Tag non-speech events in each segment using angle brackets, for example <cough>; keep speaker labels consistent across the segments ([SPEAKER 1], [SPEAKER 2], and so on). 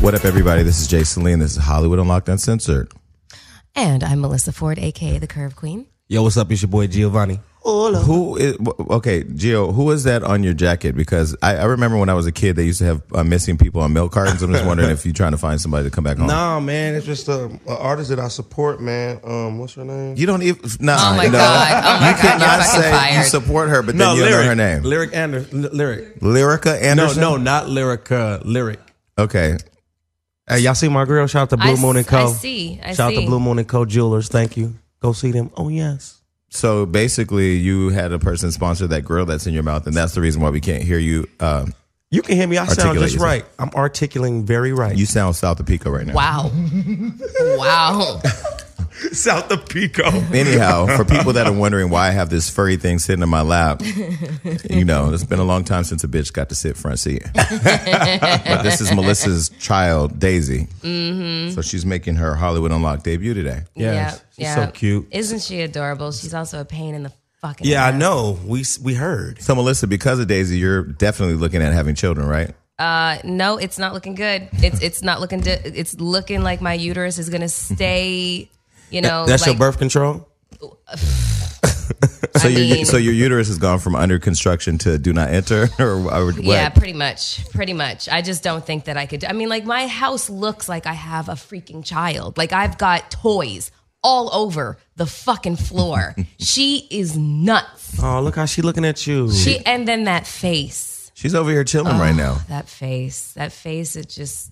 [SPEAKER 1] What up, everybody? This is Jason Lee, and this is Hollywood Unlocked Uncensored.
[SPEAKER 2] And I'm Melissa Ford, aka the Curve Queen.
[SPEAKER 3] Yo, what's up? It's your boy Giovanni.
[SPEAKER 1] Who is wh- okay, Gio? Who is that on your jacket? Because I, I remember when I was a kid, they used to have uh, missing people on milk cartons.
[SPEAKER 3] <laughs>
[SPEAKER 1] I'm just wondering if you're trying to find somebody to come back home.
[SPEAKER 4] Nah, man, it's just a, a artist that I support, man. Um, what's her name?
[SPEAKER 1] You don't even. Nah,
[SPEAKER 2] Oh my
[SPEAKER 1] no.
[SPEAKER 2] God. Oh my
[SPEAKER 1] you
[SPEAKER 2] God, you're
[SPEAKER 1] cannot
[SPEAKER 2] fucking
[SPEAKER 1] say you
[SPEAKER 2] fired.
[SPEAKER 1] support her, but then you don't know her name.
[SPEAKER 3] Lyric Anderson. Lyric.
[SPEAKER 1] Lyrica
[SPEAKER 3] No,
[SPEAKER 1] Anderson.
[SPEAKER 3] no, not lyric. Uh, lyric.
[SPEAKER 1] Okay,
[SPEAKER 3] Hey, y'all see my girl? Shout out to Blue
[SPEAKER 2] I
[SPEAKER 3] Moon and
[SPEAKER 2] s- I
[SPEAKER 3] Co.
[SPEAKER 2] see, I
[SPEAKER 3] Shout out
[SPEAKER 2] see.
[SPEAKER 3] to Blue Moon and Co. Jewelers. Thank you. Go see them. Oh yes.
[SPEAKER 1] so basically, you had a person sponsor that grill that's in your mouth, and that's the reason why we can't hear you. Uh,
[SPEAKER 3] You can hear me. I sound
[SPEAKER 1] Articulate
[SPEAKER 3] just
[SPEAKER 1] yourself.
[SPEAKER 3] right. I'm articulating very right.
[SPEAKER 1] you sound south of Pico right now.
[SPEAKER 2] <laughs> Wow. wow.
[SPEAKER 3] sound the pico.
[SPEAKER 2] <laughs>
[SPEAKER 1] Anyhow, for people that are wondering why I have this furry thing sitting in my lap, you know, it's been a long time since a bitch got to sit front seat. <laughs> but this is Melissa's child, Daisy. Mm-hmm. So she's making her Hollywood Unlocked debut today.
[SPEAKER 3] Yes. She's so cute.
[SPEAKER 2] Isn't she adorable? She's also a pain in the fucking
[SPEAKER 3] Yeah, I
[SPEAKER 2] ass.
[SPEAKER 3] know. We s- we heard.
[SPEAKER 1] So, Melissa, because of Daisy, you're definitely looking at having children, right?
[SPEAKER 2] No, it's not looking good. It's it's not looking di- it's looking like my uterus is going to stay, you know,
[SPEAKER 3] That's
[SPEAKER 2] like
[SPEAKER 3] your birth control.
[SPEAKER 1] So,
[SPEAKER 2] I
[SPEAKER 1] your,
[SPEAKER 2] mean-
[SPEAKER 1] so your uterus has gone from under construction to do not enter, <laughs> or, or what?
[SPEAKER 2] Yeah, pretty much. Pretty much. I just don't think that I could. I mean, like, my house looks like I have a freaking child. Like, I've got toys all over the fucking
[SPEAKER 3] <laughs>
[SPEAKER 2] floor. she is nuts.
[SPEAKER 3] Oh, look how she looking at you.
[SPEAKER 2] She, and then that face.
[SPEAKER 1] She's over here chilling right now.
[SPEAKER 2] That face. That face, it just,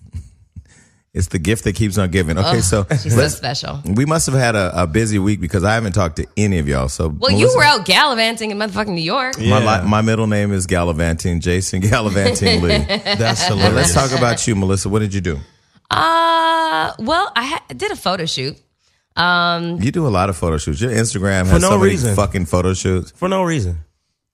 [SPEAKER 1] It's the gift that keeps on giving. Okay,
[SPEAKER 2] <laughs>
[SPEAKER 1] so
[SPEAKER 2] she's so
[SPEAKER 1] let's-
[SPEAKER 2] special.
[SPEAKER 1] we must have had a, a busy week because I haven't talked to any of y'all. So,
[SPEAKER 2] Well, you
[SPEAKER 1] Melissa-
[SPEAKER 2] were out gallivanting in motherfucking New York.
[SPEAKER 1] My,
[SPEAKER 3] Yeah.
[SPEAKER 1] li-
[SPEAKER 3] <laughs>
[SPEAKER 1] my middle name is Gallivanting, Jason Gallivanting Lee.
[SPEAKER 3] That's hilarious.
[SPEAKER 1] But let's talk about you, Melissa. What did you do?
[SPEAKER 2] Uh, well, I ha- did a photo shoot.
[SPEAKER 1] You do a lot of photo shoots. Your Instagram has
[SPEAKER 3] For no
[SPEAKER 1] so many
[SPEAKER 3] reason.
[SPEAKER 1] fucking photo shoots.
[SPEAKER 3] for no reason.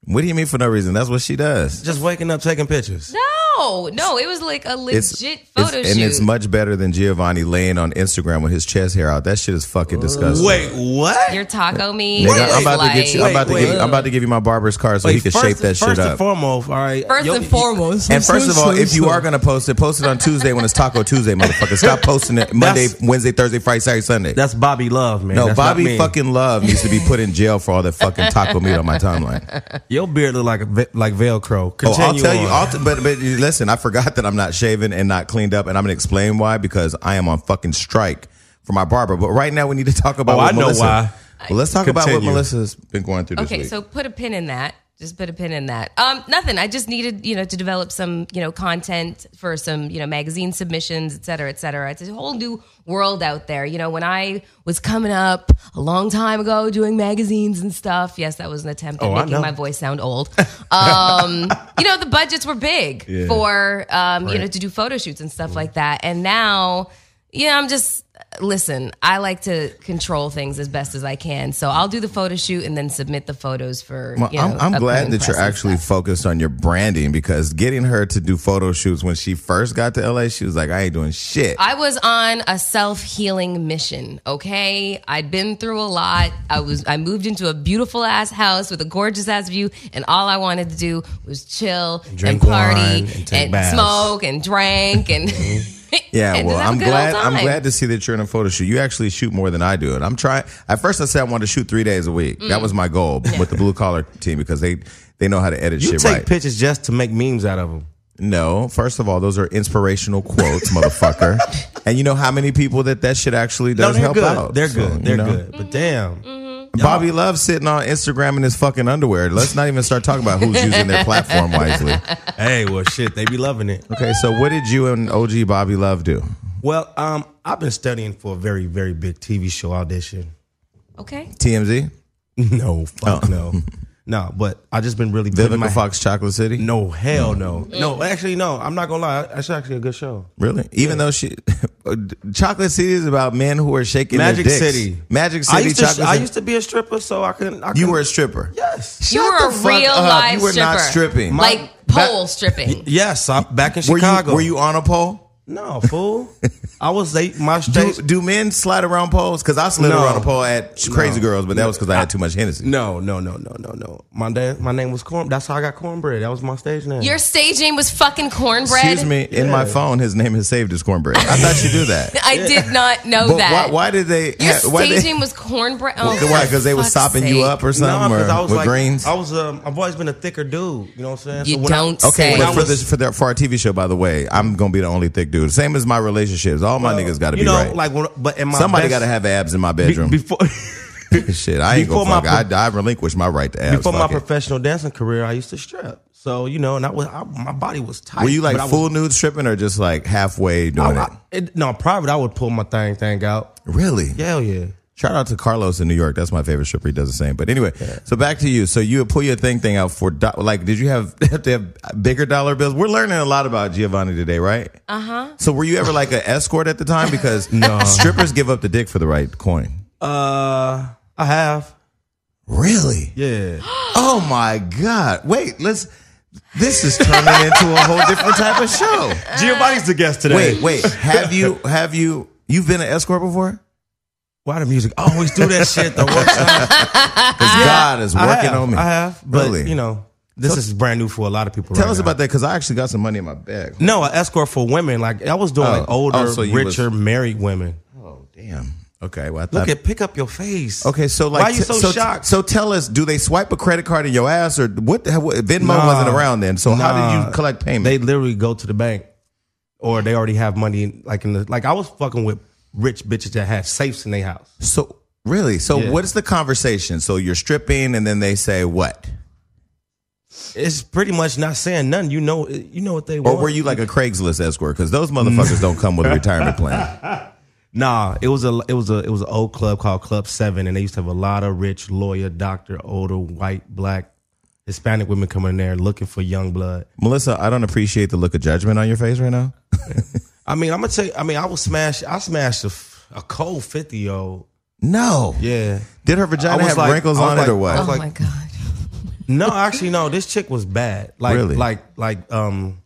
[SPEAKER 1] What do you mean for no reason? That's what she does.
[SPEAKER 3] Just waking up, taking pictures.
[SPEAKER 2] No, no, it was like a legit photo
[SPEAKER 1] it's-
[SPEAKER 2] shoot.
[SPEAKER 1] and it's much better than Giovanni laying on Instagram with his chest hair out. That shit is fucking disgusting.
[SPEAKER 3] Wait, what?
[SPEAKER 2] Your taco meat.
[SPEAKER 1] Nigga, I'm
[SPEAKER 2] is
[SPEAKER 1] about to
[SPEAKER 2] like-
[SPEAKER 1] get you. I'm about to
[SPEAKER 3] Wait,
[SPEAKER 1] give.
[SPEAKER 3] wait.
[SPEAKER 1] I'm about to give you my barber's card so
[SPEAKER 3] Wait,
[SPEAKER 1] he can
[SPEAKER 3] first-
[SPEAKER 1] shape that shit
[SPEAKER 3] First
[SPEAKER 1] up.
[SPEAKER 3] and foremost, all right.
[SPEAKER 2] First
[SPEAKER 3] Yo-
[SPEAKER 2] and foremost.
[SPEAKER 1] And first of all, if you are gonna post it, post it on Tuesday when it's Taco Tuesday, motherfucker.
[SPEAKER 3] <laughs>
[SPEAKER 1] Stop posting it Monday,
[SPEAKER 3] That's-
[SPEAKER 1] Wednesday, Thursday, Friday, Saturday, Sunday.
[SPEAKER 3] That's Bobby Love, man.
[SPEAKER 1] No,
[SPEAKER 3] That's not
[SPEAKER 1] Bobby
[SPEAKER 3] me.
[SPEAKER 1] fucking Love needs to be put in jail for all that fucking taco meat on my
[SPEAKER 3] <laughs>
[SPEAKER 1] timeline.
[SPEAKER 3] Your beard look like a ve- like Velcro.
[SPEAKER 1] Oh,
[SPEAKER 3] Continue
[SPEAKER 1] I'll tell you.
[SPEAKER 3] on.
[SPEAKER 1] I'll t- but but listen, I forgot that I'm not shaven and not cleaned up, and I'm gonna explain why because I am on fucking strike for my barber. But right now we need to talk about.
[SPEAKER 3] Oh,
[SPEAKER 1] what
[SPEAKER 3] I know
[SPEAKER 1] Melissa-
[SPEAKER 3] why.
[SPEAKER 1] Well, let's talk about what
[SPEAKER 3] Continue.
[SPEAKER 1] Melissa's been going through this
[SPEAKER 2] Okay,
[SPEAKER 1] week.
[SPEAKER 2] so put a pin in that. Just put a pin in that. Um, nothing. I just needed, you know, to develop some, you know, content for some, you know, magazine submissions, et cetera, et cetera. It's a whole new world out there. You know, when I was coming up a long time ago doing magazines and stuff, yes, that was an attempt at
[SPEAKER 3] Oh, I
[SPEAKER 2] making
[SPEAKER 3] know.
[SPEAKER 2] my voice sound
[SPEAKER 3] <laughs>
[SPEAKER 2] old. Um, you know, the budgets were big for, um, you know, to do photo shoots and stuff like that. And now, you know, I'm just listen. I like to control things as best as I can, so I'll do the photo shoot and then submit the photos for.
[SPEAKER 1] Well,
[SPEAKER 2] you know,
[SPEAKER 1] I'm, I'm glad
[SPEAKER 2] upcoming
[SPEAKER 1] that you're
[SPEAKER 2] press and
[SPEAKER 1] actually
[SPEAKER 2] stuff.
[SPEAKER 1] focused on your branding because getting her to do photo shoots when she first got to LA, she was like, "I ain't doing shit."
[SPEAKER 2] I was on a self healing mission. Okay, I'd been through a lot. I was. I moved into a beautiful ass house with a gorgeous ass view, and all I wanted to do was chill
[SPEAKER 3] Drink
[SPEAKER 2] and party
[SPEAKER 3] wine and take baths.
[SPEAKER 2] smoke and drank and.
[SPEAKER 1] Mm-hmm.
[SPEAKER 2] <laughs>
[SPEAKER 1] Yeah,
[SPEAKER 2] and
[SPEAKER 1] well,
[SPEAKER 2] just have a
[SPEAKER 1] I'm
[SPEAKER 2] good old
[SPEAKER 1] glad. I'm
[SPEAKER 2] time.
[SPEAKER 1] glad to see that you're in a photo shoot. You actually shoot more than I do, and I'm trying. At first, I said I wanted to shoot three days a week.
[SPEAKER 2] Mm.
[SPEAKER 1] That was my goal with the blue collar team because they they know how to edit
[SPEAKER 3] you
[SPEAKER 1] shit
[SPEAKER 3] take
[SPEAKER 1] right.
[SPEAKER 3] pictures just to make memes out of them.
[SPEAKER 1] no, first of all, those are inspirational quotes,
[SPEAKER 3] <laughs>
[SPEAKER 1] motherfucker. And you know how many people that that shit actually
[SPEAKER 3] No,
[SPEAKER 1] does
[SPEAKER 3] they're
[SPEAKER 1] help
[SPEAKER 3] good.
[SPEAKER 1] out.
[SPEAKER 3] They're
[SPEAKER 1] So,
[SPEAKER 3] good.
[SPEAKER 1] you
[SPEAKER 3] They're
[SPEAKER 1] know.
[SPEAKER 3] good. But damn,
[SPEAKER 1] Bobby Love sitting on Instagram in his fucking underwear. Let's not even start talking about who's using their platform wisely.
[SPEAKER 3] <laughs> hey, well, shit, they be loving it.
[SPEAKER 1] Okay, so what did you and OG Bobby Love do?
[SPEAKER 3] Well, um, I've been studying for a very, very big TV show audition. <laughs>
[SPEAKER 2] okay.
[SPEAKER 1] TMZ,
[SPEAKER 3] No,
[SPEAKER 1] <laughs>
[SPEAKER 3] fuck no, no. But I just been really putting my
[SPEAKER 1] Oh. Vivica Fox, Chocolate City.
[SPEAKER 3] No, hell no, no. Actually, no. I'm not gonna lie. That's actually a good show.
[SPEAKER 1] Really? Even though she, <laughs> Chocolate City is about men who are shaking their
[SPEAKER 3] Magic
[SPEAKER 1] dicks.
[SPEAKER 3] City.
[SPEAKER 1] Magic
[SPEAKER 3] I
[SPEAKER 1] City.
[SPEAKER 3] used, to,
[SPEAKER 1] Chocolate
[SPEAKER 3] I
[SPEAKER 1] City.
[SPEAKER 3] used to be a stripper, so I couldn't. I
[SPEAKER 1] you
[SPEAKER 3] couldn't-
[SPEAKER 1] were a stripper.
[SPEAKER 3] yes,
[SPEAKER 2] you were
[SPEAKER 1] the
[SPEAKER 2] a
[SPEAKER 1] fuck
[SPEAKER 2] real
[SPEAKER 1] up.
[SPEAKER 2] live
[SPEAKER 1] You were
[SPEAKER 2] stripper.
[SPEAKER 1] not stripping. My-
[SPEAKER 2] like
[SPEAKER 3] back-
[SPEAKER 2] pole stripping.
[SPEAKER 3] yes. I, back in
[SPEAKER 1] Were you,
[SPEAKER 3] Chicago.
[SPEAKER 1] were you on a pole?
[SPEAKER 3] No, fool. I would say
[SPEAKER 1] <laughs>
[SPEAKER 3] my
[SPEAKER 1] Do,
[SPEAKER 3] stage.
[SPEAKER 1] do men slide around poles? Because I slid
[SPEAKER 3] No.
[SPEAKER 1] around a pole at Crazy Girls, but that was because I had too much Hennessy.
[SPEAKER 3] No, no, no, no, no, no. My dad, my name was Corn. That's how I got cornbread. That was my stage name.
[SPEAKER 2] Your stage name was fucking cornbread.
[SPEAKER 1] Excuse me. In my phone, his name is saved as cornbread. I thought you do that.
[SPEAKER 2] <laughs> I did not know
[SPEAKER 1] But why,
[SPEAKER 2] that.
[SPEAKER 1] why did they?
[SPEAKER 2] Your
[SPEAKER 1] ha- why
[SPEAKER 2] stage
[SPEAKER 1] they-
[SPEAKER 2] name was cornbread. Oh,
[SPEAKER 1] <laughs> why? Because they were
[SPEAKER 2] fuck's
[SPEAKER 1] sopping you
[SPEAKER 2] sake.
[SPEAKER 1] up or
[SPEAKER 3] Nah,
[SPEAKER 1] something, or
[SPEAKER 3] 'cause I was
[SPEAKER 1] with
[SPEAKER 3] like,
[SPEAKER 1] greens.
[SPEAKER 3] I was, um, I've always been a thicker dude. You know what I'm saying?
[SPEAKER 2] You
[SPEAKER 3] when
[SPEAKER 2] don't
[SPEAKER 3] I,
[SPEAKER 1] Okay,
[SPEAKER 2] say.
[SPEAKER 1] but
[SPEAKER 3] I
[SPEAKER 1] for
[SPEAKER 3] was-
[SPEAKER 1] this for, the, for our TV show, by the way, I'm gonna be the only thick dude. Same as my relationships. All my niggas got to
[SPEAKER 3] you
[SPEAKER 1] be
[SPEAKER 3] know,
[SPEAKER 1] right.
[SPEAKER 3] like when, but in my
[SPEAKER 1] Somebody
[SPEAKER 3] best-
[SPEAKER 1] got to have abs in my
[SPEAKER 3] be-
[SPEAKER 1] bedroom. <laughs>
[SPEAKER 3] before. <laughs>
[SPEAKER 1] Shit, I ain't gonna
[SPEAKER 3] before my
[SPEAKER 1] fuck. I, I relinquished my right to abs.
[SPEAKER 3] Before my
[SPEAKER 1] Fuck it.
[SPEAKER 3] professional dancing career, I used to strip. So you know, and I was I, my body was tight.
[SPEAKER 1] Were you like
[SPEAKER 3] but I was-
[SPEAKER 1] full nude stripping or just like halfway doing
[SPEAKER 3] I-
[SPEAKER 1] it?
[SPEAKER 3] it- no, private. I would pull my thing thing out.
[SPEAKER 1] Really?
[SPEAKER 3] Hell yeah.
[SPEAKER 1] Shout out to Carlos in New York. That's my favorite stripper. He does the same. But anyway, so back to you. So you would pull your thing thing out for do- like, did you have <laughs> have to have bigger dollar bills? We're learning a lot about Giovanni today, right? Uh huh. So were you ever like an escort at the
[SPEAKER 3] <laughs>
[SPEAKER 1] time? Because strippers give up the dick for the right coin.
[SPEAKER 3] Uh, I have.
[SPEAKER 1] Really? <gasps>
[SPEAKER 3] Yeah.
[SPEAKER 1] Oh my God! Wait, let's. This is turning into a whole different type of show.
[SPEAKER 3] Giovanni's the guest today.
[SPEAKER 1] Wait, wait. Have you have you you've been an escort before?
[SPEAKER 3] Why the music always do that
[SPEAKER 1] <laughs>
[SPEAKER 3] shit? The worst
[SPEAKER 1] Because God is working
[SPEAKER 3] I have,
[SPEAKER 1] on me.
[SPEAKER 3] I have, but
[SPEAKER 1] Really?
[SPEAKER 3] you know, this is brand new for a lot of people.
[SPEAKER 1] Tell
[SPEAKER 3] right
[SPEAKER 1] us
[SPEAKER 3] now.
[SPEAKER 1] about that because I actually got some money in my bag.
[SPEAKER 3] No, an escort for women. Like I was doing like
[SPEAKER 1] Oh.
[SPEAKER 3] older,
[SPEAKER 1] Oh, so you was-
[SPEAKER 3] richer, married women.
[SPEAKER 1] Oh damn. Okay. Well, I thought.
[SPEAKER 3] Look at pick up your face.
[SPEAKER 1] okay, so like,
[SPEAKER 3] why you so,
[SPEAKER 1] t-
[SPEAKER 3] shocked?
[SPEAKER 1] So tell us, do they swipe a credit card in your ass or what? how- what- Venmo
[SPEAKER 3] Nah.
[SPEAKER 1] wasn't around then, so how did
[SPEAKER 3] Nah.
[SPEAKER 1] you collect payment?
[SPEAKER 3] they literally go to the bank, or they already have money. Like in the like, I was fucking with rich bitches that had safes in their house.
[SPEAKER 1] so really, so
[SPEAKER 3] Yeah.
[SPEAKER 1] what's the conversation? So you're stripping, and then they say what?
[SPEAKER 3] It's pretty much not saying nothing. You know, you know what they
[SPEAKER 1] Or
[SPEAKER 3] want.
[SPEAKER 1] were you like a Craigslist escort? Because those motherfuckers don't come
[SPEAKER 3] <laughs>
[SPEAKER 1] with a retirement plan.
[SPEAKER 3] Nah, it was a it was a it was an old club called Club Seven, and they used to have a lot of rich lawyer, doctor, older, white, black, Hispanic women coming in there looking for young blood.
[SPEAKER 1] Melissa, I don't appreciate the look of judgment on your face right now.
[SPEAKER 3] I mean, I'm gonna tell you. I mean, I was smashed. I smashed a, f- a cold fifty year old.
[SPEAKER 1] No.
[SPEAKER 3] Yeah.
[SPEAKER 1] Did her
[SPEAKER 3] I
[SPEAKER 1] vagina
[SPEAKER 3] was
[SPEAKER 1] have
[SPEAKER 3] like-
[SPEAKER 1] wrinkles
[SPEAKER 3] I was
[SPEAKER 1] on
[SPEAKER 3] like-
[SPEAKER 1] it or what?
[SPEAKER 3] I
[SPEAKER 2] Oh
[SPEAKER 3] was like-
[SPEAKER 2] my god.
[SPEAKER 3] No, actually, no. This chick was bad. Like,
[SPEAKER 1] Really?
[SPEAKER 3] like, like. Um,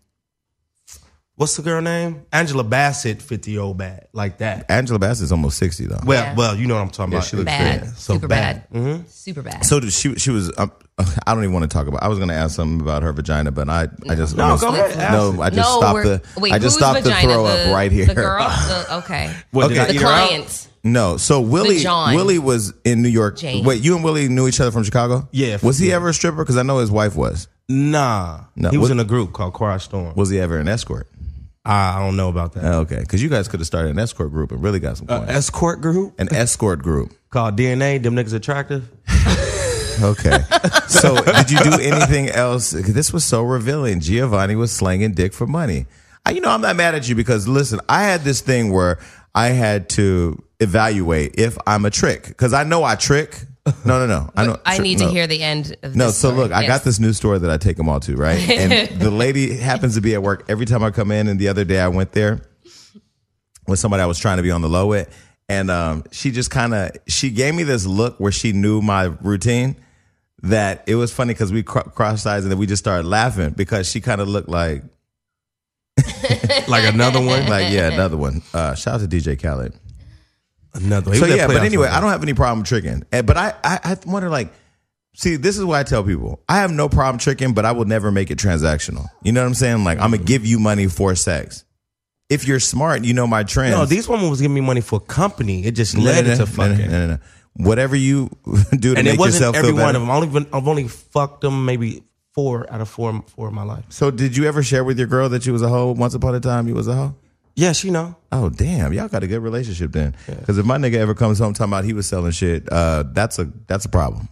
[SPEAKER 3] what's the girl name? Angela Bassett, fifty year old bad, like that.
[SPEAKER 1] Angela Bassett's almost sixty though.
[SPEAKER 3] Well,
[SPEAKER 2] Yeah.
[SPEAKER 3] well, you know what I'm talking about.
[SPEAKER 1] she looks
[SPEAKER 2] Bad.
[SPEAKER 1] bad. Mm-hmm.
[SPEAKER 3] So
[SPEAKER 2] Super
[SPEAKER 3] bad.
[SPEAKER 2] bad. Super bad.
[SPEAKER 1] So did she she was. Um, <laughs> I don't even want to talk about. I was going to ask something about her vagina, but I I just
[SPEAKER 3] No,
[SPEAKER 1] almost-
[SPEAKER 3] go ahead, ask
[SPEAKER 1] No,
[SPEAKER 3] it.
[SPEAKER 1] I just stopped
[SPEAKER 2] we're-
[SPEAKER 1] the. I just
[SPEAKER 2] whose
[SPEAKER 1] stopped
[SPEAKER 2] vagina?
[SPEAKER 1] the throw
[SPEAKER 2] The-
[SPEAKER 1] up right here.
[SPEAKER 2] The girl?
[SPEAKER 1] <laughs>
[SPEAKER 2] The- okay.
[SPEAKER 3] What, did
[SPEAKER 1] Okay.
[SPEAKER 3] I
[SPEAKER 2] the
[SPEAKER 3] eat her out?
[SPEAKER 2] client.
[SPEAKER 1] No, so Willie
[SPEAKER 2] John.
[SPEAKER 1] Willie was in New York.
[SPEAKER 2] Jane.
[SPEAKER 1] Wait, you and Willie knew each other from Chicago?
[SPEAKER 3] Yeah,
[SPEAKER 1] Was he
[SPEAKER 3] yeah.
[SPEAKER 1] ever a stripper? Because I know his wife was.
[SPEAKER 3] Nah,
[SPEAKER 1] No,
[SPEAKER 3] he was
[SPEAKER 1] what-
[SPEAKER 3] in a group called Quiet Storm.
[SPEAKER 1] Was he ever an escort?
[SPEAKER 3] I, I don't know about that.
[SPEAKER 1] Oh, Okay, because you guys could have started an escort group and really got
[SPEAKER 2] Uh,
[SPEAKER 1] some points.
[SPEAKER 3] escort
[SPEAKER 2] eh.
[SPEAKER 3] group
[SPEAKER 1] an escort group.
[SPEAKER 3] called DNA. Them niggas attractive.
[SPEAKER 1] Okay. <laughs> so, did you do anything else? This was so revealing. Giovanni was slanging dick for money. I, you know, I'm not mad at you because listen, I had this thing where I had to evaluate if I'm a trick because I know I trick. No, no, no. I know.
[SPEAKER 2] I
[SPEAKER 1] tri-
[SPEAKER 2] need
[SPEAKER 1] no.
[SPEAKER 2] to hear the end of
[SPEAKER 1] No,
[SPEAKER 2] this
[SPEAKER 1] so
[SPEAKER 2] story.
[SPEAKER 1] look, I
[SPEAKER 2] Yes.
[SPEAKER 1] got this new store that I take them all to,
[SPEAKER 2] <laughs>
[SPEAKER 1] right? And the lady happens to be at work every time I come in. And the other day I went there with somebody I was trying to be on the low with, and um, she just kind of she gave me this look where she knew my routine. That it was funny because we cr- crossed eyes and then we just started laughing because she kind of looked
[SPEAKER 2] <laughs>
[SPEAKER 1] like
[SPEAKER 3] Like another one.
[SPEAKER 1] like yeah another one. Uh, shout out to DJ Khaled.
[SPEAKER 3] another. one. He
[SPEAKER 1] So
[SPEAKER 3] was at
[SPEAKER 1] yeah, but
[SPEAKER 3] playoffs
[SPEAKER 1] anyway,
[SPEAKER 3] one
[SPEAKER 1] I don't have any problem tricking. And- But I, I, I wonder like, see, this is why I tell people I have no problem tricking, but I will never make it transactional. You know what I'm saying? Like
[SPEAKER 3] Mm-hmm.
[SPEAKER 1] I'm gonna give you money for sex. If you're smart, you know my trends.
[SPEAKER 3] No, these women was giving me money for company. It
[SPEAKER 1] <laughs>
[SPEAKER 3] just
[SPEAKER 1] No, no,
[SPEAKER 3] led
[SPEAKER 1] no,
[SPEAKER 3] into
[SPEAKER 1] no, no,
[SPEAKER 3] fucking.
[SPEAKER 1] no, no, no. Whatever you <laughs> do to
[SPEAKER 3] And
[SPEAKER 1] make
[SPEAKER 3] it wasn't
[SPEAKER 1] yourself
[SPEAKER 3] every
[SPEAKER 1] feel better.
[SPEAKER 3] one of them. I've only, been, I've only fucked them maybe four out of four four of my life.
[SPEAKER 1] So did you ever share with your girl that you was a hoe once upon a time? You was a hoe.
[SPEAKER 3] Yeah, she know.
[SPEAKER 1] Oh damn, y'all got a good relationship then. Because if my nigga ever comes home talking about he was selling shit, uh, that's a that's a problem.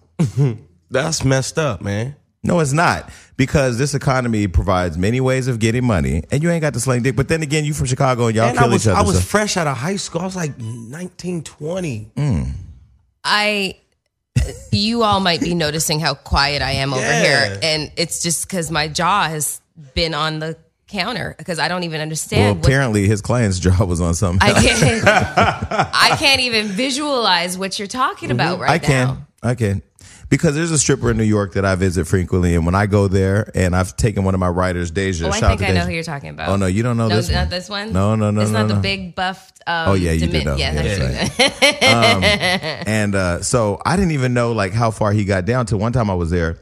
[SPEAKER 3] That's messed up, man.
[SPEAKER 1] No, it's not because this economy provides many ways of getting money, and you ain't got to sling dick. But then again, you from Chicago and y'all
[SPEAKER 3] and I
[SPEAKER 1] kill
[SPEAKER 3] was
[SPEAKER 1] each other.
[SPEAKER 3] I was
[SPEAKER 1] so-
[SPEAKER 3] fresh out of high school. I was like 19, 20.
[SPEAKER 1] Mm.
[SPEAKER 2] I you all might be noticing how quiet I am over
[SPEAKER 3] Yeah.
[SPEAKER 2] here and it's just cuz my jaw has been on the counter cuz I don't even
[SPEAKER 1] well,
[SPEAKER 2] understand what
[SPEAKER 1] apparently his client's <laughs> jaw was on something.
[SPEAKER 2] I
[SPEAKER 1] <laughs> else.
[SPEAKER 2] can't I can't even visualize what you're talking about right
[SPEAKER 1] Mm-hmm. I can,
[SPEAKER 2] now.
[SPEAKER 1] I can. Because there's a stripper in New York that I visit frequently, and when I go there, and I've taken one of my writers, Deja.
[SPEAKER 2] Oh, I
[SPEAKER 1] shout out
[SPEAKER 2] think
[SPEAKER 1] to
[SPEAKER 2] I know
[SPEAKER 1] Deja.
[SPEAKER 2] who you're talking about.
[SPEAKER 1] Oh no, you don't know
[SPEAKER 2] no,
[SPEAKER 1] this
[SPEAKER 2] not
[SPEAKER 1] one.
[SPEAKER 2] this one.
[SPEAKER 1] No, no, no,
[SPEAKER 2] uh, It's
[SPEAKER 1] no,
[SPEAKER 2] not
[SPEAKER 1] no.
[SPEAKER 2] the big buffed. Um,
[SPEAKER 1] Oh, yeah, you did know.
[SPEAKER 2] Yeah,
[SPEAKER 1] Yeah,
[SPEAKER 2] I
[SPEAKER 1] that's
[SPEAKER 2] do
[SPEAKER 1] right. Um,
[SPEAKER 2] know. <laughs>
[SPEAKER 1] and uh, so I didn't even know like how far he got down. Till one time I was there,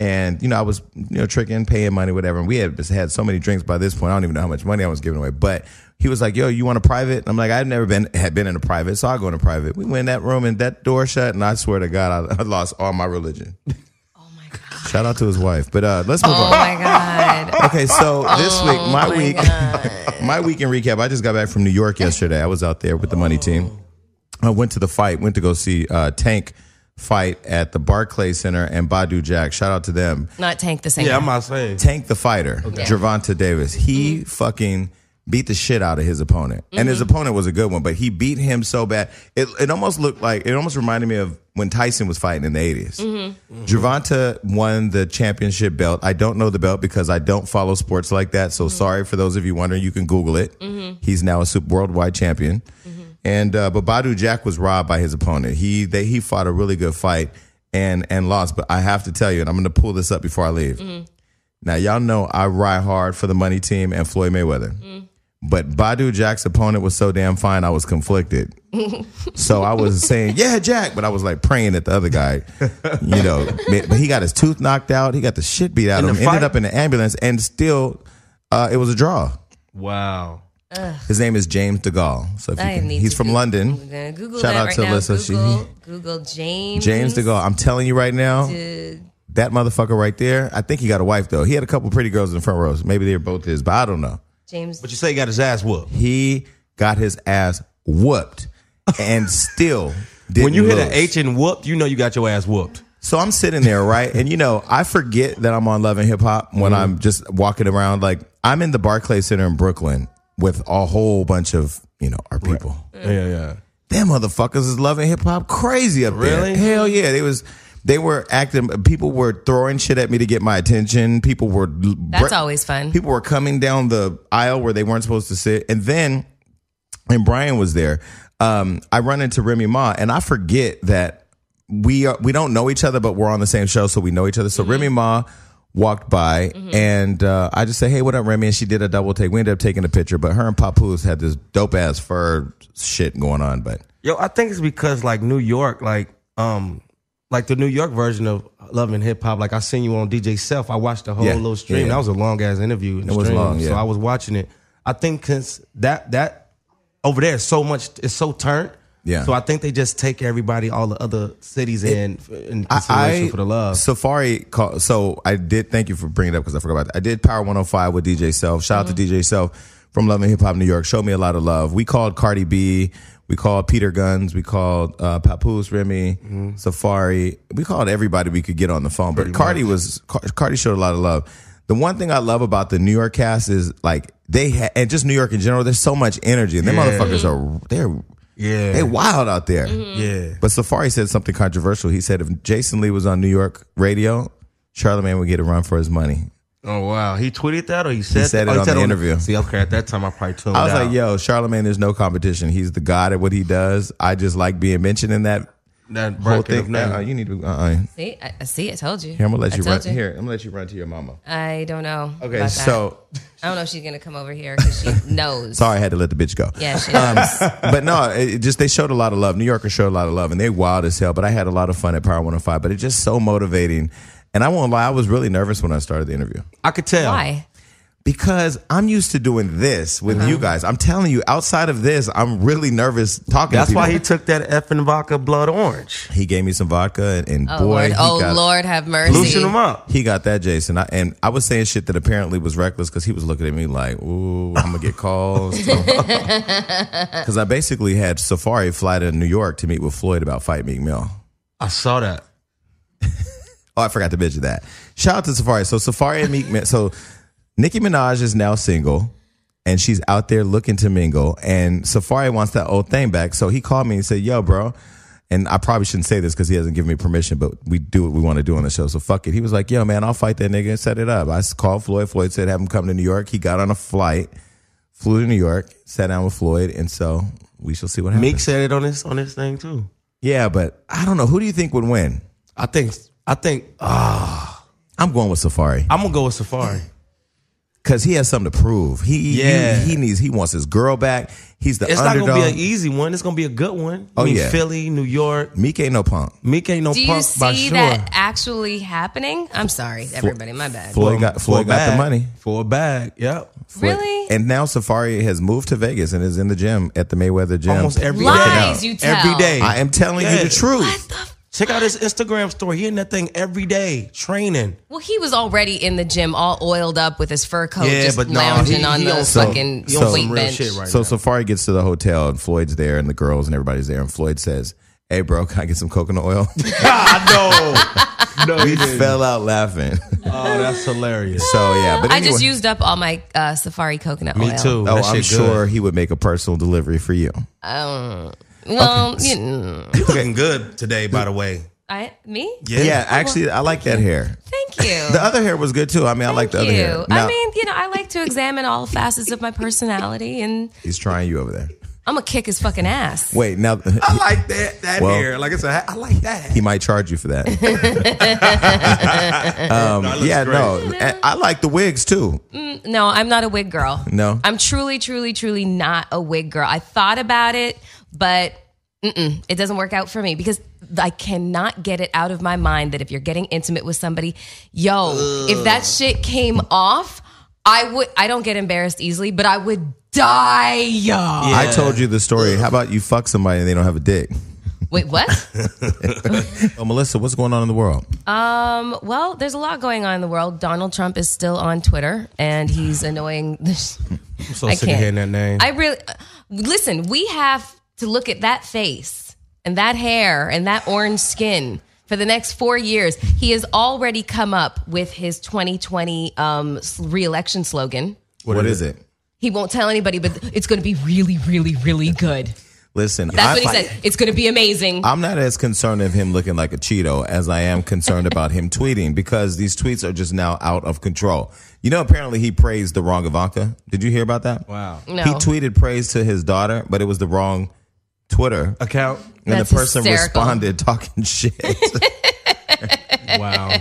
[SPEAKER 1] and you know I was you know tricking, paying money, whatever. And we had just had so many drinks by this point. I don't even know how much money I was giving away. But he was like, "Yo, you want a private?" And I'm like, "I've never been had been in a private, so I will go in a private." We went in that room and that door shut, and I swear to God, I, <laughs> I lost all my religion.
[SPEAKER 2] Oh my god.
[SPEAKER 1] Shout out to his wife. But uh, let's move
[SPEAKER 2] Oh
[SPEAKER 1] on.
[SPEAKER 2] my god.
[SPEAKER 1] Okay, so this week, my,
[SPEAKER 2] my
[SPEAKER 1] week, <laughs> my weekend recap. I just got back from New York yesterday. I was out there with the money team. I went to the fight. Went to go see uh, Tank fight at the Barclay Center and Badu Jack. Shout out to them.
[SPEAKER 2] Not tank the same.
[SPEAKER 3] Yeah, I'm not saying.
[SPEAKER 1] Tank the fighter, Gervonta Davis. He fucking beat the shit out of his opponent, and his opponent was a good one, but he beat him so bad it it almost looked like it almost reminded me of when Tyson was fighting in the 80s Gervonta won the championship belt. I don't know the belt because I don't follow sports like that. So sorry for those of you wondering. You can Google it. He's now a super worldwide champion. And uh, but Badu Jack was robbed by his opponent. He they he fought a really good fight and and lost. But I have to tell you, and I'm going to pull this up before I leave. Now y'all know I ride hard for the money team and Floyd Mayweather. But Badu Jack's opponent was so damn fine, I was conflicted.
[SPEAKER 3] <laughs>
[SPEAKER 1] so I was saying, "Yeah, Jack," but I was like praying at the other guy, you
[SPEAKER 3] <laughs>
[SPEAKER 1] know. But he got his tooth knocked out. He got the shit beat out
[SPEAKER 3] In
[SPEAKER 1] of
[SPEAKER 3] the
[SPEAKER 1] him.
[SPEAKER 3] fight?
[SPEAKER 1] Ended up in the ambulance, and still, uh, it was a draw.
[SPEAKER 3] Wow.
[SPEAKER 1] His name is James DeGaulle. So if you
[SPEAKER 2] I
[SPEAKER 1] can,
[SPEAKER 2] need
[SPEAKER 1] he's
[SPEAKER 2] to
[SPEAKER 1] from
[SPEAKER 2] Google-
[SPEAKER 1] London.
[SPEAKER 2] I'm gonna Google
[SPEAKER 1] Shout
[SPEAKER 2] that
[SPEAKER 1] out
[SPEAKER 2] right
[SPEAKER 1] to
[SPEAKER 2] now.
[SPEAKER 1] Alyssa. She-
[SPEAKER 2] Google, Google James.
[SPEAKER 1] James DeGaulle. I'm telling you right now, that motherfucker right there. I think he got a wife though. He had a couple pretty girls in the front rows. Maybe they're both his, but I don't know.
[SPEAKER 2] James.
[SPEAKER 3] But you say he got his ass whooped.
[SPEAKER 1] He got his ass whooped
[SPEAKER 3] <laughs>
[SPEAKER 1] and still didn't
[SPEAKER 3] When you hit an
[SPEAKER 1] lose.
[SPEAKER 3] H and whooped, you know you got your ass whooped.
[SPEAKER 1] So I'm sitting there, right? And you know, I forget that I'm on Love and Hip Hop when
[SPEAKER 3] Mm-hmm.
[SPEAKER 1] I'm just walking around. Like I'm in the Barclay Center in Brooklyn with a whole bunch of you know our people.
[SPEAKER 3] Yeah, yeah.
[SPEAKER 1] them motherfuckers is loving hip hop crazy up there.
[SPEAKER 3] Really?
[SPEAKER 1] Hell yeah, they was. They were acting. People were throwing shit at me to get my attention. People were.
[SPEAKER 2] That's always fun.
[SPEAKER 1] People were coming down the aisle where they weren't supposed to sit, and then, and Brian was there. Um, I run into Remy Ma, and I forget that we are, we don't know each other, but we're on the same show, so we know each other. So Remy Ma walked by, and uh, I just say, "Hey, what up, Remy?" And she did a double take. We ended up taking a picture, but her and Papoose had this dope ass fur shit going on, but.
[SPEAKER 3] Yo, I think it's because like New York, like um, like the New York version of Love and Hip Hop. Like I seen you on DJ Self. I watched the whole
[SPEAKER 1] Yeah,
[SPEAKER 3] little stream.
[SPEAKER 1] yeah.
[SPEAKER 3] That was a long ass interview. It
[SPEAKER 1] was long, yeah.
[SPEAKER 3] So I was watching it. I think since that that over there is so much. It's so turned.
[SPEAKER 1] Yeah.
[SPEAKER 3] So I think they just take everybody, all the other cities in in consideration
[SPEAKER 1] I,
[SPEAKER 3] for the love.
[SPEAKER 1] Safari call, so I did thank you for bringing it up because I forgot about that. I did Power 105 with DJ Self. Shout
[SPEAKER 3] Mm-hmm.
[SPEAKER 1] out to DJ Self from Love and Hip Hop New York. Showed me a lot of love. We called Cardi B, we called Peter Guns, we called uh, Papoose Remy,
[SPEAKER 3] Mm-hmm.
[SPEAKER 1] Safari. We called everybody we could get on the phone. But Cardi was Car- Cardi showed a lot of love. The one thing I love about the New York cast is like they ha- and just New York in general. There's so much energy, and them
[SPEAKER 3] Yeah.
[SPEAKER 1] motherfuckers are they're
[SPEAKER 3] Yeah. Mm-hmm.
[SPEAKER 1] they wild out there.
[SPEAKER 3] yeah.
[SPEAKER 1] But Safari said something controversial. He said if Jason Lee was on New York radio, Charlamagne would get a run for his money.
[SPEAKER 3] Oh wow, he tweeted that or he said
[SPEAKER 1] said
[SPEAKER 3] that?
[SPEAKER 1] it
[SPEAKER 3] Oh,
[SPEAKER 1] on the interview.
[SPEAKER 3] See, okay, at that time I probably tuned.
[SPEAKER 1] I was
[SPEAKER 3] out.
[SPEAKER 1] like, yo, Charlamagne, there's no competition. He's the god at what he does. I just like being mentioned in that
[SPEAKER 3] that
[SPEAKER 1] whole
[SPEAKER 3] bracket of
[SPEAKER 1] thing.
[SPEAKER 3] now.
[SPEAKER 1] Uh, you need to. Uh-uh. Here,
[SPEAKER 2] see, I, I see. I told you.
[SPEAKER 1] I'm gonna let
[SPEAKER 2] I
[SPEAKER 1] you run.
[SPEAKER 2] told
[SPEAKER 1] Here, I'm gonna let you run to your mama.
[SPEAKER 2] I don't know.
[SPEAKER 1] Okay,
[SPEAKER 2] about that.
[SPEAKER 1] so
[SPEAKER 2] I don't know if she's gonna come over here because
[SPEAKER 1] <laughs>
[SPEAKER 2] she knows.
[SPEAKER 1] sorry, I had to let the bitch go. <laughs>
[SPEAKER 2] Yeah, she
[SPEAKER 1] Um,
[SPEAKER 2] knows.
[SPEAKER 1] but no, it it just they showed a lot of love. New Yorkers showed a lot of love, and they wild as hell. But I had a lot of fun at Power 105. But it's just so motivating. And I won't lie, I was really nervous when I started the interview.
[SPEAKER 3] I could tell.
[SPEAKER 2] Why?
[SPEAKER 1] because I'm used to doing this with
[SPEAKER 2] Uh-huh.
[SPEAKER 1] you guys. I'm telling you, outside of this, I'm really nervous talking.
[SPEAKER 3] That's
[SPEAKER 1] to
[SPEAKER 3] why he
[SPEAKER 1] people.
[SPEAKER 3] took that effing vodka blood orange.
[SPEAKER 1] he gave me some vodka, and, and
[SPEAKER 2] Oh
[SPEAKER 1] boy,
[SPEAKER 2] Lord.
[SPEAKER 1] he
[SPEAKER 2] Oh
[SPEAKER 1] got,
[SPEAKER 2] Lord, have mercy.
[SPEAKER 3] Loosen him up.
[SPEAKER 1] he got that, Jason. I, and I was saying shit that apparently was reckless because he was looking at me like, "Ooh, I'm gonna get calls."
[SPEAKER 2] <laughs>
[SPEAKER 1] <laughs> Because I basically had Safari fly to New York to meet with Floyd about Fight Meek Mill.
[SPEAKER 3] I saw that.
[SPEAKER 1] Oh, I forgot to mention that. Shout out to Safari. So Safari and Meek Mill. So Nicki Minaj is now single, and she's out there looking to mingle. And Safari wants that old thing back. So he called me and said, "Yo, bro." And I probably shouldn't say this because he hasn't given me permission, but we do what we want to do on the show. So fuck it. He was like, "Yo, man, I'll fight that nigga and set it up." I s- called Floyd. Floyd said, "Have him come to New York." He got on a flight, flew to New York, sat down with Floyd, and so we shall see what happens.
[SPEAKER 3] Meek said it on this on this thing too.
[SPEAKER 1] yeah, but I don't know. Who do you think would win?
[SPEAKER 3] I think I think uh,
[SPEAKER 1] I'm going with Safari
[SPEAKER 3] I'm gonna go with Safari.
[SPEAKER 1] because he has something to prove. He
[SPEAKER 3] Yeah.
[SPEAKER 1] he, he needs he wants his girl back. He's the
[SPEAKER 3] It's
[SPEAKER 1] underdog.
[SPEAKER 3] not gonna be an easy one. It's gonna be a e- good one.
[SPEAKER 1] Oh,
[SPEAKER 3] I mean,
[SPEAKER 1] yeah.
[SPEAKER 3] Philly, New York.
[SPEAKER 1] Meek ain't no punk.
[SPEAKER 3] Meek ain't no
[SPEAKER 2] Do you
[SPEAKER 3] punk by
[SPEAKER 2] see
[SPEAKER 3] sure.
[SPEAKER 2] that actually happening? I'm sorry, everybody. My bad.
[SPEAKER 1] Floyd got
[SPEAKER 3] For a
[SPEAKER 1] Floyd got the
[SPEAKER 3] bag.
[SPEAKER 1] money.
[SPEAKER 3] for a bag. Yep.
[SPEAKER 2] Really?
[SPEAKER 1] And now Safari has moved to Vegas and is in the gym at the Mayweather gym.
[SPEAKER 3] Almost every day.
[SPEAKER 2] Lies you tell.
[SPEAKER 3] Every day.
[SPEAKER 1] I am telling you
[SPEAKER 3] Yeah.
[SPEAKER 1] the truth.
[SPEAKER 3] Check out his Instagram story. He in that thing every day <laughs> training.
[SPEAKER 2] Well, he was already in the gym, all oiled up with his fur coat,
[SPEAKER 3] Yeah,
[SPEAKER 2] just
[SPEAKER 3] but no,
[SPEAKER 2] lounging
[SPEAKER 3] he-
[SPEAKER 2] on
[SPEAKER 3] he
[SPEAKER 2] the
[SPEAKER 3] on some-
[SPEAKER 2] fucking
[SPEAKER 1] he on some
[SPEAKER 2] weight
[SPEAKER 3] real
[SPEAKER 2] bench.
[SPEAKER 3] shit right
[SPEAKER 1] so Safari gets to the hotel and Floyd's there and the girls and everybody's there and Floyd says, "Hey, bro, can I get some coconut oil?" <laughs>
[SPEAKER 3] I know. no,
[SPEAKER 1] we fell out laughing. <laughs>
[SPEAKER 3] Oh, that's hilarious.
[SPEAKER 1] so yeah, but
[SPEAKER 2] I
[SPEAKER 1] anyway,
[SPEAKER 2] just used up all my uh, safari coconut
[SPEAKER 3] Me
[SPEAKER 2] oil.
[SPEAKER 3] too.
[SPEAKER 1] Oh,
[SPEAKER 3] That
[SPEAKER 1] I'm
[SPEAKER 3] shit good.
[SPEAKER 1] sure he would make a personal delivery for you.
[SPEAKER 2] Well, you know,
[SPEAKER 3] You looking good today, by the way.
[SPEAKER 2] I, me?
[SPEAKER 1] Yeah, actually, I like that hair. <laughs>
[SPEAKER 2] Thank you.
[SPEAKER 1] The other hair was good too. I mean, I like the
[SPEAKER 2] Thank
[SPEAKER 1] other
[SPEAKER 2] you.
[SPEAKER 1] hair.
[SPEAKER 2] I mean, you know, I like to examine all facets of my personality, and
[SPEAKER 1] he's trying you over there.
[SPEAKER 2] I'm gonna kick his fucking ass.
[SPEAKER 1] Wait, now <laughs>
[SPEAKER 3] I like that that
[SPEAKER 1] Well-
[SPEAKER 3] hair. Like I said, I like that.
[SPEAKER 1] he might charge you for
[SPEAKER 2] <laughs>
[SPEAKER 1] that. um,
[SPEAKER 3] it looks
[SPEAKER 1] yeah,
[SPEAKER 3] great.
[SPEAKER 1] no, I- I like the wigs too.
[SPEAKER 2] No, I'm not a wig girl.
[SPEAKER 1] No?
[SPEAKER 2] I'm truly, truly, truly not a wig girl. I thought about it, but mm-mm, it doesn't work out for me because I cannot get it out of my mind that if you're getting intimate with somebody, yo, if that shit came off, I would. I don't get embarrassed easily, but I would die, yo.
[SPEAKER 1] I told you the story. How about you fuck somebody and they don't have a dick?
[SPEAKER 2] Wait, what?
[SPEAKER 1] Oh, Melissa, what's going on in the world?
[SPEAKER 2] Um, Well, there's a lot going on in the world. Donald Trump is still on Twitter, and he's annoying. <laughs> The
[SPEAKER 3] I'm so
[SPEAKER 2] I
[SPEAKER 3] sick of
[SPEAKER 2] can't.
[SPEAKER 3] hearing that name.
[SPEAKER 2] I really uh, listen. We have to look at that face and that hair and that orange skin for the next four years. He has already come up with his 2020 um, s- reelection slogan.
[SPEAKER 1] what is, it?
[SPEAKER 2] He won't tell anybody, but it's going to be really, really, really good.
[SPEAKER 1] Listen,
[SPEAKER 2] That's what he said. It's going to be amazing.
[SPEAKER 1] I'm not as concerned of him looking like a Cheeto as I am
[SPEAKER 2] <laughs>
[SPEAKER 1] concerned about him tweeting because these tweets are just now out of control. You know, apparently he praised the wrong Ivanka. Did you hear about that?
[SPEAKER 3] wow.
[SPEAKER 2] No.
[SPEAKER 1] He tweeted praise to his daughter, but it was the wrong Twitter.
[SPEAKER 3] Account.
[SPEAKER 1] And
[SPEAKER 2] That's
[SPEAKER 1] the person
[SPEAKER 2] hysterical.
[SPEAKER 1] responded talking <laughs> shit. <laughs>
[SPEAKER 3] Wow.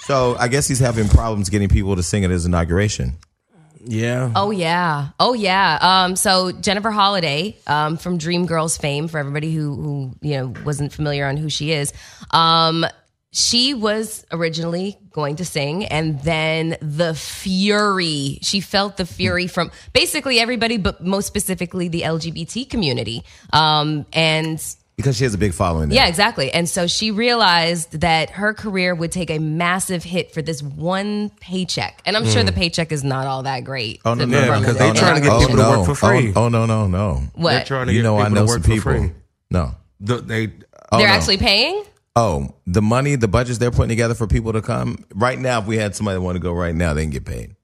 [SPEAKER 1] so I guess he's having problems getting people to sing at his inauguration.
[SPEAKER 3] Yeah.
[SPEAKER 2] Oh yeah, oh yeah. Um, so Jennifer Holiday um, from Dreamgirls fame, for everybody who who you know wasn't familiar on who she is, um, she was originally going to sing, and then the fury. She felt the fury from basically everybody, but most specifically the LGBT community. Um, and
[SPEAKER 1] Because she has a big following there.
[SPEAKER 2] yeah, exactly. And so she realized that her career would take a massive hit for this one paycheck. And I'm sure the paycheck is not all that great.
[SPEAKER 1] Oh no,
[SPEAKER 2] to-
[SPEAKER 1] no,
[SPEAKER 2] from
[SPEAKER 1] no,
[SPEAKER 3] because
[SPEAKER 2] the
[SPEAKER 3] they
[SPEAKER 1] no,
[SPEAKER 2] Donald
[SPEAKER 3] trying to get
[SPEAKER 1] no,
[SPEAKER 2] Trump.
[SPEAKER 3] people to
[SPEAKER 1] no.
[SPEAKER 3] work for free.
[SPEAKER 1] Oh, oh, no, no, no.
[SPEAKER 3] They're
[SPEAKER 2] What?
[SPEAKER 3] trying to
[SPEAKER 1] You
[SPEAKER 3] get
[SPEAKER 1] know,
[SPEAKER 3] people
[SPEAKER 1] I know
[SPEAKER 3] to work
[SPEAKER 1] some
[SPEAKER 3] for
[SPEAKER 1] people.
[SPEAKER 3] free.
[SPEAKER 1] No.
[SPEAKER 3] The- they
[SPEAKER 1] Oh,
[SPEAKER 2] They're
[SPEAKER 1] no.
[SPEAKER 2] actually paying?
[SPEAKER 1] Oh, the money, the budgets they're putting together for people to come right now. If we had somebody that want to go right now, they can get paid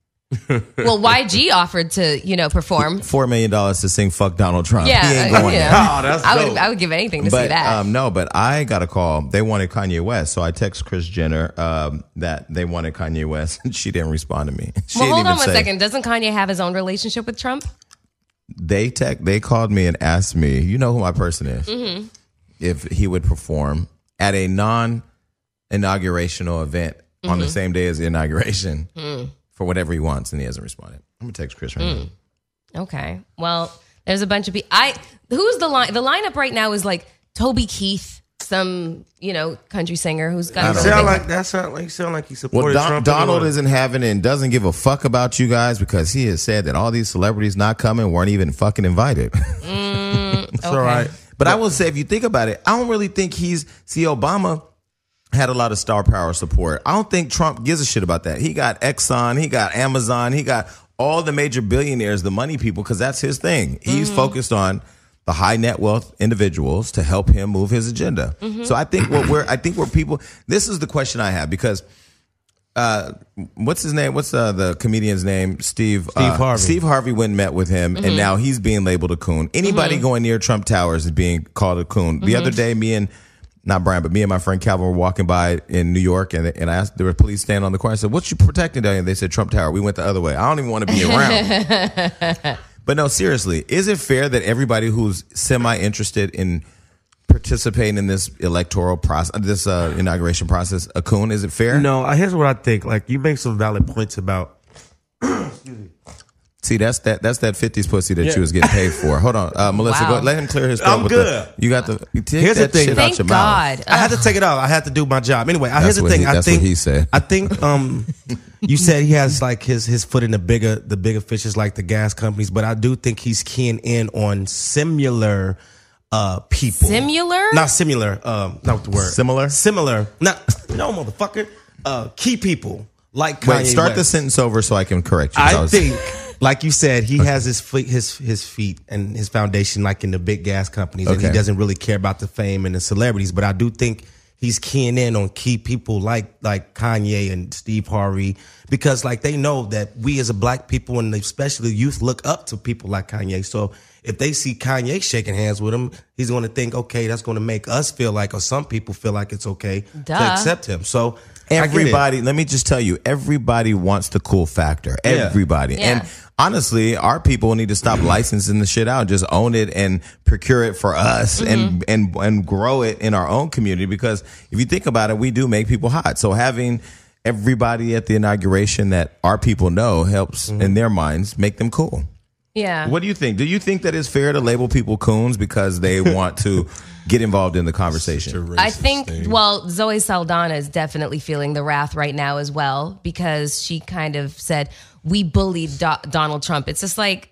[SPEAKER 2] Well,
[SPEAKER 1] <laughs>
[SPEAKER 2] YG offered to, you know, perform.
[SPEAKER 1] four million dollars to sing "Fuck Donald Trump."
[SPEAKER 2] Yeah.
[SPEAKER 1] he ain't
[SPEAKER 2] uh,
[SPEAKER 1] going.
[SPEAKER 2] you know,
[SPEAKER 3] Oh, that's
[SPEAKER 2] <laughs> I would
[SPEAKER 3] dope.
[SPEAKER 2] I would give anything to see
[SPEAKER 1] But
[SPEAKER 2] that.
[SPEAKER 1] um, no, but I got a call. They wanted Kanye West, so I text Chris Jenner um, that they wanted Kanye West, <laughs> and she didn't respond to me. <laughs> She
[SPEAKER 2] well,
[SPEAKER 1] didn't
[SPEAKER 2] hold
[SPEAKER 1] even
[SPEAKER 2] on one
[SPEAKER 1] say-
[SPEAKER 2] second. Doesn't Kanye have his own relationship with Trump?
[SPEAKER 1] They tech, they called me and asked me, you know who my person is,
[SPEAKER 2] Mm-hmm.
[SPEAKER 1] if he would perform at a non-inaugurational event on
[SPEAKER 2] Mm-hmm.
[SPEAKER 1] the same day as the inauguration
[SPEAKER 2] Mm.
[SPEAKER 1] for whatever he wants, and he hasn't responded. I'm gonna text Chris right now.
[SPEAKER 2] Okay. Well, there's a bunch of people. I who's the line? The lineup right now is like Toby Keith, some you know country singer who's got.
[SPEAKER 1] don't
[SPEAKER 2] a really
[SPEAKER 1] know.
[SPEAKER 2] big-
[SPEAKER 3] sound like that. Sound like sound like he supported
[SPEAKER 1] Well, Don-
[SPEAKER 3] Trump.
[SPEAKER 1] Donald
[SPEAKER 3] anyway.
[SPEAKER 1] isn't having it and doesn't give a fuck about you guys because he has said that all these celebrities not coming weren't even fucking invited. <laughs>
[SPEAKER 3] It's all right.
[SPEAKER 1] but I will say, if you think about it, I don't really think he's. See, Obama had a lot of star power support. I don't think Trump gives a shit about that. He got Exxon, he got Amazon, he got all the major billionaires, the money people, because that's his thing. He's focused on the high net wealth individuals to help him move his agenda. So I think what we're, I think we're people. This is the question I have because what's his name? What's uh, the comedian's name? Steve Steve
[SPEAKER 3] Harvey.
[SPEAKER 1] Steve Harvey went and met with him, and now he's being labeled a coon. Anybody going near Trump Towers is being called a coon. The other day, me and not Brian, but me and my friend Calvin were walking by in New York, and and I asked there were police standing on the corner. I said, "What you protecting down here?" They said, "Trump Tower." We went the other way. I don't even want to be around. but no, seriously, is it fair that everybody who's semi interested in participating in this electoral process, this uh, inauguration process? Akun, is it fair?
[SPEAKER 3] No, I- here's what I think. Like you make some valid points about
[SPEAKER 1] See, that's that that's that fifties pussy that you was getting paid for. Hold on, uh, Melissa,
[SPEAKER 2] Wow.
[SPEAKER 1] go, let him clear his throat.
[SPEAKER 3] I'm
[SPEAKER 1] with
[SPEAKER 3] good.
[SPEAKER 1] The, you got the you take
[SPEAKER 3] Here's the
[SPEAKER 1] that
[SPEAKER 3] thing.
[SPEAKER 1] shit out
[SPEAKER 2] Thank
[SPEAKER 1] your
[SPEAKER 2] God. Uh,
[SPEAKER 1] mouth.
[SPEAKER 3] I had to take it off. I had to do my job. Anyway, I here's the
[SPEAKER 1] what
[SPEAKER 3] thing.
[SPEAKER 1] he-
[SPEAKER 3] I
[SPEAKER 1] that's what
[SPEAKER 3] think
[SPEAKER 1] he said.
[SPEAKER 3] I
[SPEAKER 1] <laughs>
[SPEAKER 3] think um, you said he has like his his foot in the bigger the bigger fishes like the gas companies, but I do think he's keying in on similar uh people.
[SPEAKER 2] Similar?
[SPEAKER 3] Not similar. Um, not the word.
[SPEAKER 1] Similar?
[SPEAKER 3] Similar. Not no motherfucker. Uh, key people like Kanye
[SPEAKER 1] Wait, start
[SPEAKER 3] West.
[SPEAKER 1] the sentence over so I can correct you. 'cause
[SPEAKER 3] I
[SPEAKER 1] was-
[SPEAKER 3] think, <laughs> like you said, he has his feet, his his feet and his foundation like in the big gas companies, and he
[SPEAKER 1] Okay.
[SPEAKER 3] doesn't really care about the fame and the celebrities. But I do think he's keying in on key people like like Kanye and Steve Harvey because like they know that we as a black people and especially youth look up to people like Kanye. So if they see Kanye shaking hands with him, he's going to think, okay, that's going to make us feel like, or some people feel like it's okay to
[SPEAKER 2] Duh.
[SPEAKER 3] accept him. So I get it.
[SPEAKER 1] Everybody, let me just tell you, everybody wants the cool factor. Everybody.
[SPEAKER 2] Yeah.
[SPEAKER 1] And honestly, our people need to stop licensing the shit out, just own it and procure it for us
[SPEAKER 3] Mm-hmm.
[SPEAKER 1] and, and, and grow it in our own community. Because if you think about it, we do make people hot. So having everybody at the inauguration that our people know helps
[SPEAKER 3] Mm-hmm.
[SPEAKER 1] in their minds make them cool.
[SPEAKER 2] Yeah.
[SPEAKER 1] What do you think? Do you think that it's fair to label people coons because
[SPEAKER 3] <laughs>
[SPEAKER 1] they want to get involved in the conversation?
[SPEAKER 2] I think, well, Zoe Saldana is definitely feeling the wrath right now as well because she kind of said, We bullied Do- Donald Trump. It's just like,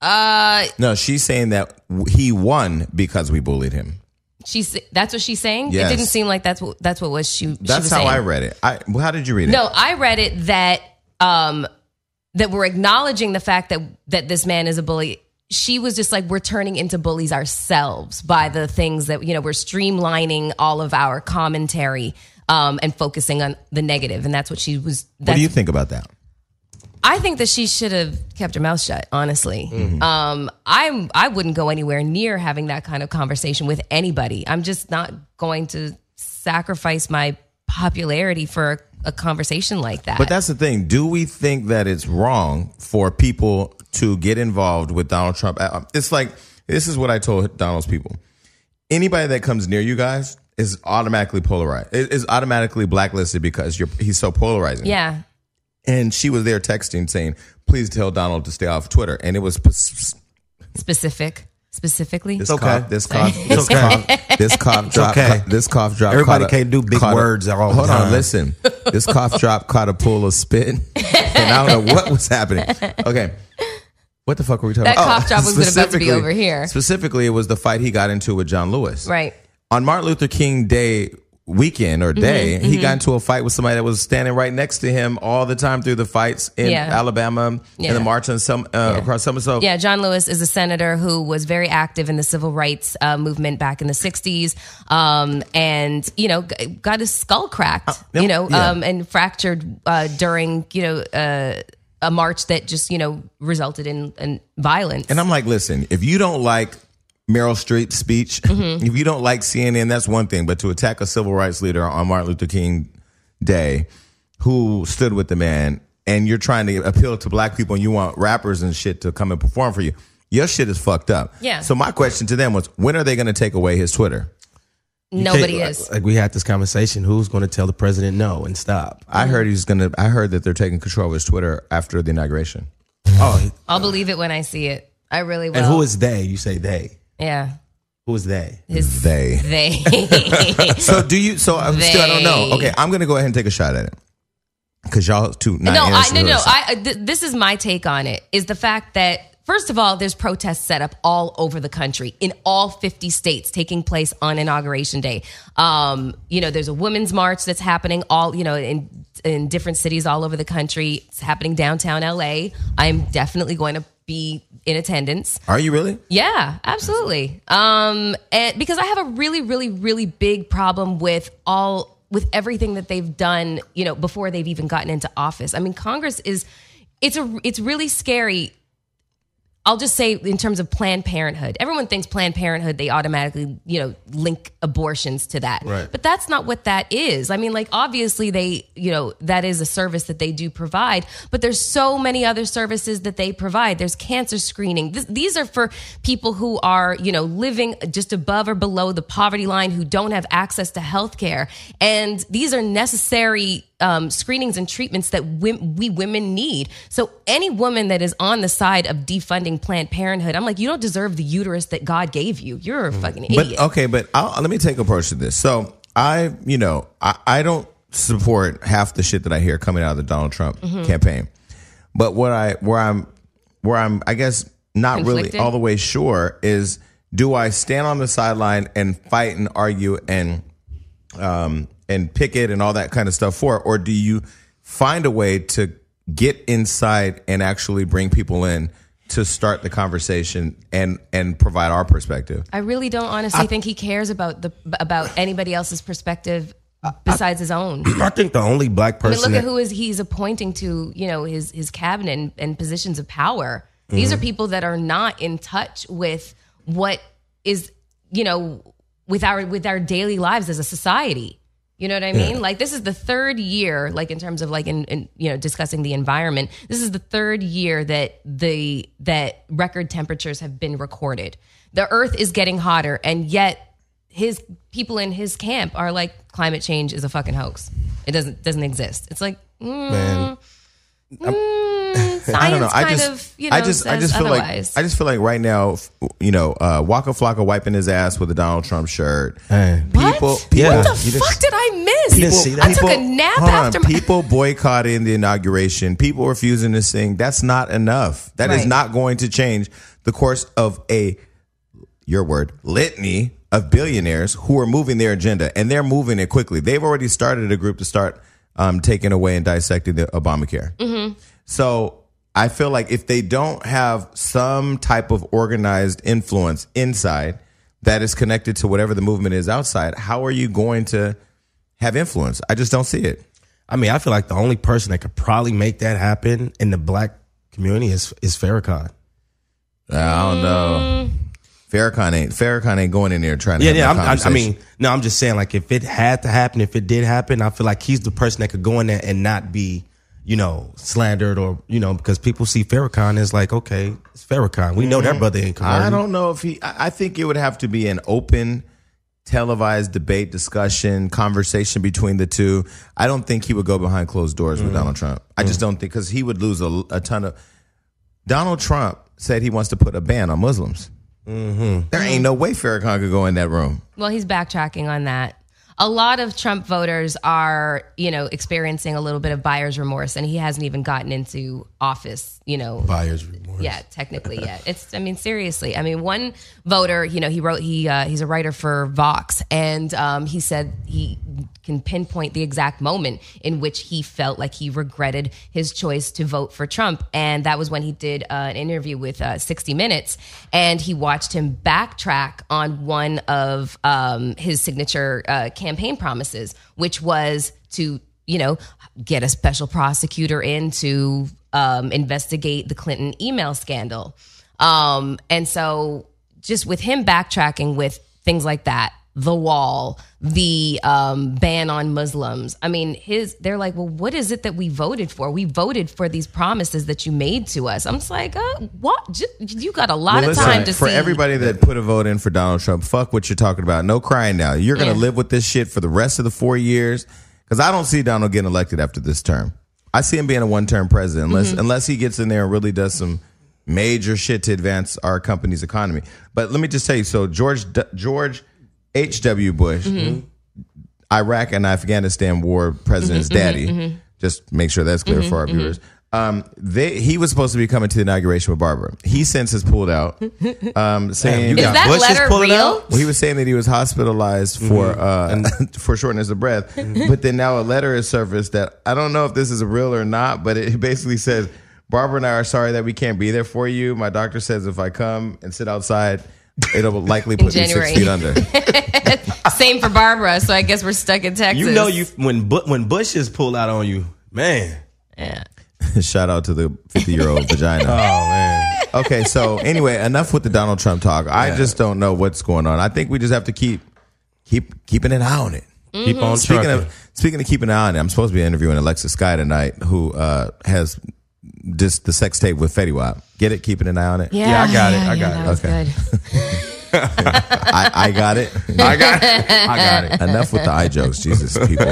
[SPEAKER 2] uh,
[SPEAKER 1] No, she's saying that w- he won because we bullied him.
[SPEAKER 2] she's that's what she's saying.
[SPEAKER 1] Yes.
[SPEAKER 2] It didn't seem like that's what that's what was she. she
[SPEAKER 1] That's
[SPEAKER 2] was
[SPEAKER 1] how
[SPEAKER 2] saying.
[SPEAKER 1] I read it. I well, how did you read it?
[SPEAKER 2] No, I read it that um that we're acknowledging the fact that that this man is a bully. She was just like we're turning into bullies ourselves by the things that you know we're streamlining all of our commentary um and focusing on the negative and that's what she was
[SPEAKER 1] What
[SPEAKER 2] that's
[SPEAKER 1] do you think about that?
[SPEAKER 2] I think that she should have kept her mouth shut, honestly.
[SPEAKER 1] Mm-hmm.
[SPEAKER 2] Um, I'm I wouldn't go anywhere near having that kind of conversation with anybody. I'm just not going to sacrifice my popularity for a, a conversation like that.
[SPEAKER 1] But that's the thing. Do we think that it's wrong for people to get involved with Donald Trump? Uh, It's like this is what I told Donald's people. Anybody that comes near you guys is automatically polarized. Is automatically blacklisted because you're he's so polarizing.
[SPEAKER 2] yeah.
[SPEAKER 1] And she was there texting saying, "Please tell Donald to stay off Twitter." And it was this
[SPEAKER 2] Specific. Specifically.
[SPEAKER 1] okay. cough, this cough, this
[SPEAKER 3] okay.
[SPEAKER 1] cough,
[SPEAKER 3] <laughs>
[SPEAKER 1] this cough drop,
[SPEAKER 3] okay.
[SPEAKER 1] this cough drop.
[SPEAKER 3] Everybody
[SPEAKER 1] caught a-
[SPEAKER 3] can't do big
[SPEAKER 1] caught a-
[SPEAKER 3] words all the
[SPEAKER 1] Hold on,
[SPEAKER 3] time. <laughs>
[SPEAKER 1] listen. This cough drop caught a pool of spit, and I don't know what was happening. Okay. What the fuck were we talking
[SPEAKER 2] That
[SPEAKER 1] about? Oh,
[SPEAKER 2] cough drop was about to be
[SPEAKER 1] specifically-
[SPEAKER 2] over here.
[SPEAKER 1] Specifically, it was the fight he got into with John Lewis.
[SPEAKER 2] right.
[SPEAKER 1] On Martin Luther King Day weekend
[SPEAKER 2] Mm-hmm,
[SPEAKER 1] or day, he got into a fight with somebody that was standing right next to him all the time through the fights in
[SPEAKER 2] Yeah.
[SPEAKER 1] Alabama and
[SPEAKER 2] Yeah.
[SPEAKER 1] the march on some uh, across summer. So
[SPEAKER 2] Yeah, John Lewis is a senator who was very active in the civil rights uh, movement back in the 60s um, and, you know, g- got his skull cracked, you know,
[SPEAKER 1] Oh, yeah.
[SPEAKER 2] um, and fractured uh, during, you know, uh, a march that just, you know, resulted in, in violence.
[SPEAKER 1] And I'm like, listen, if you don't like Meryl Streep's speech,
[SPEAKER 2] Mm-hmm.
[SPEAKER 1] if you don't like CNN, that's one thing. But to attack a civil rights leader on Martin Luther King Day, who stood with the man, and you're trying to appeal to black people and you want rappers and shit to come and perform for you, your shit is fucked up.
[SPEAKER 2] Yeah.
[SPEAKER 1] So my question to them was, when are they going to take away his Twitter?
[SPEAKER 3] You
[SPEAKER 2] Nobody
[SPEAKER 3] can't-
[SPEAKER 2] is.
[SPEAKER 3] Like, like we had this conversation. Who's going to tell the president no and stop?
[SPEAKER 1] I
[SPEAKER 2] Mm-hmm.
[SPEAKER 1] heard he's gonna. I heard that they're taking control of his Twitter after the inauguration.
[SPEAKER 3] Oh,
[SPEAKER 2] I'll believe it when I see it. I really will.
[SPEAKER 3] and who is they? You say they.
[SPEAKER 2] Yeah.
[SPEAKER 3] Who is they?
[SPEAKER 2] His,
[SPEAKER 1] They.
[SPEAKER 2] they. <laughs>
[SPEAKER 1] So do you? So I'm still. I don't know.
[SPEAKER 2] They.
[SPEAKER 1] Okay, I'm gonna go ahead and take a shot at it because y'all two. Not
[SPEAKER 2] no, I,
[SPEAKER 1] answering
[SPEAKER 2] no, no.
[SPEAKER 1] us.
[SPEAKER 2] I, th- this is my take on it. Is the fact that first of all, there's protests set up all over the country in all 50 states taking place on inauguration day. Um, you know, there's a women's march that's happening all you know in in different cities all over the country. It's happening downtown LA. I'm definitely going to be in attendance.
[SPEAKER 1] Are you really?
[SPEAKER 2] Yeah, absolutely. Um, and because I have a really, really, really big problem with all with everything that they've done, you know, before they've even gotten into office. I mean, Congress is it's a it's really scary I'll just say in terms of Planned Parenthood, everyone thinks Planned Parenthood, they automatically, you know, link abortions to that.
[SPEAKER 4] Right.
[SPEAKER 2] But that's not what that is. I mean, like, obviously, they, you know, that is a service that they do provide, but there's so many other services that they provide. There's cancer screening. This, these are for people who are, you know, living just above or below the poverty line who don't have access to health care. And these are necessary um, screenings and treatments that we, we women need. So any woman that is on the side of defunding Planned Parenthood, I'm like, you don't deserve the uterus that God gave you. You're a fucking
[SPEAKER 1] But uh,
[SPEAKER 2] idiot.
[SPEAKER 1] okay, but I'll, let me take approach to this. So I, you know, I, I don't support half the shit that I hear coming out of the Donald Trump campaign. But what I where I'm where I'm I guess not really
[SPEAKER 2] Conflicted?
[SPEAKER 1] all the way sure is do I stand on the sideline and fight and argue and um and picket and all that kind of stuff for it, or do you find a way to get inside and actually bring people in to start the conversation and and provide our perspective?
[SPEAKER 2] I really don't honestly think he cares about the about anybody else's perspective besides his own.
[SPEAKER 3] I think the only black
[SPEAKER 2] I mean,
[SPEAKER 3] person
[SPEAKER 2] look at
[SPEAKER 3] that-
[SPEAKER 2] who is he's appointing to, you know, his his cabinet and, and positions of power. These are
[SPEAKER 3] Mm-hmm.
[SPEAKER 2] people that are not in touch with what is, you know, with our with our daily lives as a society. You know what I mean? Like this is the third year, like in terms of like in, in you know discussing the environment. This is the third year that the that record temperatures have been recorded. The Earth is getting hotter, and yet his people in his camp are like climate change is a fucking hoax. It doesn't doesn't exist. It's like mm,
[SPEAKER 3] Man.
[SPEAKER 2] mm, science
[SPEAKER 1] uh, <laughs> I don't know. I
[SPEAKER 2] kind
[SPEAKER 1] just,
[SPEAKER 2] of you know
[SPEAKER 1] I just, I
[SPEAKER 2] says
[SPEAKER 1] just feel
[SPEAKER 2] otherwise.
[SPEAKER 1] like, I just feel like right now, f- you know, uh, Waka Flocka wiping his ass with a Donald Trump shirt.
[SPEAKER 2] what?
[SPEAKER 1] People,
[SPEAKER 3] Yeah.
[SPEAKER 1] people,
[SPEAKER 2] what the
[SPEAKER 3] you
[SPEAKER 2] fuck
[SPEAKER 3] just-
[SPEAKER 2] did I miss?
[SPEAKER 3] You didn't see that?
[SPEAKER 2] I took a
[SPEAKER 1] people-
[SPEAKER 2] nap
[SPEAKER 1] hold on.
[SPEAKER 2] after my.
[SPEAKER 1] people boycotting the inauguration. People refusing to sing. That's not enough. That is
[SPEAKER 2] Right.
[SPEAKER 1] not going to change the course of a your word litany of billionaires who are moving their agenda, and they're moving it quickly. They've already started a group to start um, taking away and dissecting the Obamacare. So I feel like if they don't have some type of organized influence inside that is connected to whatever the movement is outside, how are you going to have influence? I just don't see it.
[SPEAKER 3] I mean, I feel like the only person that could probably make that happen in the black community is is Farrakhan.
[SPEAKER 1] I don't know. Farrakhan ain't Farrakhan ain't going in there trying to.
[SPEAKER 3] Yeah,
[SPEAKER 1] have that
[SPEAKER 3] yeah. I'm, I, I
[SPEAKER 1] conversation.
[SPEAKER 3] mean, no, I'm just saying, like, if it had to happen, if it did happen, I feel like he's the person that could go in there and not be, you know, slandered or, you know, because people see Farrakhan as like, okay, it's Farrakhan. We know that brother ain't
[SPEAKER 1] I
[SPEAKER 3] converted.
[SPEAKER 1] don't know if he. I I think it would have to be an open, televised debate, discussion, conversation between the two. I don't think he would go behind closed doors with Donald Trump. I just don't think because he would lose a, a ton of. Donald Trump said he wants to put a ban on Muslims. There ain't no way Farrakhan could go in that room.
[SPEAKER 2] Well, he's backtracking on that. A lot of Trump voters are, you know, experiencing a little bit of buyer's remorse, and he hasn't even gotten into office, you know,
[SPEAKER 3] Buyer's remorse.
[SPEAKER 2] yeah technically yeah it's i mean seriously i mean one voter you know he wrote he uh, he's a writer for vox and um, he said he can pinpoint the exact moment in which he felt like he regretted his choice to vote for trump and that was when he did uh, an interview with uh, 60 minutes and he watched him backtrack on one of um, his signature uh, campaign promises which was to you know, get a special prosecutor in to um, investigate the Clinton email scandal. Um, and so, just with him backtracking with things like that, the wall, the um, ban on Muslims. I mean, his they're like, well, what is it that we voted for? We voted for these promises that you made to us. I'm just like, uh, what? J- You got a lot
[SPEAKER 1] Well,
[SPEAKER 2] of
[SPEAKER 1] listen,
[SPEAKER 2] time to
[SPEAKER 1] for
[SPEAKER 2] see.
[SPEAKER 1] everybody that put a vote in for Donald Trump, fuck what you're talking about. No crying now. You're going to
[SPEAKER 2] Yeah.
[SPEAKER 1] live with this shit for the rest of the four years because I don't see Donald getting elected after this term. I see him being a one term president unless
[SPEAKER 2] Mm-hmm.
[SPEAKER 1] unless he gets in there and really does some major shit to advance our company's economy. But let me just tell you, so George D- George H W Bush,
[SPEAKER 2] Mm-hmm.
[SPEAKER 1] Iraq and Afghanistan war president's
[SPEAKER 2] Mm-hmm,
[SPEAKER 1] daddy. Just make sure that's clear for our viewers. Um, they, he was supposed to be coming to the inauguration with Barbara. He since has pulled out,
[SPEAKER 2] <laughs>
[SPEAKER 1] um, saying
[SPEAKER 2] is that
[SPEAKER 3] Bush is
[SPEAKER 2] letter
[SPEAKER 3] pulling
[SPEAKER 2] real?
[SPEAKER 3] out?
[SPEAKER 1] well, he was saying that he was hospitalized for uh, <laughs> for shortness of breath,
[SPEAKER 2] Mm-hmm.
[SPEAKER 1] but then now a letter has surfaced that I don't know if this is real or not, but it basically says Barbara and I are sorry that we can't be there for you. My doctor says if I come and sit outside, it'll likely put me six
[SPEAKER 2] January.
[SPEAKER 1] feet under.
[SPEAKER 2] <laughs>
[SPEAKER 1] <laughs>
[SPEAKER 2] Same for Barbara. So I guess we're stuck in Texas.
[SPEAKER 3] You know, you when Bu- when Bushes pull out on you, man.
[SPEAKER 2] Yeah. <laughs>
[SPEAKER 1] Shout out to the fifty year old
[SPEAKER 3] Oh
[SPEAKER 1] vagina.
[SPEAKER 3] man,
[SPEAKER 1] Okay,
[SPEAKER 3] <laughs>
[SPEAKER 1] so anyway, enough with the Donald Trump talk. I just don't know what's going on. I think we just have to keep keep keeping an eye on it.
[SPEAKER 2] Mm-hmm.
[SPEAKER 3] Keep on
[SPEAKER 1] Speaking
[SPEAKER 3] trucking.
[SPEAKER 1] of speaking of keeping an eye on it, I'm supposed to be interviewing Alexa Sky tonight, who uh, has this the sex tape with Fetty Wap. Get it? Keeping an eye on it.
[SPEAKER 2] Yeah,
[SPEAKER 3] Yeah, I got it.
[SPEAKER 2] yeah,
[SPEAKER 3] I
[SPEAKER 2] yeah,
[SPEAKER 3] got
[SPEAKER 2] that
[SPEAKER 3] it.
[SPEAKER 2] was
[SPEAKER 1] Okay.
[SPEAKER 2] good.
[SPEAKER 3] <laughs>
[SPEAKER 1] I, I got it.
[SPEAKER 3] I
[SPEAKER 1] <laughs>
[SPEAKER 3] got it. I got it.
[SPEAKER 1] Enough with the eye jokes, Jesus people.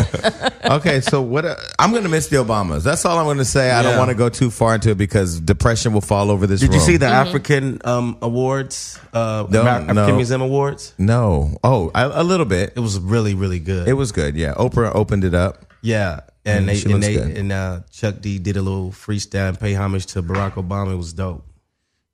[SPEAKER 1] Okay, so what? Uh, I'm gonna miss the Obamas. That's all I'm gonna say. I don't
[SPEAKER 3] Yeah.
[SPEAKER 1] want to go too far into it because depression will fall over this.
[SPEAKER 3] Did you
[SPEAKER 1] room.
[SPEAKER 3] see the
[SPEAKER 2] Mm-hmm.
[SPEAKER 3] African um, awards? Uh,
[SPEAKER 1] No,
[SPEAKER 3] Amer- African
[SPEAKER 1] no.
[SPEAKER 3] Museum Awards?
[SPEAKER 1] No. Oh, I, a little bit.
[SPEAKER 3] It was really, really good.
[SPEAKER 1] It was good. Yeah, Oprah opened it up.
[SPEAKER 3] yeah. And
[SPEAKER 1] Mm, she
[SPEAKER 3] they, and,
[SPEAKER 1] looks
[SPEAKER 3] they
[SPEAKER 1] good.
[SPEAKER 3] and uh, Chuck D did a little freestyle and pay homage to Barack Obama. It was dope.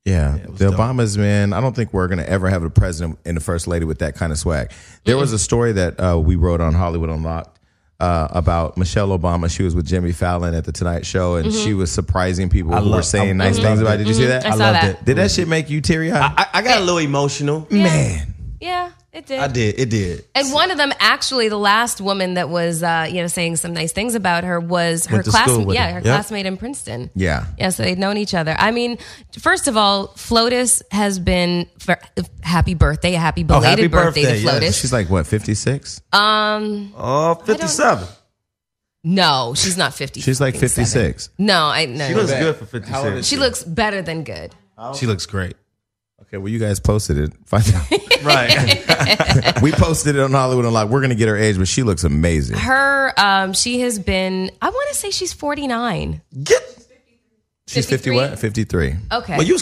[SPEAKER 1] Yeah,
[SPEAKER 3] was
[SPEAKER 1] the
[SPEAKER 3] dope.
[SPEAKER 1] Obamas, man. I don't think we're gonna ever have a president and a first lady with that kind of swag. There was a story that uh, we wrote on Hollywood Unlocked uh, about Michelle Obama. She was with Jimmy Fallon at the Tonight Show, and she was surprising people who were
[SPEAKER 3] love-
[SPEAKER 1] saying
[SPEAKER 3] Mm-hmm. I-
[SPEAKER 1] nice
[SPEAKER 3] I
[SPEAKER 1] things
[SPEAKER 3] loved
[SPEAKER 1] about. it.
[SPEAKER 3] it.
[SPEAKER 1] Did you see that?
[SPEAKER 2] I saw that.
[SPEAKER 1] Did that shit make you teary eyed?
[SPEAKER 3] I, I got a little emotional.
[SPEAKER 1] Man,
[SPEAKER 2] Yeah, it did.
[SPEAKER 3] I did. It did.
[SPEAKER 2] And one of them, actually, the last woman that was, uh, you know, saying some nice things about her was her
[SPEAKER 3] Went to school
[SPEAKER 2] classmate.
[SPEAKER 3] with
[SPEAKER 2] Yeah,
[SPEAKER 3] her.
[SPEAKER 2] her
[SPEAKER 3] Yep.
[SPEAKER 2] classmate in Princeton.
[SPEAKER 1] yeah.
[SPEAKER 2] Yeah, so they'd known each other. I mean, first of all, Flotus has been for, happy birthday, happy belated
[SPEAKER 3] Oh, happy
[SPEAKER 2] birthday,
[SPEAKER 3] birthday,
[SPEAKER 2] to
[SPEAKER 3] yes.
[SPEAKER 2] Flotus.
[SPEAKER 1] She's like what, fifty six?
[SPEAKER 3] Uh, Oh, 57.
[SPEAKER 2] no, she's not fifty.
[SPEAKER 1] She's like fifty six.
[SPEAKER 2] No, I no.
[SPEAKER 3] She
[SPEAKER 2] She
[SPEAKER 3] looks
[SPEAKER 2] looks,
[SPEAKER 3] good for 56.
[SPEAKER 2] she looks better than good.
[SPEAKER 3] She looks great.
[SPEAKER 1] Okay, well, you guys posted it. <laughs> Find
[SPEAKER 3] <laughs>
[SPEAKER 1] out.
[SPEAKER 3] Right.
[SPEAKER 1] we posted it on Hollywood Unlocked. We're gonna get her age, but she looks amazing.
[SPEAKER 2] Her, um, she has been. I want to say she's forty nine.
[SPEAKER 3] Get.
[SPEAKER 1] She's fifty what? Fifty three.
[SPEAKER 2] Okay.
[SPEAKER 3] Well, you was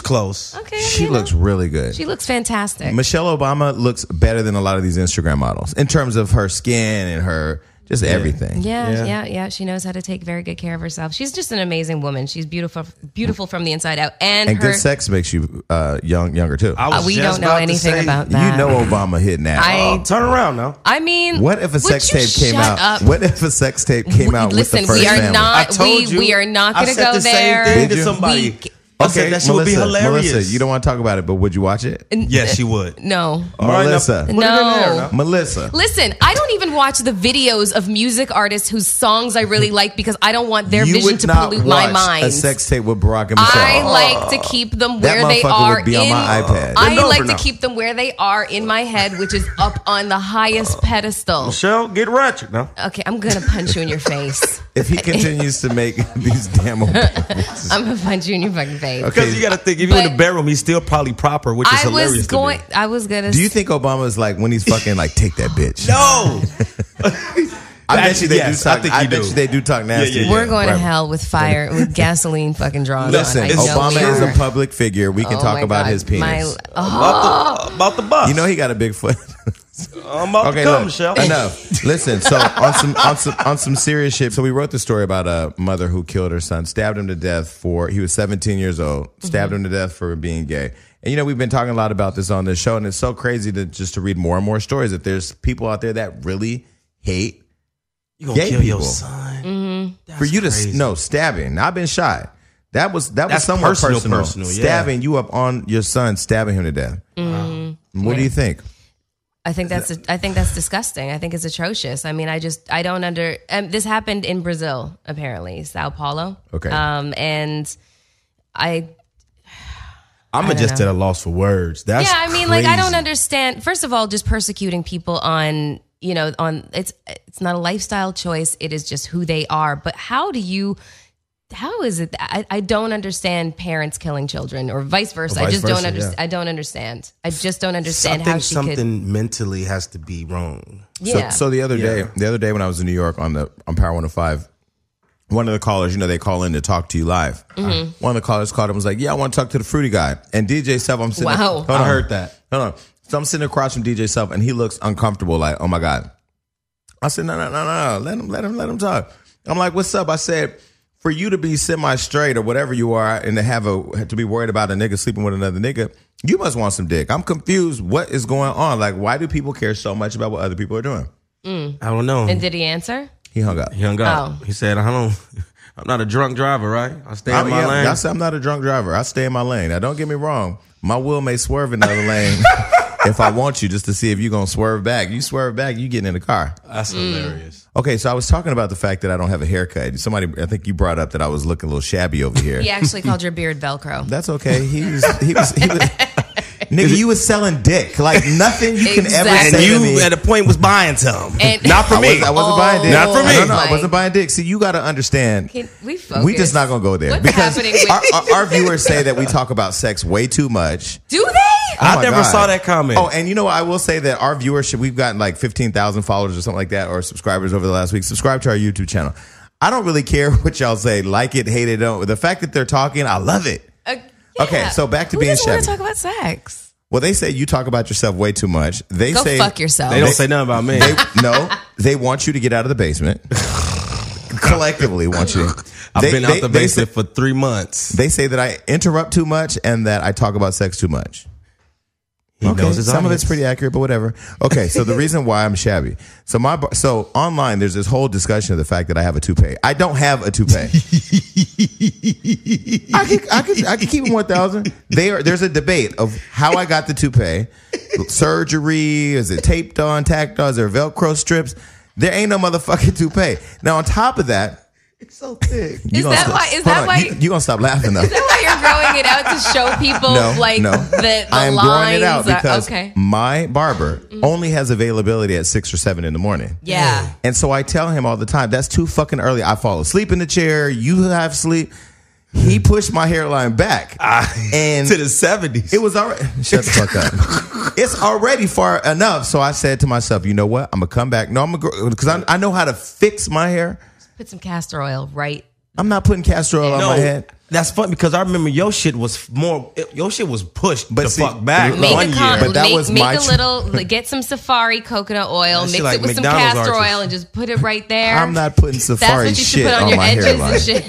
[SPEAKER 2] <laughs>
[SPEAKER 3] close.
[SPEAKER 2] okay.
[SPEAKER 1] She
[SPEAKER 2] you know,
[SPEAKER 1] looks really good.
[SPEAKER 2] She looks fantastic.
[SPEAKER 1] Michelle Obama looks better than a lot of these Instagram models in terms of her skin and her just everything.
[SPEAKER 2] Yeah,
[SPEAKER 3] Yeah.
[SPEAKER 2] yeah, yeah, She knows how to take very good care of herself. She's just an amazing woman. She's beautiful, beautiful from the inside out, and,
[SPEAKER 1] And
[SPEAKER 2] her.
[SPEAKER 1] good sex makes you uh, young, younger too.
[SPEAKER 3] I
[SPEAKER 2] Uh,
[SPEAKER 3] was
[SPEAKER 2] we
[SPEAKER 3] just
[SPEAKER 2] don't know
[SPEAKER 3] about to
[SPEAKER 2] anything
[SPEAKER 3] say-
[SPEAKER 2] about that.
[SPEAKER 1] you know Obama hit now.
[SPEAKER 2] I,
[SPEAKER 3] Oh, turn around now.
[SPEAKER 2] I mean,
[SPEAKER 1] what if a
[SPEAKER 2] would
[SPEAKER 1] sex
[SPEAKER 2] you
[SPEAKER 1] tape came
[SPEAKER 2] shut
[SPEAKER 1] out?
[SPEAKER 2] Up?
[SPEAKER 1] What if a sex
[SPEAKER 2] <laughs>
[SPEAKER 1] tape came out
[SPEAKER 2] Listen,
[SPEAKER 1] with the first
[SPEAKER 2] we are
[SPEAKER 1] family?
[SPEAKER 2] not-
[SPEAKER 3] I
[SPEAKER 2] Uh,
[SPEAKER 3] told
[SPEAKER 2] we-
[SPEAKER 3] you.
[SPEAKER 2] we are not
[SPEAKER 3] I
[SPEAKER 2] gonna
[SPEAKER 3] said
[SPEAKER 2] go
[SPEAKER 3] the
[SPEAKER 2] there.
[SPEAKER 3] Same thing
[SPEAKER 1] Did
[SPEAKER 3] to
[SPEAKER 1] you?
[SPEAKER 3] somebody.
[SPEAKER 2] We-
[SPEAKER 3] I said that shit would be
[SPEAKER 1] Melissa,
[SPEAKER 3] hilarious.
[SPEAKER 1] Melissa, you don't want to talk about it, but would you watch it?
[SPEAKER 3] Yes, she would.
[SPEAKER 2] No,
[SPEAKER 1] Oh.
[SPEAKER 3] right, now-
[SPEAKER 1] Melissa,
[SPEAKER 3] Put it in there
[SPEAKER 2] No.
[SPEAKER 3] now.
[SPEAKER 1] Melissa,
[SPEAKER 2] listen. I don't even watch the videos of music artists whose songs I really like because I don't want their
[SPEAKER 1] you
[SPEAKER 2] vision
[SPEAKER 1] would
[SPEAKER 2] to
[SPEAKER 1] not
[SPEAKER 2] pollute my
[SPEAKER 1] watch
[SPEAKER 2] mind.
[SPEAKER 1] a sex tape with Barack and Michelle.
[SPEAKER 2] I like to keep them
[SPEAKER 1] That
[SPEAKER 2] where they
[SPEAKER 1] motherfucker
[SPEAKER 2] are
[SPEAKER 1] would be
[SPEAKER 2] in.
[SPEAKER 1] on my iPad.
[SPEAKER 2] I
[SPEAKER 3] Bend over
[SPEAKER 2] like
[SPEAKER 3] now.
[SPEAKER 2] to keep them where they are in my head, which is up on the highest pedestal.
[SPEAKER 3] Michelle, get ratchet now.
[SPEAKER 2] Okay, I'm gonna punch you in
[SPEAKER 1] <laughs>
[SPEAKER 2] your face.
[SPEAKER 1] if
[SPEAKER 2] <laughs>
[SPEAKER 1] he continues to make <laughs> these damn Obamas.
[SPEAKER 2] I'm gonna punch you in your fucking face.
[SPEAKER 1] Okay.
[SPEAKER 3] Because you got to think, if you're in the
[SPEAKER 2] But-
[SPEAKER 3] bedroom, he's still probably proper, which is
[SPEAKER 2] I
[SPEAKER 3] hilarious.
[SPEAKER 2] was
[SPEAKER 3] to me.
[SPEAKER 2] going. I was gonna.
[SPEAKER 1] Do you think Obama's like when he's fucking like take that bitch?
[SPEAKER 3] <laughs> No.
[SPEAKER 1] I bet you they
[SPEAKER 3] Yes,
[SPEAKER 1] do talk. I,
[SPEAKER 3] I think you
[SPEAKER 1] bet
[SPEAKER 3] do.
[SPEAKER 1] you they do talk nasty.
[SPEAKER 3] yeah, yeah.
[SPEAKER 2] we're going
[SPEAKER 1] Right.
[SPEAKER 2] to hell with fire with gasoline fucking drawn
[SPEAKER 1] Listen,
[SPEAKER 2] on? I know we
[SPEAKER 1] Obama is
[SPEAKER 2] are.
[SPEAKER 1] a public figure. We can
[SPEAKER 2] Oh
[SPEAKER 1] talk
[SPEAKER 2] my
[SPEAKER 1] about
[SPEAKER 2] God,
[SPEAKER 1] his penis.
[SPEAKER 2] my- oh,
[SPEAKER 3] about, the, about the bus.
[SPEAKER 1] you know he got a big foot. <laughs>
[SPEAKER 3] I'm about
[SPEAKER 1] okay,
[SPEAKER 3] to come,
[SPEAKER 1] look,
[SPEAKER 3] Michelle.
[SPEAKER 1] enough. Listen, so on some on some on some serious shit. So we wrote the story about a mother who killed her son, stabbed him to death for he was 17 years old,
[SPEAKER 2] Mm-hmm.
[SPEAKER 1] stabbed him to death for being gay. And you know we've been talking a lot about this on this show, and it's so crazy to just to read more and more stories that there's people out there that really hate
[SPEAKER 3] You gonna
[SPEAKER 1] Gay
[SPEAKER 3] kill your
[SPEAKER 1] people.
[SPEAKER 3] son?
[SPEAKER 2] Mm,
[SPEAKER 1] for you to no stabbing. I've been shot. That was that was
[SPEAKER 3] That's
[SPEAKER 1] somewhat personal.
[SPEAKER 3] personal, personal, yeah.
[SPEAKER 1] Stabbing you up on your son, stabbing him to death.
[SPEAKER 3] Mm-hmm.
[SPEAKER 1] What do you think?
[SPEAKER 2] I think that's a, I think that's disgusting. I think it's atrocious. I mean, I just I don't under. Um, this happened in Brazil, apparently, Sao Paulo.
[SPEAKER 1] Okay.
[SPEAKER 2] Um, and I
[SPEAKER 3] I'm
[SPEAKER 2] don't
[SPEAKER 3] just
[SPEAKER 2] know.
[SPEAKER 3] at a loss for words. That's
[SPEAKER 2] yeah i mean like i don't
[SPEAKER 3] crazy.
[SPEAKER 2] understand first of all just persecuting people on you know on it's it's not a lifestyle choice it is just who they are but how do you how is it that- I, I don't understand parents killing children or vice versa i
[SPEAKER 3] vice
[SPEAKER 2] just don't
[SPEAKER 3] versa,
[SPEAKER 2] understand
[SPEAKER 3] yeah.
[SPEAKER 2] i don't understand i just don't understand
[SPEAKER 3] Something,
[SPEAKER 2] how she
[SPEAKER 3] something
[SPEAKER 2] could
[SPEAKER 3] mentally has to be wrong.
[SPEAKER 2] yeah
[SPEAKER 1] So, so the other day, the other day when I was in New York on the on Power 105, one of the callers, you know, they call in to talk to you live. One of the callers called him and was like, "Yeah, I want to talk to the fruity guy." And DJ Self, I'm sitting.
[SPEAKER 2] Wow.
[SPEAKER 1] hold
[SPEAKER 3] I
[SPEAKER 1] on.
[SPEAKER 3] heard that.
[SPEAKER 1] Hold on. So I'm sitting across from DJ Self, and he looks uncomfortable. Like, oh my god. I said, no, no, no, no, no. Let him, let him, let him talk. I'm like, what's up? I said, for you to be semi straight or whatever you are, and to have a to be worried about a nigga sleeping with another nigga, you must want some dick. I'm confused. What is going on? Like, why do people care so much about what other people are doing?
[SPEAKER 3] I don't know.
[SPEAKER 2] and did he answer
[SPEAKER 1] He hung up.
[SPEAKER 3] he hung up.
[SPEAKER 2] Oh.
[SPEAKER 3] He said, "I don't. I'm not a drunk driver, right? I stay in
[SPEAKER 1] I'm,
[SPEAKER 3] my
[SPEAKER 1] yeah,
[SPEAKER 3] lane."
[SPEAKER 1] I
[SPEAKER 3] <laughs>
[SPEAKER 1] said I'm not a drunk driver. I stay in my lane. Now, don't get me wrong. My wheel may swerve in another lane. if I want you, just to see if you're gonna swerve back. You swerve back, you getting in the car.
[SPEAKER 2] Mm.
[SPEAKER 5] That's hilarious.
[SPEAKER 1] Okay, so I was talking about the fact that I don't have a haircut. Somebody, I think you brought up that I was looking a little shabby over here.
[SPEAKER 2] He actually called your beard
[SPEAKER 3] <laughs>
[SPEAKER 2] Velcro.
[SPEAKER 1] That's okay. He was. He was. He
[SPEAKER 2] <laughs>
[SPEAKER 1] was nigga, you was selling dick. Like nothing you can ever say
[SPEAKER 2] Exactly.
[SPEAKER 1] to
[SPEAKER 3] And you
[SPEAKER 1] me.
[SPEAKER 3] at a point was buying some.
[SPEAKER 2] And-
[SPEAKER 3] <laughs> Not for
[SPEAKER 1] I,
[SPEAKER 3] me.
[SPEAKER 1] was, I wasn't
[SPEAKER 2] Oh
[SPEAKER 1] buying dick.
[SPEAKER 3] Not for me.
[SPEAKER 1] No, no, I
[SPEAKER 2] my-
[SPEAKER 1] wasn't buying dick. See, you got to understand.
[SPEAKER 2] Can we focus?
[SPEAKER 1] We just not gonna go there
[SPEAKER 2] What's
[SPEAKER 1] because
[SPEAKER 2] happening with-
[SPEAKER 1] our, our, our viewers say that we talk about sex way too much.
[SPEAKER 2] Do they?
[SPEAKER 1] Oh
[SPEAKER 3] I
[SPEAKER 1] my
[SPEAKER 3] never
[SPEAKER 1] God.
[SPEAKER 3] saw that comment.
[SPEAKER 1] Oh, and you know what? I will say that our viewership, we've gotten like 15,000 followers or something like that, or subscribers over the last week. Subscribe to our YouTube channel. I don't really care <laughs> what y'all say, like it, hate it, don't. The fact that they're talking, I love it.
[SPEAKER 2] Uh,
[SPEAKER 1] Okay, so back to
[SPEAKER 2] Who
[SPEAKER 1] being
[SPEAKER 2] doesn't wanna
[SPEAKER 1] shabby.
[SPEAKER 2] talk about sex.
[SPEAKER 1] Well, they say you talk about yourself way too much. They
[SPEAKER 2] Go
[SPEAKER 1] say
[SPEAKER 2] fuck yourself.
[SPEAKER 3] they don't say nothing about me.
[SPEAKER 1] They, <laughs> no, they want you to get out of the
[SPEAKER 3] <laughs>
[SPEAKER 1] basement. Collectively, want you.
[SPEAKER 3] I've
[SPEAKER 1] They-
[SPEAKER 3] been
[SPEAKER 1] they-
[SPEAKER 3] out the
[SPEAKER 1] they
[SPEAKER 3] basement
[SPEAKER 1] say-
[SPEAKER 3] for three months.
[SPEAKER 1] They say that I interrupt too much and that I talk about sex too much.
[SPEAKER 3] He
[SPEAKER 1] Okay,
[SPEAKER 3] knows his
[SPEAKER 1] some of it's
[SPEAKER 3] audience.
[SPEAKER 1] pretty accurate, but whatever. Okay,
[SPEAKER 3] <laughs>
[SPEAKER 1] so the reason why I'm shabby. So my bar- so online, there's this whole discussion of the fact that I have a toupee. I don't have a
[SPEAKER 3] <laughs>
[SPEAKER 1] toupee. I could I could I could keep it one thousand. They are there's a debate of how I got the toupee. Surgery is it taped on, tacked on? Is there Velcro strips? There ain't no motherfucking toupee. Now on top of that,
[SPEAKER 4] It's so
[SPEAKER 3] <laughs>
[SPEAKER 4] thick.
[SPEAKER 1] you
[SPEAKER 2] Is
[SPEAKER 1] gonna
[SPEAKER 2] that
[SPEAKER 1] st-
[SPEAKER 2] why- is
[SPEAKER 1] hold
[SPEAKER 2] that
[SPEAKER 1] on,
[SPEAKER 2] why-
[SPEAKER 1] you, you gonna stop laughing
[SPEAKER 2] <laughs>
[SPEAKER 1] though?
[SPEAKER 2] That's why you're growing it out to show people like the, the
[SPEAKER 1] I am growing it
[SPEAKER 2] lines.
[SPEAKER 1] out
[SPEAKER 2] are-
[SPEAKER 1] because
[SPEAKER 2] okay. Mm.
[SPEAKER 1] my barber only has availability at six or seven in the morning.
[SPEAKER 2] Yeah.
[SPEAKER 1] And so I tell him all the time, that's too fucking early. I fall asleep in the chair. You have sleep. He pushed my hairline
[SPEAKER 3] <laughs>
[SPEAKER 1] back. and
[SPEAKER 3] Hmm. Ah, to the seventies.
[SPEAKER 1] it was already shut the fuck
[SPEAKER 3] <laughs>
[SPEAKER 1] up. it's already far enough. So I said to myself, you know what? I'm gonna come back. No, I'm gonna grow because I, I know how to fix my hair.
[SPEAKER 2] Put some castor oil right.
[SPEAKER 1] I'm not putting castor oil on my head.
[SPEAKER 3] That's funny because I remember your shit was more. Your shit was pushed
[SPEAKER 1] But
[SPEAKER 3] the
[SPEAKER 1] see,
[SPEAKER 3] fuck back
[SPEAKER 1] Make
[SPEAKER 2] Make
[SPEAKER 3] one
[SPEAKER 2] a
[SPEAKER 1] year.
[SPEAKER 2] con-
[SPEAKER 1] But that
[SPEAKER 2] make,
[SPEAKER 1] was
[SPEAKER 2] make
[SPEAKER 1] my
[SPEAKER 2] a
[SPEAKER 1] ch- <laughs>
[SPEAKER 2] little. like, Get some safari coconut oil.
[SPEAKER 3] That shit
[SPEAKER 2] mix
[SPEAKER 3] like
[SPEAKER 2] it with
[SPEAKER 3] McDonald's
[SPEAKER 2] some castor
[SPEAKER 3] arches.
[SPEAKER 2] oil and just put it right there.
[SPEAKER 1] I'm not putting
[SPEAKER 2] That's
[SPEAKER 1] safari
[SPEAKER 2] what you should
[SPEAKER 1] shit
[SPEAKER 2] put on, your
[SPEAKER 1] my
[SPEAKER 2] edges
[SPEAKER 1] hairline.
[SPEAKER 2] and shit.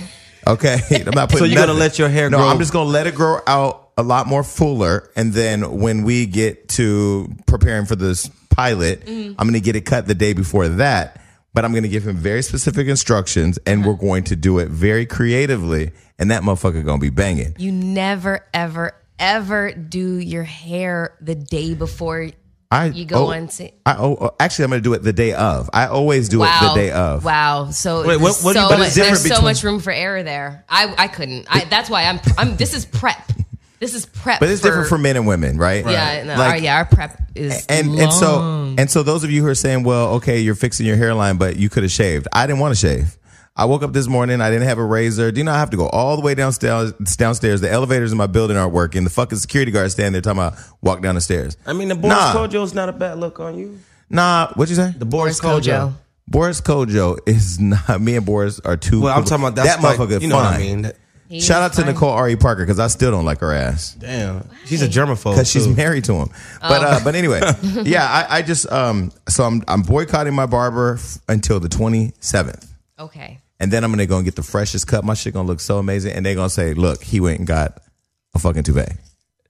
[SPEAKER 1] Okay, <laughs> I'm not putting.
[SPEAKER 3] So you're gonna
[SPEAKER 1] nothing.
[SPEAKER 3] let your hair
[SPEAKER 1] No,
[SPEAKER 3] grow-
[SPEAKER 1] I'm just gonna let it grow out a lot more fuller, and then when we get to preparing for this pilot,
[SPEAKER 2] Mm-hmm.
[SPEAKER 1] I'm gonna get it cut the day before that. But I'm gonna give him very specific instructions, and we're going to do it very creatively, and that motherfucker gonna be banging.
[SPEAKER 2] You never, ever, ever do your hair the day before
[SPEAKER 1] I
[SPEAKER 2] you go
[SPEAKER 1] oh,
[SPEAKER 2] on to.
[SPEAKER 1] I oh, actually, I'm gonna do it the day of. I always do it
[SPEAKER 2] Wow.
[SPEAKER 1] the day of.
[SPEAKER 2] Wow. So,
[SPEAKER 3] Wait, what-
[SPEAKER 2] there's
[SPEAKER 3] what do you-
[SPEAKER 2] so
[SPEAKER 3] but
[SPEAKER 2] much,
[SPEAKER 3] it's different
[SPEAKER 2] there's so
[SPEAKER 3] between-
[SPEAKER 2] much room for error there. I, I couldn't. I, that's why I'm, I'm, this is prep. This is prep.
[SPEAKER 1] But it's different for men and women, right?
[SPEAKER 2] Yeah, no,
[SPEAKER 1] Like,
[SPEAKER 2] our, yeah, our prep is.
[SPEAKER 1] and and so and so those of you who are saying, well, okay, you're fixing your hairline, but you could have shaved. I didn't want to shave. I woke up this morning. I didn't have a razor. Do you know I have to go all the way downstairs? Downstairs, the elevators in my building aren't working. The fucking security guard standing there talking about walk down the stairs.
[SPEAKER 3] I mean, the Boris
[SPEAKER 1] Nah.
[SPEAKER 3] Kojo's not a bad look on you.
[SPEAKER 1] Nah, what'd you say?
[SPEAKER 3] The Boris,
[SPEAKER 2] Boris Kojo.
[SPEAKER 3] Kojo.
[SPEAKER 1] Boris Kojo is <laughs> not. Me and Boris are two.
[SPEAKER 3] Well, I'm talking about
[SPEAKER 1] that
[SPEAKER 3] that's
[SPEAKER 1] motherfucker.
[SPEAKER 3] Like, you know
[SPEAKER 1] fine.
[SPEAKER 3] what I mean?
[SPEAKER 2] He
[SPEAKER 1] Shout
[SPEAKER 2] is
[SPEAKER 1] out to
[SPEAKER 2] fine.
[SPEAKER 1] Nicole Ari Parker because I still don't like her ass.
[SPEAKER 3] Damn, she's a germaphobe.
[SPEAKER 1] because she's
[SPEAKER 3] Oh, too.
[SPEAKER 1] married to him. But uh, but anyway, yeah, I, I just um so I'm I'm boycotting my barber f- until the 27th,
[SPEAKER 2] Okay.
[SPEAKER 1] and then I'm gonna go and get the freshest cut. My shit gonna look so amazing, and they're gonna say, look, he went and got a fucking toupee.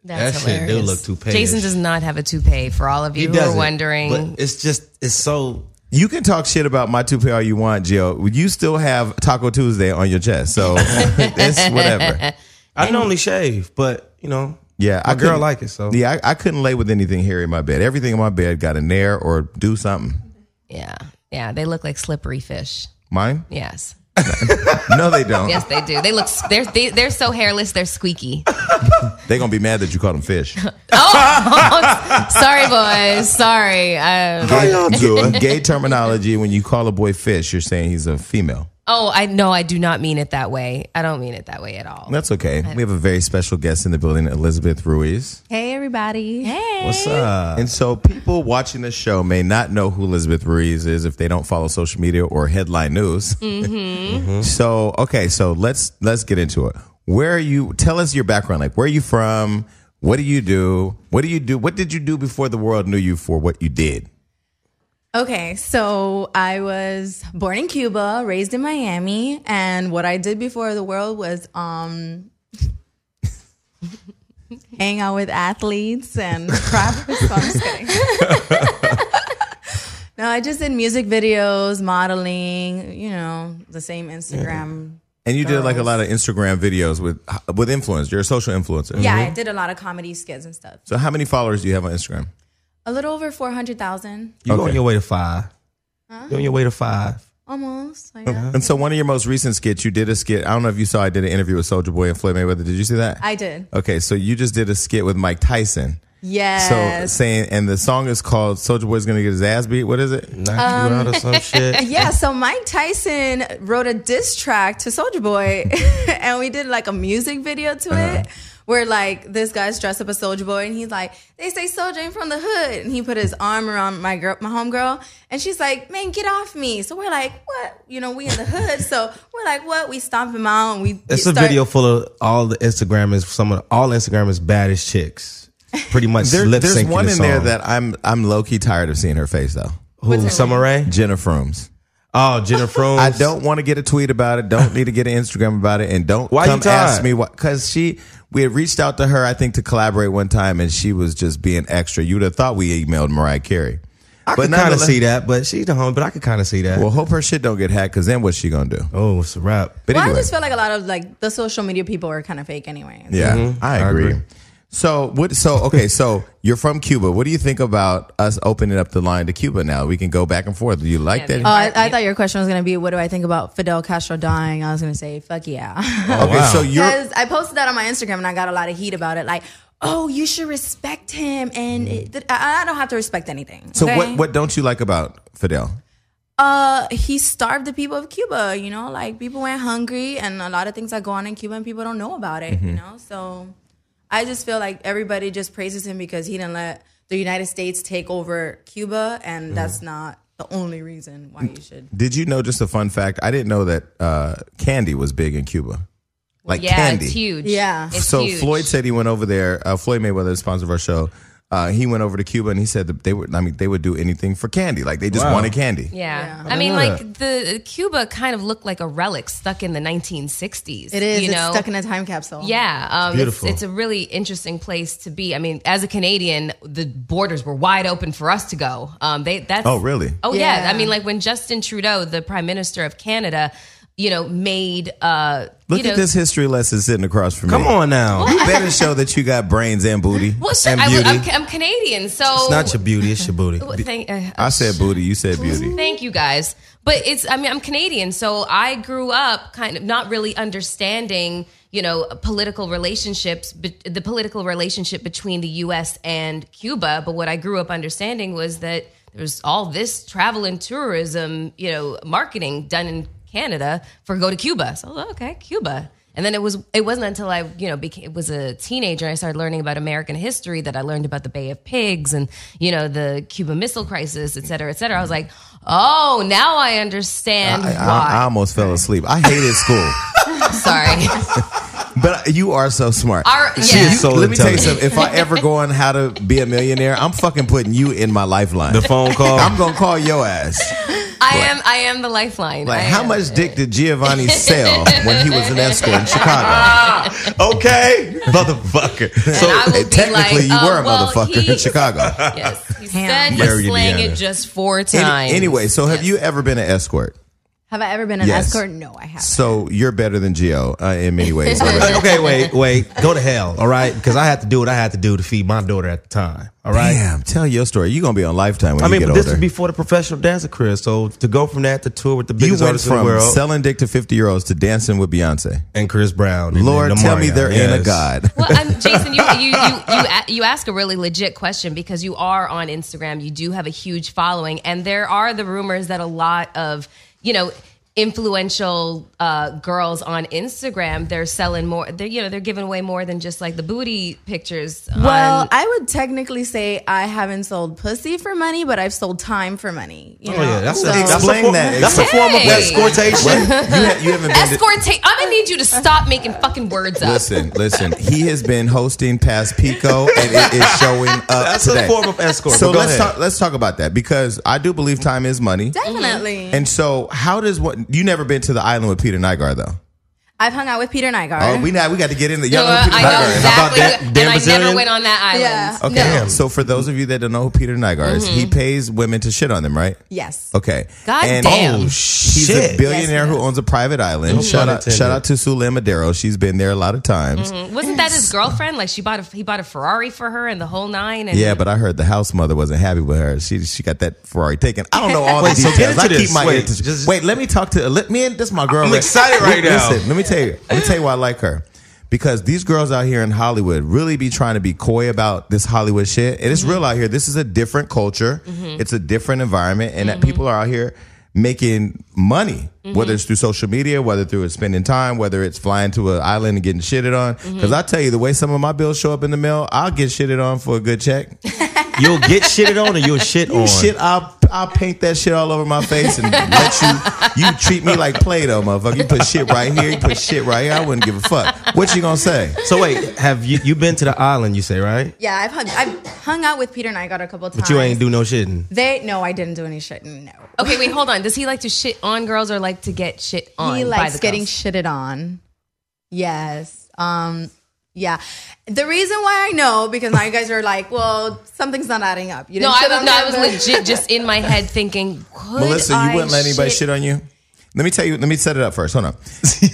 [SPEAKER 2] That's
[SPEAKER 3] That shit do
[SPEAKER 2] hilarious.
[SPEAKER 3] look toupee-ish.
[SPEAKER 2] Jason does not have a toupee for all of you who are
[SPEAKER 3] doesn't,
[SPEAKER 2] wondering.
[SPEAKER 3] but it's just it's so.
[SPEAKER 1] You can talk shit about my toupee all you want, Jill. You still have Taco Tuesday on your chest, so it's whatever.
[SPEAKER 3] I normally shave, but you know,
[SPEAKER 1] Yeah,
[SPEAKER 3] my girl
[SPEAKER 1] couldn't-
[SPEAKER 3] like it so.
[SPEAKER 1] Yeah, I, I couldn't lay with anything here in my bed. Everything in my bed got a nair or do something.
[SPEAKER 2] yeah. Yeah. They look like slippery fish.
[SPEAKER 1] Mine?
[SPEAKER 2] Yes.
[SPEAKER 1] No, they don't.
[SPEAKER 2] Yes, they do. They look, they're, they, they're so hairless, they're squeaky.
[SPEAKER 1] They're gonna be mad that you called them fish.
[SPEAKER 2] sorry, boys. Sorry. Uh,
[SPEAKER 1] In gay terminology, when you call a boy fish, you're saying he's a female.
[SPEAKER 2] oh, I no, I do not mean it that way. I don't mean it that way at all.
[SPEAKER 1] That's okay. We have a very special guest in the building, Elizabeth Ruiz. Uh,
[SPEAKER 2] Hey, everybody. Hey.
[SPEAKER 3] What's up?
[SPEAKER 1] And so people watching the show may not know who Elizabeth Ruiz is if they don't follow social media or headline news. So, okay, so let's let's get into it. Where are you? Tell us your background. Like, where are you from? What do you do? What do you do? What did you do before the world knew you for what you did?
[SPEAKER 6] Okay, so I was born in Cuba, raised in Miami, and what I did before the world was um <laughs> hang out with athletes and <laughs> rappers. No, I'm just kidding. <laughs> no, I just did music videos, modeling, you know, the same Instagram.
[SPEAKER 1] And you did like a lot of Instagram videos with with influencers. You're a social influencer.
[SPEAKER 6] Yeah, I did a lot of comedy skits and stuff.
[SPEAKER 1] So, how many followers do you have on Instagram?
[SPEAKER 6] a little over 400,000
[SPEAKER 3] You
[SPEAKER 1] Okay.
[SPEAKER 3] on your way to five? You on your way to five?
[SPEAKER 6] almost. I, guess.
[SPEAKER 1] And so one of your most recent skits, you did a skit. I don't know if you saw. I did an interview with Soldier Boy and Floyd Mayweather. Did you see that?
[SPEAKER 6] I did.
[SPEAKER 1] okay, so you just did a skit with Mike Tyson.
[SPEAKER 6] Yes.
[SPEAKER 1] So saying, and the song is called "Soldier Boy's Gonna Get His Ass Beat." What is it?
[SPEAKER 3] Knock you out or some
[SPEAKER 6] <laughs>
[SPEAKER 3] shit?
[SPEAKER 6] yeah, so Mike Tyson wrote a diss track to Soldier Boy, <laughs> and we did like a music video to
[SPEAKER 3] Uh-huh.
[SPEAKER 6] it. Where like this guy's dressed up as Soldier Boy, and he's like, "They say Soldier ain't from the hood," and he put his arm around my girl, my homegirl, and she's like, "Man, get off me!" So we're like, "What?" You know, we in the hood, so we're like, "What?" We stomp him out, and we.
[SPEAKER 3] It's a
[SPEAKER 6] start-
[SPEAKER 3] video full of all the Instagram is some of all Instagram is baddest chicks. Pretty much
[SPEAKER 1] There-
[SPEAKER 3] lip
[SPEAKER 1] there's
[SPEAKER 3] syncing.
[SPEAKER 1] one
[SPEAKER 3] the
[SPEAKER 1] in there
[SPEAKER 3] song.
[SPEAKER 1] that I'm I'm low key tired of seeing her face though.
[SPEAKER 3] who Summer Rae?
[SPEAKER 1] Jenna Frooms.
[SPEAKER 3] Oh,
[SPEAKER 1] <laughs>
[SPEAKER 3] Jennifer. Frooms.
[SPEAKER 1] I don't want to get a tweet about it. Don't need to get an Instagram about it. And don't
[SPEAKER 3] Why you
[SPEAKER 1] come ask
[SPEAKER 3] tired?
[SPEAKER 1] me why. Because she, we had reached out to her, I think, to collaborate one time, and she was just being extra. You'd have thought we emailed Mariah Carey.
[SPEAKER 3] I
[SPEAKER 1] But
[SPEAKER 3] could kind of
[SPEAKER 1] nonetheless-
[SPEAKER 3] see that, but she's the home. But I could kind of see that.
[SPEAKER 1] Well, hope her shit don't get hacked, because then what's she gonna do?
[SPEAKER 3] oh, it's a wrap.
[SPEAKER 1] But
[SPEAKER 6] Well,
[SPEAKER 1] anyway,
[SPEAKER 6] I just feel like a lot of like the social media people are kind of fake anyway.
[SPEAKER 1] yeah, I,
[SPEAKER 3] Mm-hmm. I
[SPEAKER 1] agree.
[SPEAKER 3] agree.
[SPEAKER 1] So what? So okay, so you're from Cuba. What do you think about us opening up the line to Cuba now? We can go back and forth. Do you like
[SPEAKER 2] Yeah,
[SPEAKER 1] that?
[SPEAKER 6] Oh, I, I thought your question was gonna be, "What do I think about Fidel Castro dying?" I was gonna say, "Fuck yeah."
[SPEAKER 1] okay,
[SPEAKER 3] Oh, wow.
[SPEAKER 1] so you're
[SPEAKER 6] Because I posted that on my Instagram and I got a lot of heat about it. Like, oh, you should respect him, and it, th- I I don't have to respect anything.
[SPEAKER 1] So
[SPEAKER 6] okay?
[SPEAKER 1] what what don't you like about Fidel?
[SPEAKER 6] Uh, he starved the people of Cuba. You know, like people went hungry, and a lot of things that go on in Cuba, and people don't know about it. You know, so I just feel like everybody just praises him because he didn't let the United States take over Cuba, and that's not the only reason why you should.
[SPEAKER 1] Did you know just a fun fact? I didn't know that uh, candy was big in Cuba. Like
[SPEAKER 2] yeah,
[SPEAKER 1] candy.
[SPEAKER 2] it's huge.
[SPEAKER 6] Yeah.
[SPEAKER 2] It's
[SPEAKER 1] so
[SPEAKER 2] huge.
[SPEAKER 1] Floyd said he went over there. Uh, Floyd Mayweather, the sponsor of our show, uh, he went over to Cuba and he said that they would. I mean, they would do anything for candy. Like they just
[SPEAKER 3] Wow.
[SPEAKER 1] wanted candy.
[SPEAKER 2] Yeah.
[SPEAKER 6] Yeah.
[SPEAKER 2] I, mean,
[SPEAKER 3] know
[SPEAKER 2] like the Cuba kind of looked like a relic stuck in the 1960s.
[SPEAKER 6] It is.
[SPEAKER 2] you know?
[SPEAKER 6] it's stuck in a time capsule.
[SPEAKER 2] Yeah, um, it's,
[SPEAKER 3] beautiful.
[SPEAKER 2] It's, a really interesting place to be. I mean, as a Canadian, the borders were wide open for us to go. Um, they that's
[SPEAKER 1] Oh, really?
[SPEAKER 2] Oh yeah.
[SPEAKER 6] Yeah.
[SPEAKER 2] I mean, like when Justin Trudeau, the Prime Minister of Canada, you know, made uh,
[SPEAKER 1] Look
[SPEAKER 2] you know,
[SPEAKER 1] at this history lesson sitting across from
[SPEAKER 3] Come
[SPEAKER 1] me.
[SPEAKER 3] on now.
[SPEAKER 1] <laughs> You better show that you got brains and booty.
[SPEAKER 2] Well, sure,
[SPEAKER 1] and
[SPEAKER 2] I,
[SPEAKER 1] beauty.
[SPEAKER 2] am I'm Canadian, so
[SPEAKER 3] It's not your beauty, it's your booty.
[SPEAKER 2] Well, thank, uh,
[SPEAKER 1] I said booty. You said beauty.
[SPEAKER 2] Thank you guys. But it's, I mean, I'm Canadian, so I grew up kind of not really understanding, you know, political relationships, but the political relationship between the US and Cuba. But what I grew up understanding was that there's all this travel and tourism, you know, marketing done in Canada for go to Cuba. So, oh, okay, Cuba. And then it was it wasn't until I you know became, was a teenager and I started learning about American history that I learned about the Bay of Pigs and you know the Cuban Missile Crisis et cetera et cetera. I was like, oh, now I understand
[SPEAKER 1] I, I, I
[SPEAKER 2] why.
[SPEAKER 1] almost fell asleep. I hated school,
[SPEAKER 2] I'm
[SPEAKER 1] <laughs>
[SPEAKER 2] sorry. <laughs>
[SPEAKER 1] but you are so smart.
[SPEAKER 2] Our,
[SPEAKER 3] She
[SPEAKER 2] yeah.
[SPEAKER 3] is so
[SPEAKER 1] Let me tell you
[SPEAKER 3] intelligent.
[SPEAKER 1] something. If I ever go on how to be a millionaire, I'm fucking putting you in my lifeline.
[SPEAKER 3] The phone call.
[SPEAKER 1] I'm gonna call your ass.
[SPEAKER 2] <laughs> I am I am the lifeline.
[SPEAKER 1] Like,
[SPEAKER 2] I
[SPEAKER 1] how
[SPEAKER 2] am.
[SPEAKER 1] much dick did
[SPEAKER 2] <laughs>
[SPEAKER 1] Giovanni sell when he was an escort in Chicago?
[SPEAKER 3] okay, motherfucker. <laughs> So
[SPEAKER 2] I will Oh, be
[SPEAKER 1] Technically,
[SPEAKER 2] like,
[SPEAKER 1] you
[SPEAKER 2] uh,
[SPEAKER 1] were a
[SPEAKER 2] well,
[SPEAKER 1] motherfucker in
[SPEAKER 2] he- <laughs>
[SPEAKER 1] Chicago.
[SPEAKER 2] Yes, he
[SPEAKER 6] Damn.
[SPEAKER 2] said he
[SPEAKER 3] Married
[SPEAKER 2] slang
[SPEAKER 3] Indiana.
[SPEAKER 2] it just four
[SPEAKER 1] Any-
[SPEAKER 2] times.
[SPEAKER 1] anyway, so have you ever been an escort?
[SPEAKER 6] Have I ever been an
[SPEAKER 1] Yes.
[SPEAKER 6] escort? No, I haven't.
[SPEAKER 1] So you're better than Gio uh, in many ways.
[SPEAKER 2] <laughs>
[SPEAKER 1] already.
[SPEAKER 3] uh, okay, wait, wait. Go to hell, all right? Because I had to do what I had to do to feed my daughter at the time, all right?
[SPEAKER 1] Damn, tell your story. You're gonna be on Lifetime when
[SPEAKER 3] I mean,
[SPEAKER 1] you
[SPEAKER 3] but
[SPEAKER 1] get
[SPEAKER 3] this
[SPEAKER 1] older.
[SPEAKER 3] is before the professional dancer career. So to go from that to tour with the
[SPEAKER 1] you
[SPEAKER 3] biggest
[SPEAKER 1] went
[SPEAKER 3] artists in the
[SPEAKER 1] from
[SPEAKER 3] world
[SPEAKER 1] selling dick to 50 year olds to dancing with Beyonce.
[SPEAKER 3] and Chris Brown. and
[SPEAKER 1] Lord,
[SPEAKER 3] then
[SPEAKER 1] tell me
[SPEAKER 3] Demario,
[SPEAKER 1] there ain't a
[SPEAKER 3] yes. <laughs>
[SPEAKER 1] God.
[SPEAKER 2] Well,
[SPEAKER 1] <laughs>
[SPEAKER 2] um, Jason, you you, you you a- you ask a really legit question because you are on Instagram. You do have a huge following, and there are the rumors that a lot of you know influential uh, girls on Instagram they're selling more. They're you know they're giving away more than just like the booty pictures.
[SPEAKER 6] Well,
[SPEAKER 2] on,
[SPEAKER 6] I would technically say I haven't sold pussy for money, but I've sold time for money. You
[SPEAKER 3] Oh,
[SPEAKER 6] know?
[SPEAKER 3] yeah. That's, a,
[SPEAKER 6] So-
[SPEAKER 3] that's, a,
[SPEAKER 1] Explain
[SPEAKER 3] form,
[SPEAKER 1] that.
[SPEAKER 3] that's a form of
[SPEAKER 2] Hey.
[SPEAKER 3] <laughs> escortation.
[SPEAKER 1] Well, you, ha- you haven't been. to-
[SPEAKER 2] escort. Ta- I'm gonna need you to stop making fucking words up.
[SPEAKER 1] Listen, listen. He has been hosting past Pico, and it is showing up
[SPEAKER 3] That's
[SPEAKER 1] today.
[SPEAKER 3] a form of escort.
[SPEAKER 1] so
[SPEAKER 3] but go
[SPEAKER 1] let's
[SPEAKER 3] ahead.
[SPEAKER 1] talk. Let's talk about that because I do believe time is money.
[SPEAKER 6] definitely.
[SPEAKER 3] Mm-hmm.
[SPEAKER 1] And so, how does what you never been to the island with Peter Nygaard though?
[SPEAKER 6] I've hung out with Peter Nygaard.
[SPEAKER 1] Oh, we now we got to get into
[SPEAKER 2] No,
[SPEAKER 1] y'all know
[SPEAKER 2] uh, I
[SPEAKER 1] Peter
[SPEAKER 2] know
[SPEAKER 1] Nygaard.
[SPEAKER 3] How about
[SPEAKER 2] exactly,
[SPEAKER 3] that?
[SPEAKER 2] and
[SPEAKER 3] Damn
[SPEAKER 2] I never
[SPEAKER 3] Brazilian?
[SPEAKER 2] went on that island.
[SPEAKER 6] yeah.
[SPEAKER 1] Okay,
[SPEAKER 6] No.
[SPEAKER 1] so for those of you that don't know who Peter Nygaard is, he pays women to shit on them, right?
[SPEAKER 6] Yes.
[SPEAKER 1] Okay.
[SPEAKER 2] God
[SPEAKER 1] and
[SPEAKER 2] damn. Oh,
[SPEAKER 1] He's
[SPEAKER 3] shit.
[SPEAKER 1] a billionaire
[SPEAKER 6] Yes, he
[SPEAKER 1] who owns a private island. Shout
[SPEAKER 3] pun
[SPEAKER 1] out, shout out to Sule Madero. She's been there a lot of times.
[SPEAKER 2] Wasn't that his girlfriend? Like she bought a he bought a Ferrari for her and the whole nine. And
[SPEAKER 1] Yeah, but I heard the house mother wasn't happy with her. She she got that Ferrari taken. I don't know all
[SPEAKER 3] Wait,
[SPEAKER 1] the
[SPEAKER 3] so get
[SPEAKER 1] details.
[SPEAKER 3] into
[SPEAKER 1] I
[SPEAKER 3] this.
[SPEAKER 1] keep my
[SPEAKER 3] Wait,
[SPEAKER 1] ear to-
[SPEAKER 3] just-
[SPEAKER 1] Wait, let me talk to let me in. This my girl.
[SPEAKER 3] I'm excited right now.
[SPEAKER 1] Listen, let me tell you. Let me tell you why I like her. Because these girls out here in Hollywood really be trying to be coy about this Hollywood shit. And it's
[SPEAKER 3] Mm-hmm.
[SPEAKER 1] real out here. This is a different culture. It's a different environment, and
[SPEAKER 3] Mm-hmm.
[SPEAKER 1] that people are out here making money, whether it's through social media, whether through spending time, whether it's flying to an island and getting shitted on.
[SPEAKER 3] Mm-hmm.
[SPEAKER 1] Because I tell you, the way some of my bills show up in the mail, I'll get shitted on for a good check.
[SPEAKER 3] You'll get shitted on or you'll shit on.
[SPEAKER 1] Shit, I'll I'll paint that shit all over my face
[SPEAKER 3] <laughs>
[SPEAKER 1] and let you you treat me like Play-Doh, motherfucker. You put shit right here, you put shit right here. I wouldn't give a fuck. What you gonna say?
[SPEAKER 3] So wait, have you you been to the island? You say right,
[SPEAKER 6] Yeah, I've hung I've hung out with Peter Nygaard a couple times.
[SPEAKER 3] but you ain't do no shitting.
[SPEAKER 6] They no, I didn't do any shit. No.
[SPEAKER 2] okay, wait, hold on. Does he like to shit on girls or like to get shit on?
[SPEAKER 6] he
[SPEAKER 2] by
[SPEAKER 6] likes
[SPEAKER 2] the
[SPEAKER 6] getting
[SPEAKER 2] girls?
[SPEAKER 6] shitted on. Yes. Um yeah. The reason why I know because now you guys are like, well, something's not adding up. You
[SPEAKER 2] No,
[SPEAKER 6] didn't
[SPEAKER 2] I
[SPEAKER 6] shit
[SPEAKER 2] was
[SPEAKER 6] on
[SPEAKER 2] no, I
[SPEAKER 6] him,
[SPEAKER 2] was
[SPEAKER 6] but-
[SPEAKER 2] legit just in my head thinking. Could
[SPEAKER 1] Melissa, you
[SPEAKER 2] I
[SPEAKER 1] wouldn't let anybody shit on you? Let me tell you, let me set it up first. Hold on.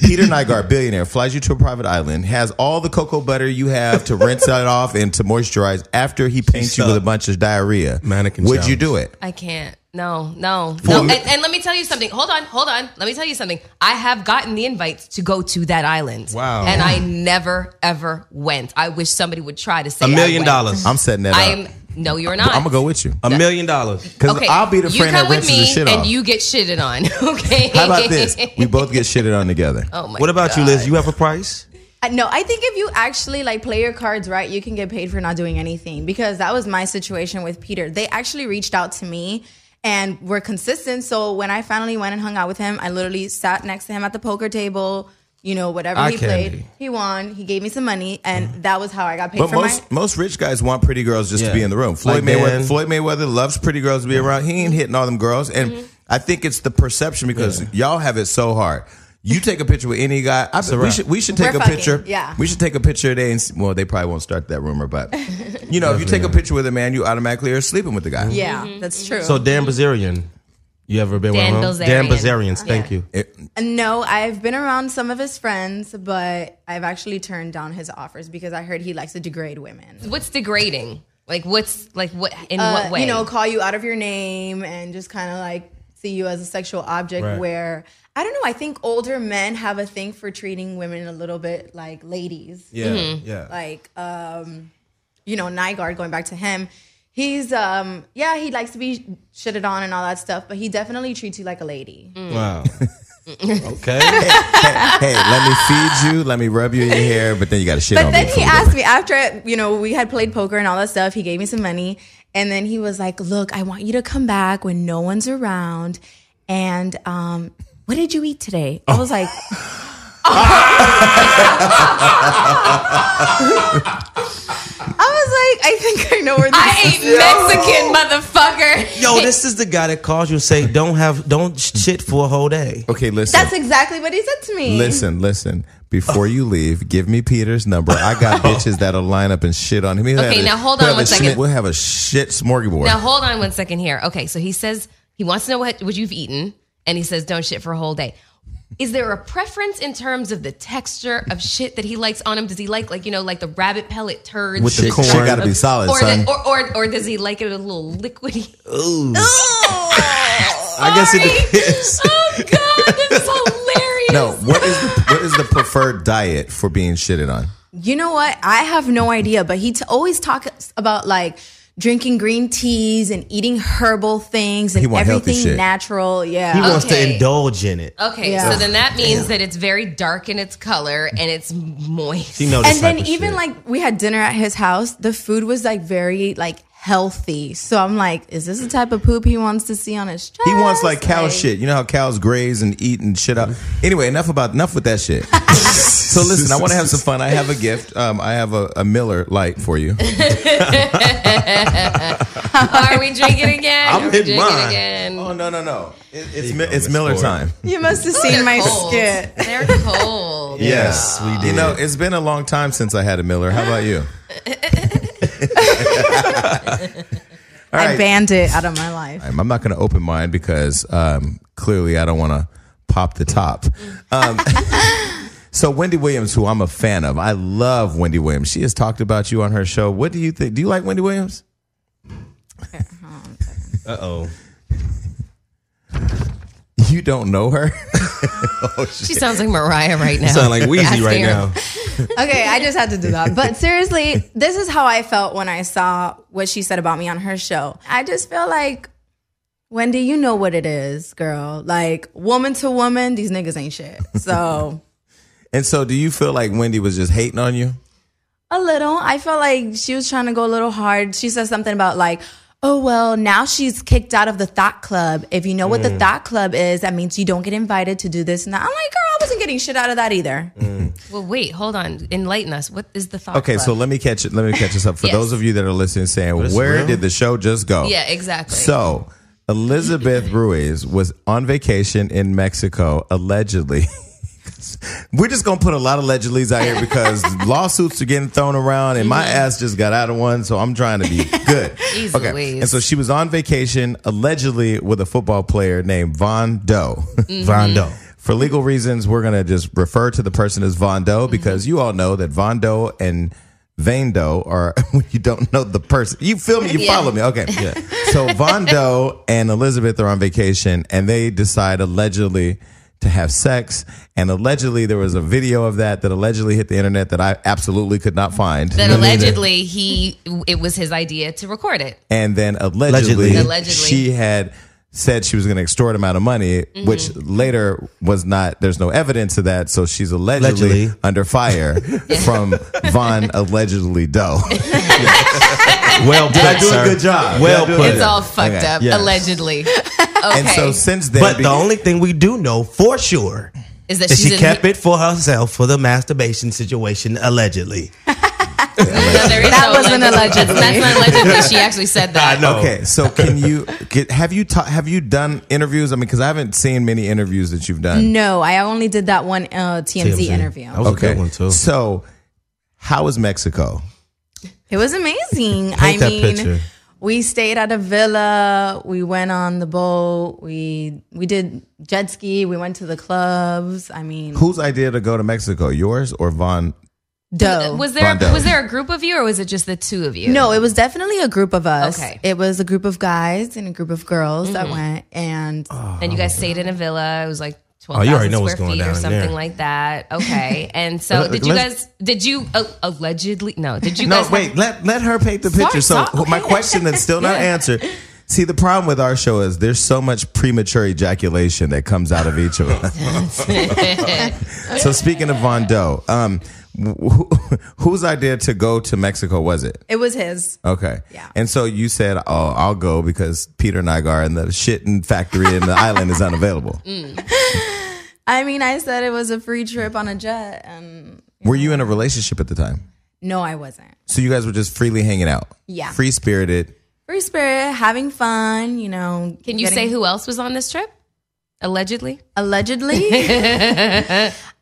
[SPEAKER 1] Peter Nygaard, billionaire, flies you to a private island, has all the cocoa butter you have to rinse it off and to moisturize after he paints you with a
[SPEAKER 3] sucked.
[SPEAKER 1] bunch of diarrhea.
[SPEAKER 3] Mannequin
[SPEAKER 1] Would
[SPEAKER 3] challenge.
[SPEAKER 1] you do it?
[SPEAKER 2] I can't. No, no, no. And, and let me tell you something. Hold on, hold on. Let me tell you something. I have gotten the invites to go to that island.
[SPEAKER 3] Wow.
[SPEAKER 2] And I never ever went. I wish somebody would try to say
[SPEAKER 3] A million
[SPEAKER 2] I went.
[SPEAKER 3] dollars.
[SPEAKER 1] I'm setting that
[SPEAKER 2] I'm
[SPEAKER 1] up.
[SPEAKER 2] no, you're not.
[SPEAKER 1] I'm gonna go with you.
[SPEAKER 3] A million dollars.
[SPEAKER 1] Because I'll be the
[SPEAKER 2] you
[SPEAKER 1] friend
[SPEAKER 2] come
[SPEAKER 1] that
[SPEAKER 2] with
[SPEAKER 1] rinses
[SPEAKER 2] me
[SPEAKER 1] the shit
[SPEAKER 2] and
[SPEAKER 1] off.
[SPEAKER 2] you get shitted on. <laughs> Okay.
[SPEAKER 1] How about this? We both get shitted on together.
[SPEAKER 2] <laughs> oh my
[SPEAKER 3] What about you,
[SPEAKER 2] God.
[SPEAKER 3] Liz? You have a price?
[SPEAKER 6] Uh, No, I think if you actually like play your cards right, you can get paid for not doing anything because that was my situation with Peter. They actually reached out to me and were consistent. So when I finally went and hung out with him, I literally sat next to him at the poker table. You know, whatever
[SPEAKER 3] Eye
[SPEAKER 6] he played,
[SPEAKER 3] candy.
[SPEAKER 6] he won. He gave me some money, and that was how I got paid
[SPEAKER 1] Mm-hmm. But
[SPEAKER 6] for
[SPEAKER 1] most
[SPEAKER 6] my.
[SPEAKER 1] most rich guys want pretty girls just to
[SPEAKER 3] Yeah.
[SPEAKER 1] be in the room. Floyd
[SPEAKER 3] Like
[SPEAKER 1] Mayweather
[SPEAKER 3] Dan.
[SPEAKER 1] Floyd Mayweather loves pretty girls to be around. He ain't hitting all them girls, and
[SPEAKER 6] Mm-hmm.
[SPEAKER 1] I think it's the perception because y'all have it so hard. You take a picture with any guy. I, we
[SPEAKER 3] wrap.
[SPEAKER 1] should we should take
[SPEAKER 6] We're
[SPEAKER 1] a
[SPEAKER 6] fucking,
[SPEAKER 1] picture.
[SPEAKER 6] yeah.
[SPEAKER 1] we should take a picture today. And, s- well, they probably won't start that rumor,
[SPEAKER 6] <laughs>
[SPEAKER 1] but you know, if you take a picture with a man, you automatically are sleeping with the guy.
[SPEAKER 6] Yeah, that's true.
[SPEAKER 3] So Dan Bazarian, you ever been
[SPEAKER 2] Dan
[SPEAKER 3] with him? Dan
[SPEAKER 2] Bilzerian.
[SPEAKER 3] Bazarian, thank you.
[SPEAKER 1] It-
[SPEAKER 6] no, I've been around some of his friends, but I've actually turned down his offers because I heard he likes to degrade women.
[SPEAKER 2] What's degrading? Like what's like what in
[SPEAKER 6] uh,
[SPEAKER 2] what way? <laughs>
[SPEAKER 6] you know, call you out of your name and just kind of like see you as a sexual object.
[SPEAKER 3] Right.
[SPEAKER 6] Where I don't know, I think older men have a thing for treating women a little bit like ladies.
[SPEAKER 3] Yeah,
[SPEAKER 2] Mm-hmm.
[SPEAKER 3] yeah.
[SPEAKER 6] Like, um, you know, Nygaard, going back to him, he's, um, yeah, he likes to be shitted on and all that stuff, but he definitely treats you like a lady.
[SPEAKER 3] Wow.
[SPEAKER 2] <laughs>
[SPEAKER 3] okay.
[SPEAKER 1] hey, let me feed you. Let me rub you in your hair, but then you got to shit
[SPEAKER 6] But
[SPEAKER 1] on
[SPEAKER 6] then
[SPEAKER 1] me.
[SPEAKER 6] he asked me after, you know, we had played poker and all that stuff. He gave me some money. And then he was like, Look, I want you to come back when no one's around. And um, what did you eat today? I was like, <laughs> I was like, I think I know where this
[SPEAKER 2] I
[SPEAKER 6] is.
[SPEAKER 2] ain't Mexican, motherfucker.
[SPEAKER 3] Yo, this is the guy that calls you and say don't have don't shit for a whole day.
[SPEAKER 1] Okay, listen.
[SPEAKER 6] That's exactly what he said to me.
[SPEAKER 1] Listen, listen. Before you leave, give me Peter's number. I got
[SPEAKER 2] <laughs>
[SPEAKER 1] bitches that'll line up and shit on him. He'll
[SPEAKER 2] Oh. Okay,
[SPEAKER 1] have a-
[SPEAKER 2] now hold
[SPEAKER 1] he'll
[SPEAKER 2] on
[SPEAKER 1] have
[SPEAKER 2] one
[SPEAKER 1] a
[SPEAKER 2] second.
[SPEAKER 1] shit- we'll have a shit smorgasbord.
[SPEAKER 2] Now hold on one second here. Okay, so he says he wants to know what what you've eaten, and he says don't shit for a whole day. Is there a preference in terms of the texture of shit that he likes on him? Does he like like you know like the rabbit pellet turds
[SPEAKER 3] With the
[SPEAKER 1] shit,
[SPEAKER 3] corn.
[SPEAKER 1] shit gotta be solid,
[SPEAKER 2] or,
[SPEAKER 1] son.
[SPEAKER 2] the, or or or does he like it a little liquidy?
[SPEAKER 3] <laughs> I guess it
[SPEAKER 2] Sorry.
[SPEAKER 3] depends.
[SPEAKER 2] Oh god, this
[SPEAKER 3] <laughs>
[SPEAKER 2] is hilarious.
[SPEAKER 1] no, what is the what is the preferred diet for being shitted on?
[SPEAKER 6] You know what? I have no idea, but he t- always talks about like drinking green teas and eating herbal things and
[SPEAKER 1] He want healthy
[SPEAKER 6] everything
[SPEAKER 1] shit.
[SPEAKER 6] natural. Yeah.
[SPEAKER 3] He wants
[SPEAKER 2] Okay.
[SPEAKER 3] to indulge in it.
[SPEAKER 2] Okay,
[SPEAKER 6] Yeah.
[SPEAKER 2] so then that means that it's very dark in its color and it's moist.
[SPEAKER 3] You know this
[SPEAKER 6] and then
[SPEAKER 3] type of
[SPEAKER 6] even
[SPEAKER 3] shit.
[SPEAKER 6] like we had dinner at his house, the food was like very like healthy. So I'm like, is this the type of poop he wants to see on his chest?
[SPEAKER 2] Oh,
[SPEAKER 1] He wants like cow shit. You know how cows graze and eat and shit up. Anyway, enough about enough with that shit. so listen, I want to have some fun. I have a gift. Um, I have a, a Miller Light for you.
[SPEAKER 2] <laughs> Are we drinking again? Are
[SPEAKER 3] I'm
[SPEAKER 2] we
[SPEAKER 3] in
[SPEAKER 2] drinking
[SPEAKER 3] mine.
[SPEAKER 2] again?
[SPEAKER 1] Oh no no no! It, it's Mi- it's Miller time.
[SPEAKER 6] You must have
[SPEAKER 2] They're
[SPEAKER 6] seen my
[SPEAKER 2] cold.
[SPEAKER 6] skit.
[SPEAKER 2] They're
[SPEAKER 6] <laughs>
[SPEAKER 2] cold.
[SPEAKER 1] Yes, we did. You know, it's been a long time since I had a Miller. How about you? All
[SPEAKER 6] I
[SPEAKER 1] right.
[SPEAKER 6] banned it out of my life.
[SPEAKER 1] I'm not going to open mine because um, clearly I don't want to pop the top. Um, <laughs> so Wendy Williams, who I'm a fan of, I love Wendy Williams. She has talked about you on her show. What do you think? Do you like Wendy Williams? <laughs>
[SPEAKER 3] Uh oh.
[SPEAKER 1] You don't know her.
[SPEAKER 2] She sounds like Mariah right now.
[SPEAKER 3] <laughs> Sound like Wheezy
[SPEAKER 2] Asking
[SPEAKER 3] right
[SPEAKER 2] her-
[SPEAKER 3] now.
[SPEAKER 6] Okay, I just had to do that. But seriously, this is how I felt when I saw what she said about me on her show. I just feel like, Wendy, you know what it is, girl. Like, woman to woman, these niggas ain't shit. So.
[SPEAKER 1] and so, do you feel like Wendy was just hating on you?
[SPEAKER 6] A little. I felt like she was trying to go a little hard. She said something about like, oh well, now she's kicked out of the thought club. If you know what the thought club is, that means you don't get invited to do this and that. I'm like, girl, I wasn't getting shit out of that either.
[SPEAKER 2] Well, wait, hold on. Enlighten us. What is the thought?
[SPEAKER 1] Okay, so
[SPEAKER 2] club?
[SPEAKER 1] let me catch it. Let me catch us up for
[SPEAKER 2] <laughs> Yes.
[SPEAKER 1] those of you that are listening, saying
[SPEAKER 3] it's
[SPEAKER 1] where
[SPEAKER 3] real.
[SPEAKER 1] did the show just go?
[SPEAKER 2] yeah, exactly.
[SPEAKER 1] So
[SPEAKER 2] <laughs>
[SPEAKER 1] Elizabeth Ruiz was on vacation in Mexico, allegedly. <laughs> We're just gonna put a lot of allegedlys out here
[SPEAKER 2] <laughs>
[SPEAKER 1] because lawsuits are getting thrown around, and my ass just got out of one, so I'm trying to
[SPEAKER 2] <laughs>
[SPEAKER 1] be good.
[SPEAKER 2] Jeez Louise.
[SPEAKER 1] and so she was on vacation allegedly with a football player named Von Doe.
[SPEAKER 2] Mm.
[SPEAKER 3] Vondo.
[SPEAKER 1] For legal reasons, we're going to just refer to the person as Von Doe because you all know that Von Doe and Vane Doe are <laughs> when you don't know the person. You feel me? You follow me? Okay. So Von Doe and Elizabeth are on vacation and they decide allegedly to have sex. And allegedly, there was a video of that that allegedly hit the internet that I absolutely could not find.
[SPEAKER 2] that allegedly he it was his idea to record it.
[SPEAKER 1] and then allegedly,
[SPEAKER 3] Allegedly.
[SPEAKER 2] Allegedly.
[SPEAKER 1] she had said she was going to extort him out of money,
[SPEAKER 2] Mm-hmm.
[SPEAKER 1] which later was not. There's no evidence of that, so she's allegedly,
[SPEAKER 3] Allegedly.
[SPEAKER 1] under
[SPEAKER 2] <laughs>
[SPEAKER 1] fire from Von allegedly Doe.
[SPEAKER 3] Well put,
[SPEAKER 1] I do a
[SPEAKER 3] sir.
[SPEAKER 1] good job?
[SPEAKER 3] Well
[SPEAKER 1] Did I do a
[SPEAKER 3] put.
[SPEAKER 1] good
[SPEAKER 2] It's
[SPEAKER 1] Yeah.
[SPEAKER 2] all fucked
[SPEAKER 1] Okay.
[SPEAKER 2] up,
[SPEAKER 1] Yes.
[SPEAKER 2] allegedly.
[SPEAKER 6] <laughs>
[SPEAKER 2] Okay.
[SPEAKER 1] And so since then,
[SPEAKER 3] But
[SPEAKER 1] be-
[SPEAKER 3] the only thing we do know for sure
[SPEAKER 2] is that
[SPEAKER 3] is
[SPEAKER 2] she's
[SPEAKER 3] she
[SPEAKER 2] in
[SPEAKER 3] kept it for herself for the masturbation situation, allegedly.
[SPEAKER 2] No, there is
[SPEAKER 6] That
[SPEAKER 2] no
[SPEAKER 6] wasn't
[SPEAKER 2] allegedly. That's not allegedly. She actually said that.
[SPEAKER 3] I know.
[SPEAKER 1] okay, so can you get, have you ta- have you done interviews? I mean, because I haven't seen many interviews that you've done.
[SPEAKER 2] Mm.
[SPEAKER 6] No, I only did that one uh, TMZ,
[SPEAKER 3] TMZ.
[SPEAKER 6] interview.
[SPEAKER 3] That was a good one, too.
[SPEAKER 1] So how is Mexico?
[SPEAKER 6] It was amazing. I
[SPEAKER 3] that
[SPEAKER 6] mean,
[SPEAKER 3] picture.
[SPEAKER 6] we stayed at a villa. We went on the boat. We we did jet ski. We went to the clubs. I mean,
[SPEAKER 1] Whose idea to go to Mexico? Yours or Von?
[SPEAKER 6] dough.
[SPEAKER 2] uh, Was there
[SPEAKER 1] Rondo.
[SPEAKER 2] was there a group of you or was it just the two of you?
[SPEAKER 6] No, it was definitely a group of us.
[SPEAKER 2] Okay. Mm-hmm.
[SPEAKER 6] It was a group of guys and a group of girls that went and
[SPEAKER 3] Ah.
[SPEAKER 2] And you guys stayed in a villa. It was like
[SPEAKER 3] Oh, you
[SPEAKER 2] 12,000
[SPEAKER 3] already know what's
[SPEAKER 2] square
[SPEAKER 3] going
[SPEAKER 2] feet
[SPEAKER 3] down
[SPEAKER 2] or
[SPEAKER 3] in
[SPEAKER 2] something
[SPEAKER 3] there.
[SPEAKER 2] like
[SPEAKER 3] <laughs>
[SPEAKER 2] that. Okay. And so did you guys, did you uh, allegedly, no, did
[SPEAKER 6] <laughs>
[SPEAKER 2] you
[SPEAKER 1] No,
[SPEAKER 2] guys
[SPEAKER 1] wait. Let let her paint the picture. so
[SPEAKER 6] sorry,
[SPEAKER 1] wh- my question that's still
[SPEAKER 6] <laughs>
[SPEAKER 1] not answered. See, the problem with our show is there's so much premature ejaculation that comes out of each of
[SPEAKER 6] <laughs>
[SPEAKER 1] us. so speaking of Von Doe, um, wh- whose idea to go to Mexico was it?
[SPEAKER 6] it was his.
[SPEAKER 1] Okay.
[SPEAKER 6] Yeah.
[SPEAKER 1] And so you said, "Oh, I'll go because Peter Nygaard and the shitting factory in the island is
[SPEAKER 6] <laughs>
[SPEAKER 1] unavailable."
[SPEAKER 6] Mm. I mean, I said it was a free trip on a jet and
[SPEAKER 1] Were you in a relationship at the time?
[SPEAKER 6] no, I wasn't.
[SPEAKER 1] So you guys were just freely hanging out.
[SPEAKER 6] Yeah.
[SPEAKER 1] Free spirited.
[SPEAKER 6] Free spirit, having fun, you know.
[SPEAKER 2] Can you say who else was on this trip? Allegedly?
[SPEAKER 6] Allegedly.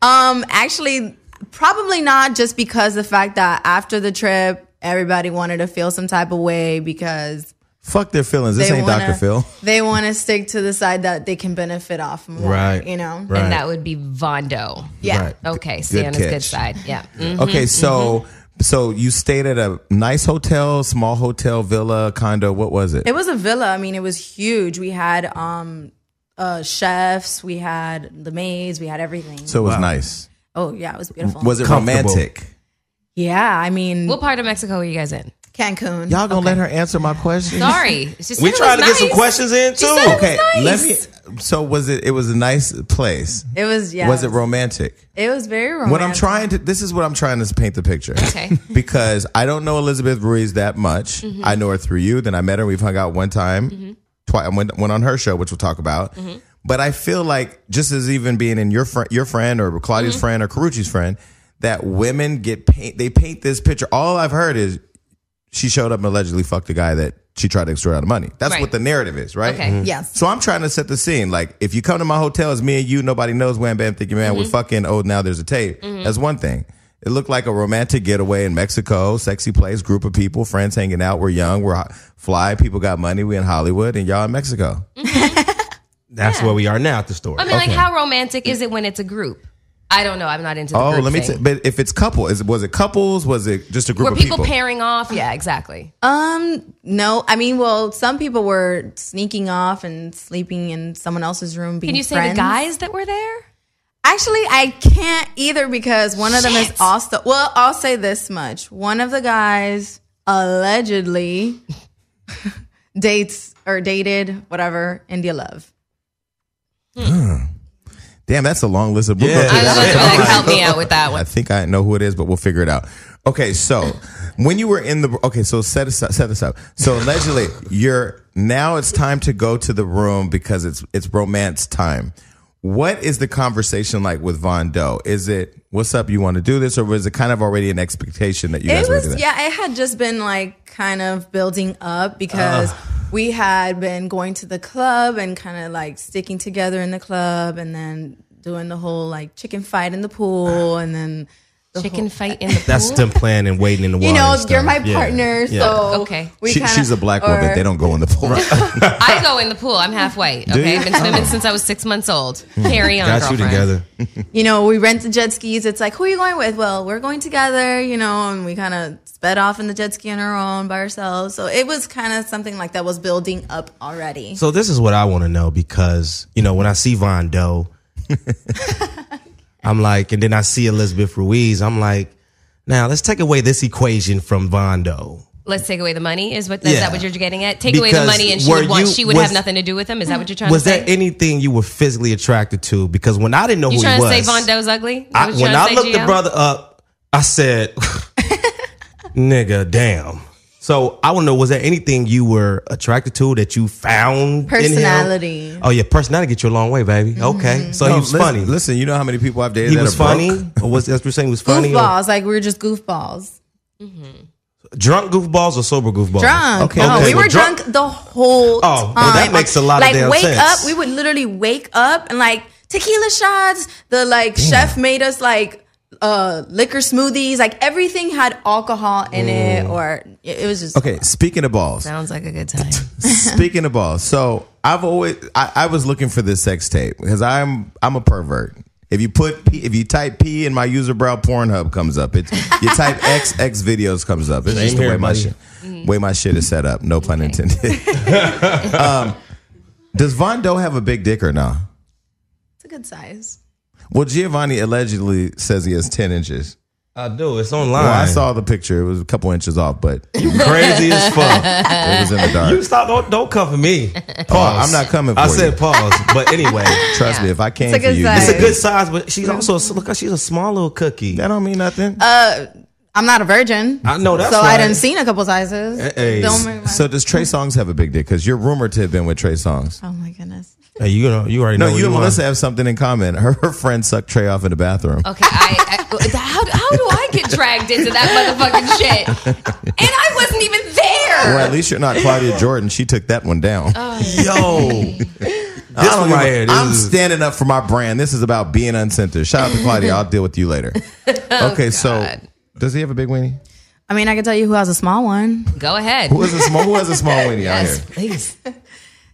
[SPEAKER 6] um, actually, probably not just because the fact that after the trip, everybody wanted to feel some type of way because
[SPEAKER 1] Fuck their feelings. This
[SPEAKER 6] they
[SPEAKER 1] ain't
[SPEAKER 6] wanna,
[SPEAKER 1] Dr. Phil.
[SPEAKER 6] They want to stick to the side that they can benefit off more.
[SPEAKER 3] Right.
[SPEAKER 6] You know?
[SPEAKER 3] Right.
[SPEAKER 2] And that would be Vondo.
[SPEAKER 6] Yeah.
[SPEAKER 1] Right.
[SPEAKER 2] Okay. Stay on his good
[SPEAKER 1] catch.
[SPEAKER 2] side. Yeah. Mm.
[SPEAKER 1] Okay, so
[SPEAKER 2] mm-hmm.
[SPEAKER 1] so you stayed at a nice hotel, small hotel, villa, condo. What was it?
[SPEAKER 6] It was a villa. I mean, it was huge. We had um uh chefs, we had the maids, we had everything.
[SPEAKER 1] so it was nice.
[SPEAKER 6] oh yeah, it was beautiful.
[SPEAKER 1] Was it
[SPEAKER 3] Comfortable.
[SPEAKER 1] romantic?
[SPEAKER 6] yeah, I mean
[SPEAKER 3] <laughs>
[SPEAKER 2] What part of Mexico were you guys in?
[SPEAKER 6] Cancun.
[SPEAKER 1] Y'all gonna let her answer my question?
[SPEAKER 2] Sorry. She said
[SPEAKER 3] We
[SPEAKER 2] it
[SPEAKER 3] trying to
[SPEAKER 2] was
[SPEAKER 3] get some
[SPEAKER 2] nice.
[SPEAKER 3] questions in too.
[SPEAKER 2] said it was
[SPEAKER 1] Okay,
[SPEAKER 2] nice.
[SPEAKER 1] let me. So was it? It was a nice place.
[SPEAKER 6] It was yeah.
[SPEAKER 1] Was it romantic?
[SPEAKER 6] It was very romantic.
[SPEAKER 1] What I'm trying to. This is what I'm trying to paint the picture.
[SPEAKER 2] Okay.
[SPEAKER 1] <laughs>
[SPEAKER 2] Mm-hmm.
[SPEAKER 1] because I don't know Elizabeth Ruiz that much. I know her through you. Then I met her. We've hung out one time, twice. I went, went on her show, which we'll talk about.
[SPEAKER 2] Mm-hmm.
[SPEAKER 1] But I feel like just as even being in your friend, your friend, or Claudia's
[SPEAKER 2] Mm-hmm.
[SPEAKER 1] friend, or Carucci's friend, that women get paint. They paint this picture. All I've heard is she showed up and allegedly fucked a guy that she tried to extort out of money. That's
[SPEAKER 2] Right.
[SPEAKER 1] what the narrative is, right?
[SPEAKER 2] Okay. Mhm.
[SPEAKER 6] Yes.
[SPEAKER 1] So I'm trying to set the scene. Like, if you come to my hotel, it's me and you. Nobody knows wham bam thinking man.
[SPEAKER 2] Mm-hmm.
[SPEAKER 1] We're fucking. Oh, now there's a tape. That's one thing. It looked like a romantic getaway in Mexico, sexy place, group of people, friends hanging out. We're young, we're hot- fly. People got money. We in Hollywood, and y'all in Mexico.
[SPEAKER 2] Mm-hmm.
[SPEAKER 3] That's where we are now at the store.
[SPEAKER 2] I mean, like, how romantic is it when it's a group? I don't know. I'm not into the
[SPEAKER 1] Oh,
[SPEAKER 2] group
[SPEAKER 1] let me. T-
[SPEAKER 2] thing.
[SPEAKER 1] but if it's couple, is it was it couples? Was it just a group
[SPEAKER 2] Were
[SPEAKER 1] of
[SPEAKER 2] people
[SPEAKER 1] people?
[SPEAKER 2] pairing off? Yeah, exactly.
[SPEAKER 6] Um, no, I mean, well, some people were sneaking off and sleeping in someone else's room. Being
[SPEAKER 2] Can you say
[SPEAKER 6] friends.
[SPEAKER 2] the guys that were there?
[SPEAKER 6] Actually, I can't either because one of them is
[SPEAKER 2] Shit.
[SPEAKER 6] also. Well, I'll say this much: one of the guys allegedly <laughs> dates or dated whatever India Love.
[SPEAKER 1] Damn, that's a long list of. we'll go
[SPEAKER 3] Yeah.
[SPEAKER 1] through
[SPEAKER 2] I
[SPEAKER 1] that
[SPEAKER 2] was
[SPEAKER 1] later.
[SPEAKER 2] like, like, help me out with that
[SPEAKER 1] I
[SPEAKER 2] one.
[SPEAKER 1] think I know who it is, but we'll figure it out. Okay, so when you were in the okay, so set us up, set this up. So allegedly, you're now it's time to go to the room because it's it's romance time. What is the conversation like with Von Doe? Is it what's up? You want to do this, or was it kind of already an expectation that you guys
[SPEAKER 6] It
[SPEAKER 1] were doing?
[SPEAKER 6] was yeah, it had just been like kind of building up because we had been going to the club and kind of like sticking together in the club and then doing the whole like chicken fight in the pool and then the
[SPEAKER 2] Chicken fight in the pool.
[SPEAKER 3] Oh. That's them playing and waiting in the water.
[SPEAKER 6] you know
[SPEAKER 3] and
[SPEAKER 6] you're
[SPEAKER 3] stuff.
[SPEAKER 6] my
[SPEAKER 3] Yeah.
[SPEAKER 6] partner
[SPEAKER 3] Yeah.
[SPEAKER 6] so
[SPEAKER 2] Okay.
[SPEAKER 6] we
[SPEAKER 1] She-
[SPEAKER 6] kinda-
[SPEAKER 1] she's a black woman.
[SPEAKER 6] or-
[SPEAKER 1] They don't go in the pool. <laughs> Oh,
[SPEAKER 2] I go in the pool. I'm half white. Okay,
[SPEAKER 1] you?
[SPEAKER 2] I've been swimming since I was six months old. Carry on,
[SPEAKER 3] Oh. Got you
[SPEAKER 2] girlfriend.
[SPEAKER 3] together.
[SPEAKER 6] you know, we rent the jet skis. It's like, who are you going with? Well, we're going together, you know, and we kind of sped off in the jet ski on our own by ourselves. So it was kind of something like that was building up already.
[SPEAKER 3] So this is what I want to know because you know when I see
[SPEAKER 2] <laughs>
[SPEAKER 3] Von Doe, I'm like, and then I see Elizabeth Ruiz, I'm like, now let's take away this equation from Von Doe.
[SPEAKER 2] Let's take away the money. Is what is
[SPEAKER 3] Yeah.
[SPEAKER 2] that what you're getting at? Take away the
[SPEAKER 3] Because
[SPEAKER 2] money, and she
[SPEAKER 3] were
[SPEAKER 2] would want.
[SPEAKER 3] you-
[SPEAKER 2] She would
[SPEAKER 3] was-
[SPEAKER 2] have nothing to do with him. Is that what you're trying
[SPEAKER 3] Was
[SPEAKER 2] to say?
[SPEAKER 3] there anything you were physically attracted to? Because when I didn't know
[SPEAKER 2] you
[SPEAKER 3] who he
[SPEAKER 2] trying to
[SPEAKER 3] was,
[SPEAKER 2] say Von Doe's ugly? Is that
[SPEAKER 3] I-
[SPEAKER 2] what you're
[SPEAKER 3] when
[SPEAKER 2] trying
[SPEAKER 3] I
[SPEAKER 2] to say,
[SPEAKER 3] looked the
[SPEAKER 2] GL?
[SPEAKER 3] brother up, I said, <laughs> "Nigga, damn." So I want to know: was there anything you were attracted to that you found in him?
[SPEAKER 6] Personality.
[SPEAKER 3] Oh yeah, personality get you a long way, baby.
[SPEAKER 2] Mm-hmm.
[SPEAKER 3] Okay, so he was
[SPEAKER 1] listen,
[SPEAKER 3] funny.
[SPEAKER 1] Listen, you know how many people I've dated
[SPEAKER 3] He
[SPEAKER 1] that
[SPEAKER 3] was
[SPEAKER 1] are broke?
[SPEAKER 3] funny. Or was that's what you're saying? He was funny. or-
[SPEAKER 6] goofballs, like we were just goofballs.
[SPEAKER 3] drunk goofballs or sober goofballs?
[SPEAKER 6] Drunk.
[SPEAKER 1] Okay,
[SPEAKER 6] no,
[SPEAKER 1] okay.
[SPEAKER 6] we
[SPEAKER 3] Well,
[SPEAKER 6] were
[SPEAKER 3] drunk-
[SPEAKER 6] drunk, the whole
[SPEAKER 3] Oh, well,
[SPEAKER 6] time.
[SPEAKER 3] that makes a lot of
[SPEAKER 6] Like,
[SPEAKER 3] damn
[SPEAKER 6] wake
[SPEAKER 3] sense.
[SPEAKER 6] up. We would literally wake up and like tequila shots. The like chef made us like uh liquor smoothies. Like everything had alcohol in it, or it, it was just
[SPEAKER 1] Okay, speaking of balls,
[SPEAKER 2] Sounds like a good time.
[SPEAKER 1] Speaking of balls, so I've always I, I was looking for this sex tape because I'm I'm a pervert. If you put P, if you type P in my user brow, Pornhub comes up. It's you
[SPEAKER 3] <laughs>
[SPEAKER 1] type XX videos comes up. It's just the
[SPEAKER 3] here,
[SPEAKER 1] way my
[SPEAKER 3] buddy.
[SPEAKER 1] shit, way my shit is set up. No pun intended. um,
[SPEAKER 3] <laughs>
[SPEAKER 1] does Von Doe have a big dick or no?
[SPEAKER 6] it's a good size.
[SPEAKER 1] Well, Giovanni allegedly says he has ten inches.
[SPEAKER 3] I do. It's online.
[SPEAKER 1] Well, I saw the picture; it was a couple inches off, but it
[SPEAKER 3] crazy as
[SPEAKER 1] <laughs>
[SPEAKER 3] fuck.
[SPEAKER 1] was in the
[SPEAKER 3] Uh, You
[SPEAKER 1] dark.
[SPEAKER 3] stop! Don't, don't come for me. Pause.
[SPEAKER 1] I'm not coming
[SPEAKER 3] I
[SPEAKER 1] for
[SPEAKER 3] said
[SPEAKER 1] you.
[SPEAKER 3] pause, but
[SPEAKER 1] <laughs>
[SPEAKER 3] anyway,
[SPEAKER 1] Trust me, if I came
[SPEAKER 6] It's a
[SPEAKER 1] for
[SPEAKER 6] good
[SPEAKER 1] you,
[SPEAKER 6] size.
[SPEAKER 3] it's a good size. But she's also look. She's a small little cookie.
[SPEAKER 1] that don't mean nothing.
[SPEAKER 6] I'm not a virgin.
[SPEAKER 3] I know that's
[SPEAKER 6] so
[SPEAKER 3] right.
[SPEAKER 6] I done seen a couple sizes.
[SPEAKER 3] Hey.
[SPEAKER 6] Don't make my-
[SPEAKER 1] So does Trey Songs have a big dick? Because you're rumored to have been with Trey Songs.
[SPEAKER 6] oh my goodness.
[SPEAKER 3] Hey, you know, you already
[SPEAKER 1] No,
[SPEAKER 3] know.
[SPEAKER 1] you and
[SPEAKER 3] what
[SPEAKER 1] Melissa have something in common. Her, her friend sucked Trey off in the bathroom.
[SPEAKER 2] Okay, I, I <laughs> how, how do I get dragged into that motherfucking shit? And I wasn't even
[SPEAKER 1] Or
[SPEAKER 2] there.
[SPEAKER 1] at least you're not Claudia Jordan. She took that one down.
[SPEAKER 3] Yo, this
[SPEAKER 1] I
[SPEAKER 3] one
[SPEAKER 1] give a-
[SPEAKER 3] right here. This
[SPEAKER 1] I'm
[SPEAKER 3] is,
[SPEAKER 1] standing up for my brand. This is about being uncensored. Shout out to Claudia. I'll deal with you later. Okay, so
[SPEAKER 2] God.
[SPEAKER 1] does he have a big weenie?
[SPEAKER 6] I mean, I can tell you who has a small one.
[SPEAKER 2] Go ahead.
[SPEAKER 1] Who has a small Who has a small weenie
[SPEAKER 2] Yes,
[SPEAKER 1] out here?
[SPEAKER 2] please.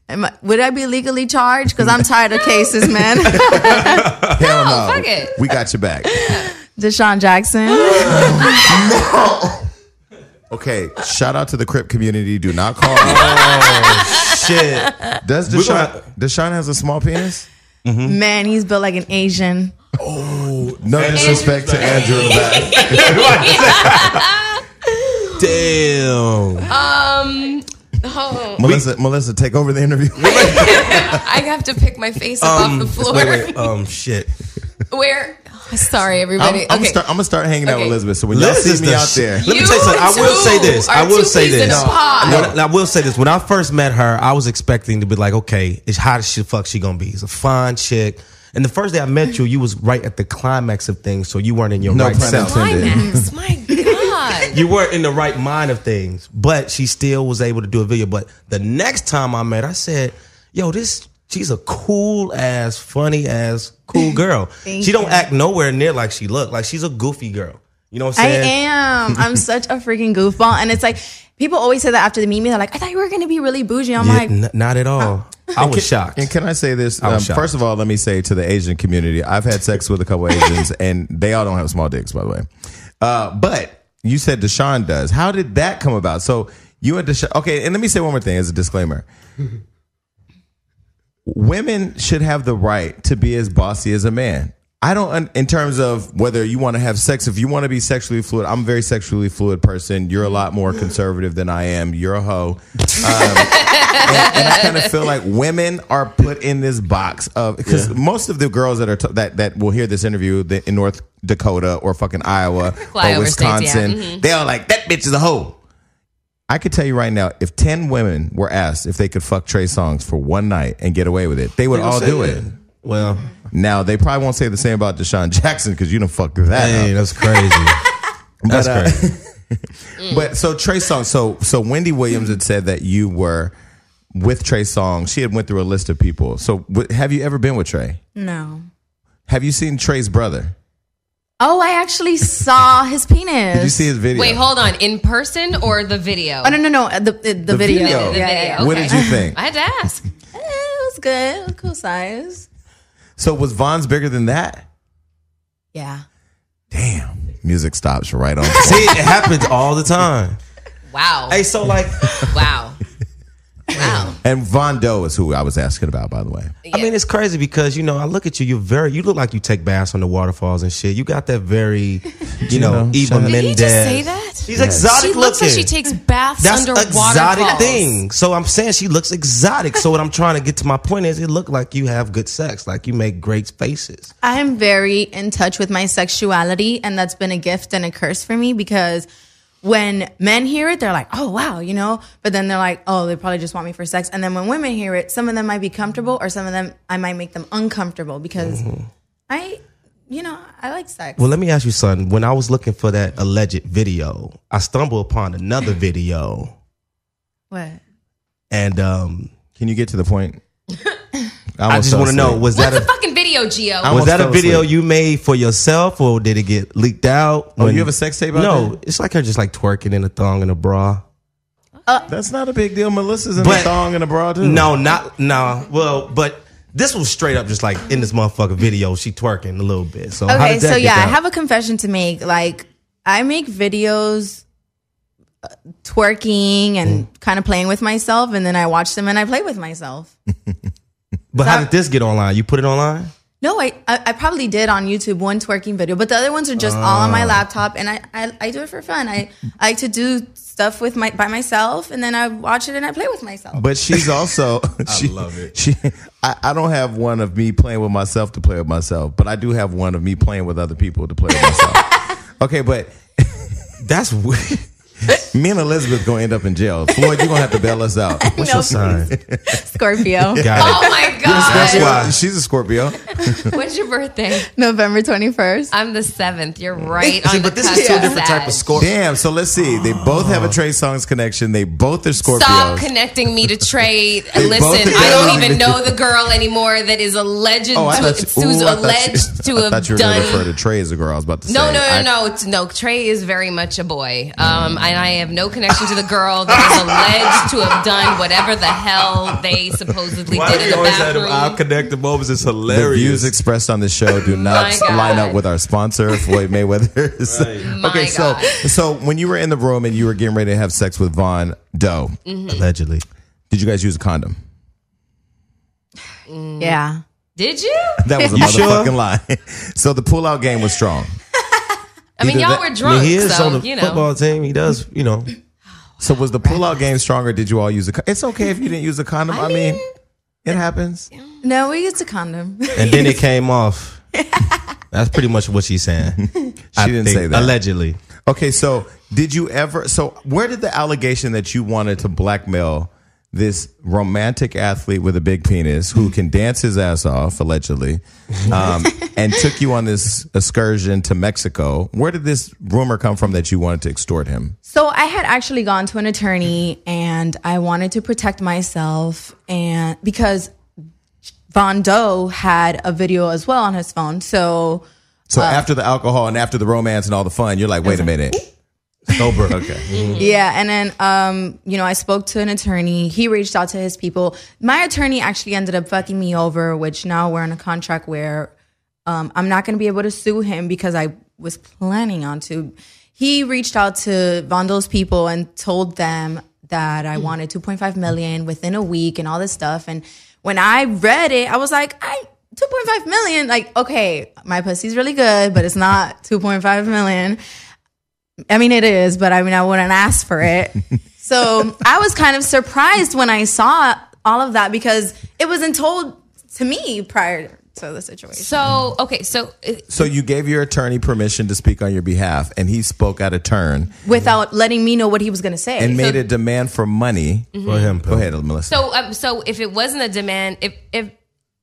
[SPEAKER 6] Am I- would I be legally charged? Because I'm tired of cases,
[SPEAKER 3] <laughs>
[SPEAKER 6] man. <laughs>
[SPEAKER 1] Hell no,
[SPEAKER 2] fuck it.
[SPEAKER 1] We got your back.
[SPEAKER 6] Deshaun Jackson.
[SPEAKER 3] Mm-hmm.
[SPEAKER 1] Okay, shout out to the Crip community. Do not call me.
[SPEAKER 6] <laughs>
[SPEAKER 3] shit.
[SPEAKER 1] Does
[SPEAKER 3] We're
[SPEAKER 1] Deshaun?
[SPEAKER 3] gonna-
[SPEAKER 1] Deshaun has a small penis.
[SPEAKER 6] Man, he's built like an Asian.
[SPEAKER 1] No disrespect to Andrew. Ladd.
[SPEAKER 3] Damn.
[SPEAKER 2] Um, oh,
[SPEAKER 1] Melissa, Melissa, take over the interview.
[SPEAKER 2] I have to pick my face up off the floor.
[SPEAKER 3] Wait, wait. Um, shit.
[SPEAKER 2] <laughs> Where? Oh, sorry,
[SPEAKER 1] <laughs> I'm,
[SPEAKER 2] everybody.
[SPEAKER 1] I'm,
[SPEAKER 2] okay.
[SPEAKER 1] start, I'm gonna start hanging out
[SPEAKER 2] Okay.
[SPEAKER 1] with Elizabeth. So when
[SPEAKER 3] Liz
[SPEAKER 1] y'all
[SPEAKER 3] is
[SPEAKER 1] see me
[SPEAKER 3] the
[SPEAKER 1] out
[SPEAKER 3] sh-
[SPEAKER 1] there,
[SPEAKER 3] Let me tell you something. I
[SPEAKER 2] You
[SPEAKER 3] will say this.
[SPEAKER 2] two
[SPEAKER 3] I
[SPEAKER 2] are
[SPEAKER 3] will
[SPEAKER 2] two
[SPEAKER 3] say
[SPEAKER 2] peas in
[SPEAKER 3] this.
[SPEAKER 2] a pod.
[SPEAKER 3] No, no, I will say this. When I first met her, I was expecting to be like, okay, it's hot as shit. Fuck, she gonna be. It's a fine chick. And the first day I met you, you was right at the climax of things, so you weren't in your
[SPEAKER 1] No
[SPEAKER 3] right
[SPEAKER 1] pun
[SPEAKER 3] self.
[SPEAKER 1] intended. <laughs>
[SPEAKER 2] Climax. My God.
[SPEAKER 3] You weren't in the right mind of things, but she still was able to do a video. But the next time I met, her, I said, "Yo, this she's a cool ass, funny ass, <laughs> cool girl. she
[SPEAKER 6] Thank
[SPEAKER 3] don't
[SPEAKER 6] you.
[SPEAKER 3] act nowhere near like she look. Like she's a goofy girl. You know what I'm
[SPEAKER 6] I
[SPEAKER 3] saying?
[SPEAKER 6] am.
[SPEAKER 1] <laughs>
[SPEAKER 6] I'm such a freaking goofball. And it's like, people always say that after the meet me. They're like, I thought you were going to be really bougie. I'm
[SPEAKER 3] Yeah,
[SPEAKER 6] like,
[SPEAKER 3] n- not at all. I was shocked.
[SPEAKER 1] And can I say this?
[SPEAKER 3] I
[SPEAKER 1] Um,
[SPEAKER 3] was shocked.
[SPEAKER 1] first of all, let me say to the Asian community, I've had sex with a couple
[SPEAKER 3] <laughs>
[SPEAKER 1] Asians, and they all don't have small dicks, by the way. Uh, but you said Deshaun does. How did that come about? So you and Deshaun. Okay, and let me say one more thing as a disclaimer. Women should have the right to be as bossy as a man. I don't, un- in terms of whether you want to have sex, if you want to be sexually fluid, I'm a very sexually fluid person. You're a lot more conservative than I am. You're a hoe Um, and I kind of feel like women are put in this box of because most of the girls that are t- that that will hear this interview that in North Dakota or fucking Iowa or
[SPEAKER 2] Flyover states, yeah.
[SPEAKER 1] Wisconsin, they are like that bitch is a hoe. I could tell you right now, if ten women were asked if they could fuck Trey Songs for one night and get away with it, they would all do it.
[SPEAKER 3] Well,
[SPEAKER 1] Now they probably won't say the same about Deshaun Jackson because you don't fuck that. up. uh,
[SPEAKER 3] hey, that's crazy. <laughs> uh, that's crazy.
[SPEAKER 1] <laughs> But so Trey Songz, so so Wendy Williams had said that you were with Trey Songz. She had went through a list of people. So w- have you ever been with Trey?
[SPEAKER 6] no.
[SPEAKER 1] Have you seen Trey's brother?
[SPEAKER 6] Oh, I actually saw his penis.
[SPEAKER 1] Did you see his video?
[SPEAKER 2] Wait, hold on. In person or the video?
[SPEAKER 6] Oh, no, no, no. The, the, the, video.
[SPEAKER 1] video.
[SPEAKER 6] Yeah, yeah, yeah.
[SPEAKER 2] Okay.
[SPEAKER 1] What did you
[SPEAKER 2] <laughs>
[SPEAKER 1] think?
[SPEAKER 2] I had to ask.
[SPEAKER 6] Eh, It was good. It was Cool size.
[SPEAKER 1] So was Vaughn's bigger than that?
[SPEAKER 6] Yeah.
[SPEAKER 1] Damn. Music stops
[SPEAKER 2] <laughs>
[SPEAKER 1] right on.
[SPEAKER 3] <laughs> See, it happens all the time.
[SPEAKER 2] Wow.
[SPEAKER 3] Hey, so like,
[SPEAKER 2] Wow. Wow.
[SPEAKER 1] and Von Doe is who I was asking about, by the way.
[SPEAKER 3] I mean, it's crazy because you know I look at you. You're very. You look like you take baths on the waterfalls and shit. You got that very, <laughs> you know,
[SPEAKER 1] know,
[SPEAKER 3] Eva
[SPEAKER 1] Did
[SPEAKER 3] Mendes.
[SPEAKER 1] he
[SPEAKER 5] Did he just say that?
[SPEAKER 3] She's exotic
[SPEAKER 5] She looks like
[SPEAKER 3] looking.
[SPEAKER 5] she takes baths
[SPEAKER 3] That's
[SPEAKER 5] under
[SPEAKER 3] exotic
[SPEAKER 5] waterfalls.
[SPEAKER 3] thing. So I'm saying she looks exotic. So what I'm trying to get to my point is, it look like you have good sex. Like you make great faces.
[SPEAKER 6] I'm very in touch with my sexuality, and that's been a gift and a curse for me because when men hear it, they're like, oh, wow, you know? But then they're like, oh, they probably just want me for sex. And then when women hear it, some of them might be comfortable, or some of them, I might make them uncomfortable because I, you know, I like sex.
[SPEAKER 3] Mm-hmm. Well, let me ask you something. When I was looking for that alleged video, I stumbled upon another video,
[SPEAKER 6] what?
[SPEAKER 3] and um,
[SPEAKER 1] Can you get to the point?
[SPEAKER 3] I just want to know was that
[SPEAKER 2] What's
[SPEAKER 3] a
[SPEAKER 2] the
[SPEAKER 3] <laughs>
[SPEAKER 2] fucking video, Geo?
[SPEAKER 1] I
[SPEAKER 3] was
[SPEAKER 1] almost
[SPEAKER 3] that a
[SPEAKER 1] fell
[SPEAKER 3] video
[SPEAKER 1] asleep.
[SPEAKER 3] you made for yourself, or did it get leaked out?
[SPEAKER 1] Oh, you have a sex tape out
[SPEAKER 3] No,
[SPEAKER 1] there?
[SPEAKER 3] it's like her just like twerking in a thong and a bra.
[SPEAKER 1] That's not a big deal. Melissa's in
[SPEAKER 3] But-
[SPEAKER 1] a thong and a bra too.
[SPEAKER 3] No, not no. Well, but this was straight up just like in this motherfucker video, she twerking a little bit. So how
[SPEAKER 6] Okay,
[SPEAKER 3] did that
[SPEAKER 6] so
[SPEAKER 3] get
[SPEAKER 6] yeah, I
[SPEAKER 3] out?
[SPEAKER 6] have a confession to make. Like, I make videos uh, twerking and
[SPEAKER 3] Mm.
[SPEAKER 6] kind of playing with myself, and then I watch them and I play with myself.
[SPEAKER 3] But how did this get online? You put it online?
[SPEAKER 6] No, I, I I probably did on YouTube one twerking video, but the other ones are just all on my laptop, and I, I, I do it for fun. I, I like to do stuff with my by myself, and then I watch it and I play with myself.
[SPEAKER 1] But she's also. <laughs> she, I
[SPEAKER 3] love it.
[SPEAKER 1] She, I, I don't have one of me playing with myself to play with myself, but I do have one of me playing with other people to play with myself. okay, but
[SPEAKER 3] That's <laughs> weird.
[SPEAKER 1] me and Elizabeth gonna end up in jail. Floyd, you're gonna have to bail us out.
[SPEAKER 3] What's your
[SPEAKER 6] <laughs>
[SPEAKER 3] sign?
[SPEAKER 6] <laughs> Scorpio,
[SPEAKER 3] Got
[SPEAKER 1] <laughs>
[SPEAKER 2] Oh my God.
[SPEAKER 3] That's why.
[SPEAKER 1] She's a Scorpio.
[SPEAKER 2] When's your birthday?
[SPEAKER 6] November twenty first.
[SPEAKER 2] I'm the seventh. You're right
[SPEAKER 3] it.
[SPEAKER 2] on
[SPEAKER 3] See,
[SPEAKER 2] the
[SPEAKER 3] but this is
[SPEAKER 2] cusp
[SPEAKER 3] two
[SPEAKER 2] of
[SPEAKER 3] different
[SPEAKER 2] that.
[SPEAKER 3] type of score.
[SPEAKER 1] Damn. So let's see. They both have a Trey Songs connection. They both are Scorpios.
[SPEAKER 2] Stop connecting me to Trey.
[SPEAKER 1] both
[SPEAKER 2] Listen,
[SPEAKER 1] together.
[SPEAKER 2] I don't even know the girl anymore that is alleged
[SPEAKER 1] Oh, I
[SPEAKER 2] to,
[SPEAKER 1] thought you,
[SPEAKER 2] who's
[SPEAKER 1] ooh, I thought you-
[SPEAKER 2] alleged to
[SPEAKER 1] <laughs> I
[SPEAKER 2] have
[SPEAKER 1] thought you were
[SPEAKER 2] done.
[SPEAKER 1] gonna refer to Trey as a girl. I was about to
[SPEAKER 2] no,
[SPEAKER 1] say.
[SPEAKER 2] no, no,
[SPEAKER 1] I-
[SPEAKER 2] no, it's- no. Trey is very much a boy, um, and I have no connection to the girl
[SPEAKER 3] <laughs>
[SPEAKER 2] that is alleged to have done whatever the hell they supposedly did in the bathroom.
[SPEAKER 3] connected moments? It's
[SPEAKER 1] The
[SPEAKER 3] hilarious.
[SPEAKER 1] views expressed on this show
[SPEAKER 2] <laughs>
[SPEAKER 1] do not
[SPEAKER 2] God.
[SPEAKER 1] line up with our sponsor, Floyd Mayweather's.
[SPEAKER 2] My
[SPEAKER 1] okay, <laughs> so
[SPEAKER 2] God.
[SPEAKER 1] so when you were in the room and you were getting ready to have sex with Von Doe,
[SPEAKER 2] Mm-hmm.
[SPEAKER 3] Allegedly.
[SPEAKER 1] did you guys use a
[SPEAKER 2] <laughs>
[SPEAKER 1] condom?
[SPEAKER 6] Mm. Yeah,
[SPEAKER 2] Did you?
[SPEAKER 1] That was a <laughs>
[SPEAKER 3] sure?
[SPEAKER 1] motherfucking lie. So the pullout game was strong.
[SPEAKER 2] <laughs> I mean,
[SPEAKER 3] Either
[SPEAKER 2] y'all
[SPEAKER 3] that-
[SPEAKER 2] were drunk,
[SPEAKER 3] he is
[SPEAKER 2] so,
[SPEAKER 3] on the
[SPEAKER 2] you know.
[SPEAKER 3] football team. He does, you know.
[SPEAKER 1] So was the pullout game stronger? Did you all use a? Con- it's okay if you didn't use a condom. I, mean, it happens.
[SPEAKER 6] No, we used a condom. <laughs>
[SPEAKER 3] And then it came off. That's pretty much what she's saying. She
[SPEAKER 1] She didn't say that.
[SPEAKER 3] Allegedly.
[SPEAKER 1] Okay, so did you ever? So where did the allegation that you wanted to blackmail this romantic athlete with a big penis who can dance his ass off allegedly, <laughs> um, and took you on this excursion to Mexico? Where did this rumor come from that you wanted to extort him?
[SPEAKER 6] So I had actually gone to an attorney and I wanted to protect myself and because Von Doe had a video as well on his phone. So
[SPEAKER 1] So after the alcohol and after the romance and all the fun, you're like, wait a minute, <laughs> sober. Okay,
[SPEAKER 6] yeah, and then um, you know, I spoke to an attorney. He reached out to his people. My attorney actually ended up fucking me over, which now we're in a contract where um, I'm not going to be able to sue him because I was planning on to. He reached out to Vondel's people and told them that I wanted 2.5 million within a week and all this stuff. And when I read it, I was like, I 2.5 million. Like, okay, my pussy's really good, but it's not 2.5 million. I mean, it is, but I mean, I wouldn't ask for it. so I was kind of surprised when I saw all of that because it wasn't told to me prior to the situation.
[SPEAKER 2] So okay, so uh,
[SPEAKER 1] <laughs> so you gave your attorney permission to speak on your behalf, and he spoke out of turn.
[SPEAKER 6] without letting me know what he was going to say.
[SPEAKER 1] and made a demand for money.
[SPEAKER 3] For him.
[SPEAKER 1] Go ahead, Melissa.
[SPEAKER 2] so um, so if it wasn't a demand, if if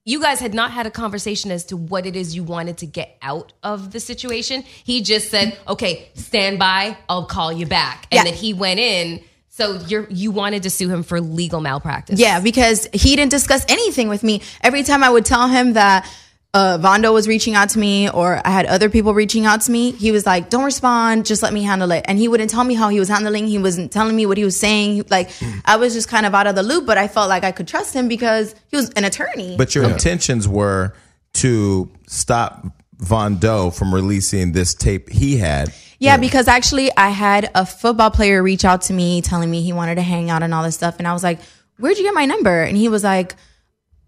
[SPEAKER 2] you guys had not had a conversation as to what it is you wanted to get out of the situation, he just said, "Okay, stand by. I'll call you back," and
[SPEAKER 6] Yeah.
[SPEAKER 2] then he went in. So you're you wanted to sue him for legal malpractice?
[SPEAKER 6] yeah, because he didn't discuss anything with me. Every time I would tell him that uh, Vondo was reaching out to me or I had other people reaching out to me, he was like, don't respond, just let me handle it. And he wouldn't tell me how he was handling. He wasn't telling me what he was saying. Like, I was just kind of out of the loop, but I felt like I could trust him because he was an attorney.
[SPEAKER 1] but your intentions were to stop Von Doe from releasing this tape he had.
[SPEAKER 6] Yeah, because actually, I had a football player reach out to me telling me he wanted to hang out and all this stuff. And I was like, Where'd you get my number? And he was like,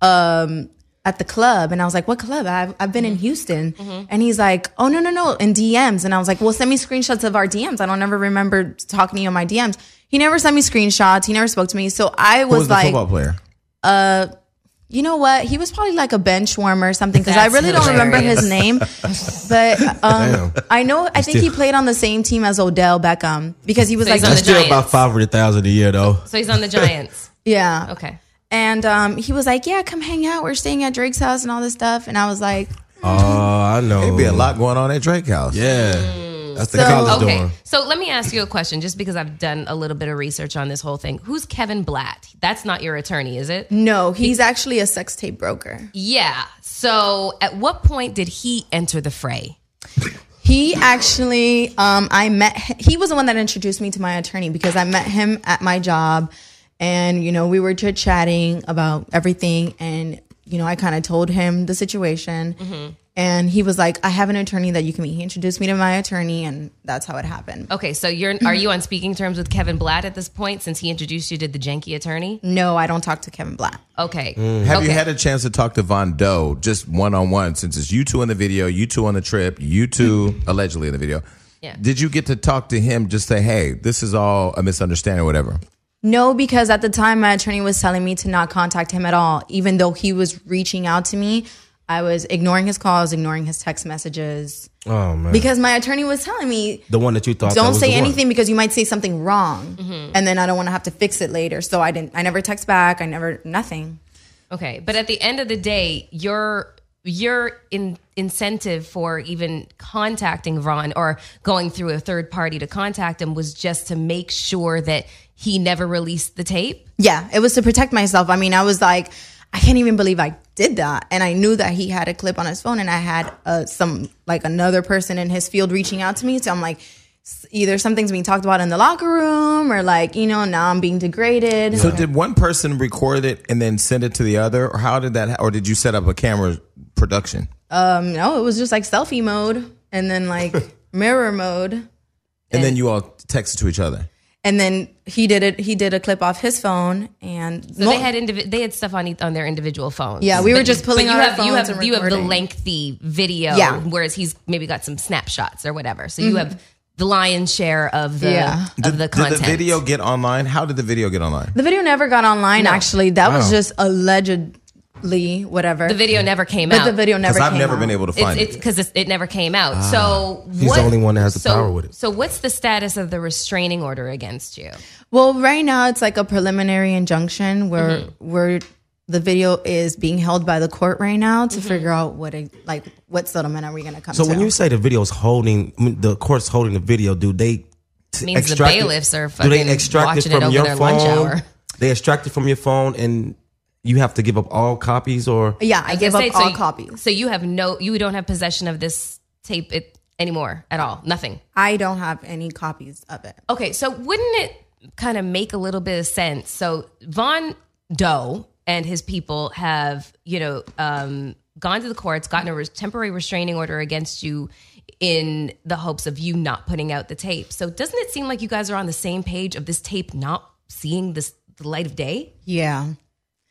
[SPEAKER 6] um, At the club. And I was like, What club? I've, I've been
[SPEAKER 1] Mm-hmm.
[SPEAKER 6] in Houston. And he's like, Oh, no, no, no. In DMs. And I was like, Well, send me screenshots of our DMs. I don't ever remember talking to you on my DMs. He never sent me screenshots. He never spoke to me. So I
[SPEAKER 1] Who
[SPEAKER 6] was,
[SPEAKER 1] was, the
[SPEAKER 6] like,
[SPEAKER 1] football player?
[SPEAKER 6] you know what? He was probably like a bench warmer or something because I
[SPEAKER 2] That's
[SPEAKER 6] really don't remember
[SPEAKER 2] hilarious.
[SPEAKER 6] his name. But um, I know, I think he played on the same team as Odell Beckham because he was
[SPEAKER 2] So he's
[SPEAKER 6] like,
[SPEAKER 2] on
[SPEAKER 3] That's
[SPEAKER 2] the
[SPEAKER 3] still about
[SPEAKER 2] Giants. Mm-hmm.
[SPEAKER 3] 500000 a year, though.
[SPEAKER 2] So he's
[SPEAKER 1] <laughs>
[SPEAKER 2] on the Giants.
[SPEAKER 6] yeah.
[SPEAKER 2] Okay.
[SPEAKER 6] And um, he was like, yeah, come hang out. We're staying at Drake's house and all this stuff. And I was like,
[SPEAKER 3] Oh, I know.
[SPEAKER 1] There'd be a lot going on at Drake House.
[SPEAKER 3] Oh. Yeah. That's the
[SPEAKER 6] So-
[SPEAKER 3] college
[SPEAKER 2] Okay.
[SPEAKER 3] dorm.
[SPEAKER 2] So let me ask you a question, just because I've done a little bit of research on this whole thing. Who's Kevin Blatt? That's not your attorney, is it?
[SPEAKER 6] no, he's actually a sex tape broker.
[SPEAKER 2] Yeah. So at what point did he enter the fray?
[SPEAKER 6] He actually, um, I met. He was the one that introduced me to my attorney because I met him at my job, and you know we were chit chatting about everything, and you know I kind of told him the situation, and he was like, "I have an attorney that you can meet." He introduced me to my attorney, and that's how it happened.
[SPEAKER 2] Okay, so you're are you on speaking terms with Kevin Blatt at this point since he introduced you to the janky attorney?
[SPEAKER 6] No, I don't talk to Kevin Black.
[SPEAKER 2] Okay.
[SPEAKER 1] Mm. Have you
[SPEAKER 2] Okay.
[SPEAKER 1] had a chance to talk to Von Doe just one on one since it's you two in the video, you two on the trip, you two allegedly in the video?
[SPEAKER 2] Yeah.
[SPEAKER 1] Did you get to talk to him? Just say, hey, this is all a misunderstanding, or whatever.
[SPEAKER 6] No, because at the time my attorney was telling me to not contact him at all, even though he was reaching out to me. I was ignoring his calls, ignoring his text messages
[SPEAKER 3] Oh, man.
[SPEAKER 6] because my attorney was telling me
[SPEAKER 3] the one that you thought that
[SPEAKER 6] don't
[SPEAKER 3] was
[SPEAKER 6] say
[SPEAKER 3] the one.
[SPEAKER 6] anything because you might say something wrong
[SPEAKER 2] Mm-hmm.
[SPEAKER 6] and then i don't want to have to fix it later so i didn't i never text back i never nothing
[SPEAKER 2] Okay, but at the end of the day, your your in, incentive for even contacting Ron or going through a third party to contact him was just to make sure that he never released the tape.
[SPEAKER 6] yeah it was to protect myself i mean i was like i can't even believe i did that and i knew that he had a clip on his phone and i had uh, some like another person in his field reaching out to me so i'm like s- either something's being talked about in the locker room or like you know now i'm being degraded
[SPEAKER 1] So did one person record it and then send it to the other, or how did that? ha- Or did you set up a camera production?
[SPEAKER 6] no it was just like selfie
[SPEAKER 3] <laughs>
[SPEAKER 6] mode and then like mirror mode
[SPEAKER 1] and then you all texted to each other.
[SPEAKER 6] And then he did it. He did a clip off his phone, and
[SPEAKER 2] So they had indivi- they had stuff on each- on their individual phones.
[SPEAKER 6] Yeah, we were just pulling
[SPEAKER 2] but you
[SPEAKER 6] out our
[SPEAKER 2] have, you
[SPEAKER 6] phones
[SPEAKER 2] have,
[SPEAKER 6] and
[SPEAKER 2] you have the
[SPEAKER 6] recording.
[SPEAKER 2] lengthy video,
[SPEAKER 6] Yeah. Mm-hmm.
[SPEAKER 2] whereas he's maybe got some snapshots or whatever. So you have the lion's share of the
[SPEAKER 6] Yeah.
[SPEAKER 2] of the content.
[SPEAKER 1] Did the video get online? How did the video get online?
[SPEAKER 6] the video never got online. Actually, that was
[SPEAKER 1] Wow.
[SPEAKER 6] just allegedly whatever.
[SPEAKER 2] The video never came
[SPEAKER 6] but
[SPEAKER 2] out.
[SPEAKER 6] the video never.
[SPEAKER 1] Because I've
[SPEAKER 6] came
[SPEAKER 1] never
[SPEAKER 6] out.
[SPEAKER 1] been able to find
[SPEAKER 2] it's
[SPEAKER 1] it.
[SPEAKER 2] because it. never came out. so
[SPEAKER 3] Ah. He's the only one that has the power with it.
[SPEAKER 2] So what's the status of the restraining order against you?
[SPEAKER 6] Well, right now it's like a preliminary injunction where where the video is being held by the court right now to figure out what it, like what settlement are we going to come
[SPEAKER 3] So
[SPEAKER 6] to.
[SPEAKER 3] when you say the video's holding, I mean, the court's holding the video, do they t-
[SPEAKER 2] Means the
[SPEAKER 3] extract it-
[SPEAKER 2] bailiffs are
[SPEAKER 3] do they
[SPEAKER 2] fucking
[SPEAKER 3] extract
[SPEAKER 2] watching
[SPEAKER 3] it
[SPEAKER 2] it
[SPEAKER 3] from
[SPEAKER 2] over
[SPEAKER 3] your
[SPEAKER 2] their
[SPEAKER 3] phone?
[SPEAKER 2] lunch hour. <laughs>
[SPEAKER 3] They extract it from your phone, and you have to give up all copies, or
[SPEAKER 6] yeah, I, give
[SPEAKER 2] They
[SPEAKER 6] up
[SPEAKER 2] say-
[SPEAKER 6] all
[SPEAKER 2] so,
[SPEAKER 6] copies.
[SPEAKER 2] So you have no, you don't have possession of this tape it, anymore at all. Nothing.
[SPEAKER 6] I don't have any copies of it.
[SPEAKER 2] Okay, so wouldn't it kind of make a little bit of sense? So Von Doe and his people have, you know, um, gone to the courts, gotten a res- temporary restraining order against you in the hopes of you not putting out the tape. So doesn't it seem like you guys are on the same page of this tape not seeing this the light of day?
[SPEAKER 6] Yeah,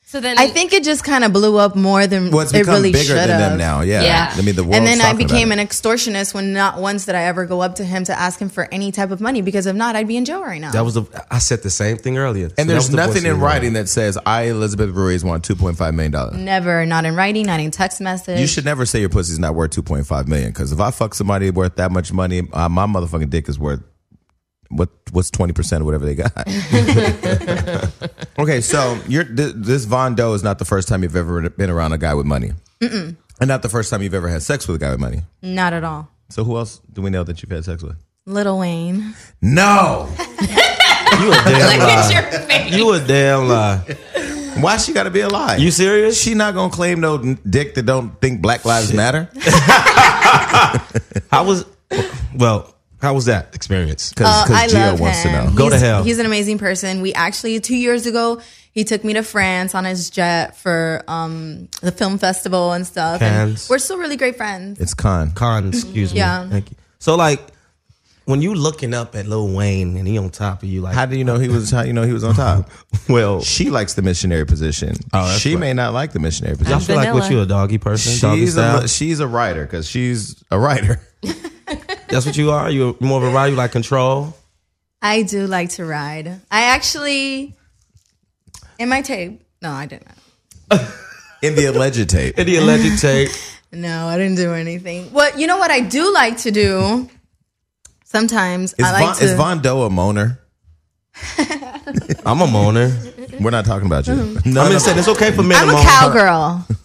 [SPEAKER 2] So then
[SPEAKER 6] I think it just kind of blew up more than
[SPEAKER 1] Well, it's
[SPEAKER 6] it
[SPEAKER 1] become
[SPEAKER 6] really
[SPEAKER 1] bigger
[SPEAKER 6] should
[SPEAKER 1] than them
[SPEAKER 6] have.
[SPEAKER 1] now. Yeah.
[SPEAKER 2] Yeah.
[SPEAKER 1] I mean, the world.
[SPEAKER 6] And then I became an extortionist when not once did I ever go up to him to ask him for any type of money because if not, I'd be in jail right now.
[SPEAKER 3] that was the. I said the same thing earlier. So that
[SPEAKER 1] And there's
[SPEAKER 3] was the
[SPEAKER 1] nothing
[SPEAKER 3] voice
[SPEAKER 1] in
[SPEAKER 3] the
[SPEAKER 1] writing that says I, Elizabeth Ruiz, want 2.5 million dollars.
[SPEAKER 6] Never, not in writing, not in text message.
[SPEAKER 1] You should never say your pussy's not worth 2.5 million because if I fuck somebody worth that much money, uh, my motherfucking dick is worth what what's 20% of whatever they
[SPEAKER 6] <laughs>
[SPEAKER 1] got. okay, so you're th- this Von Doe is not the first time you've ever been around a guy with money. And not the first time you've ever had sex with a guy with money.
[SPEAKER 6] Not at all.
[SPEAKER 1] So who else do we know that you've had sex with?
[SPEAKER 6] Little Wayne.
[SPEAKER 1] <laughs> No.
[SPEAKER 3] You a
[SPEAKER 1] <laughs>
[SPEAKER 3] damn
[SPEAKER 2] Look
[SPEAKER 3] lie.
[SPEAKER 2] at your face.
[SPEAKER 3] You a damn lie.
[SPEAKER 1] Why she got to be alive?
[SPEAKER 3] You serious?
[SPEAKER 1] she not gonna claim no n- dick that don't think Black Lives
[SPEAKER 6] <laughs>
[SPEAKER 1] Matter
[SPEAKER 6] Uh,
[SPEAKER 3] How was? Well, how was that experience?
[SPEAKER 1] because
[SPEAKER 6] Uh, I
[SPEAKER 1] Gio
[SPEAKER 6] love
[SPEAKER 1] wants to
[SPEAKER 6] him.
[SPEAKER 1] know.
[SPEAKER 3] Go to
[SPEAKER 6] He's-
[SPEAKER 3] hell.
[SPEAKER 6] He's an amazing person. We actually two years ago he took me to France on his jet for um, the film festival and stuff. and
[SPEAKER 3] Cannes.
[SPEAKER 6] we're still really great friends.
[SPEAKER 1] It's Khan.
[SPEAKER 3] Con, excuse me.
[SPEAKER 6] Yeah.
[SPEAKER 3] Thank you. So like, when you looking up at Lil Wayne and he on top of you, like,
[SPEAKER 1] How do you know he was? How you know he was on top?
[SPEAKER 3] <laughs> well,
[SPEAKER 1] She likes the missionary position.
[SPEAKER 6] Oh,
[SPEAKER 3] that's
[SPEAKER 1] she
[SPEAKER 3] right.
[SPEAKER 1] may not like the missionary
[SPEAKER 3] I
[SPEAKER 1] position.
[SPEAKER 3] feel like what
[SPEAKER 2] Vanilla.
[SPEAKER 3] you a doggy person? doggy
[SPEAKER 1] She's
[SPEAKER 3] style?
[SPEAKER 1] a she's a writer because she's a writer. <laughs>
[SPEAKER 3] That's what you are. You're more of a ride. You like control.
[SPEAKER 6] I do like to ride. I actually in my tape. No, I didn't.
[SPEAKER 1] In the alleged tape,
[SPEAKER 3] The <laughs> alleged tape.
[SPEAKER 6] No, I didn't do anything. Well, you know what I do like to do. Sometimes
[SPEAKER 1] is,
[SPEAKER 6] I like
[SPEAKER 1] Von,
[SPEAKER 6] to.
[SPEAKER 1] is Von Doe a moaner?
[SPEAKER 3] I'm a moaner.
[SPEAKER 1] We're not talking about you.
[SPEAKER 6] Mm-hmm.
[SPEAKER 1] No,
[SPEAKER 3] I'm gonna say it's okay for men
[SPEAKER 6] I'm
[SPEAKER 3] to
[SPEAKER 6] a
[SPEAKER 3] moan.
[SPEAKER 6] cowgirl.
[SPEAKER 1] <laughs>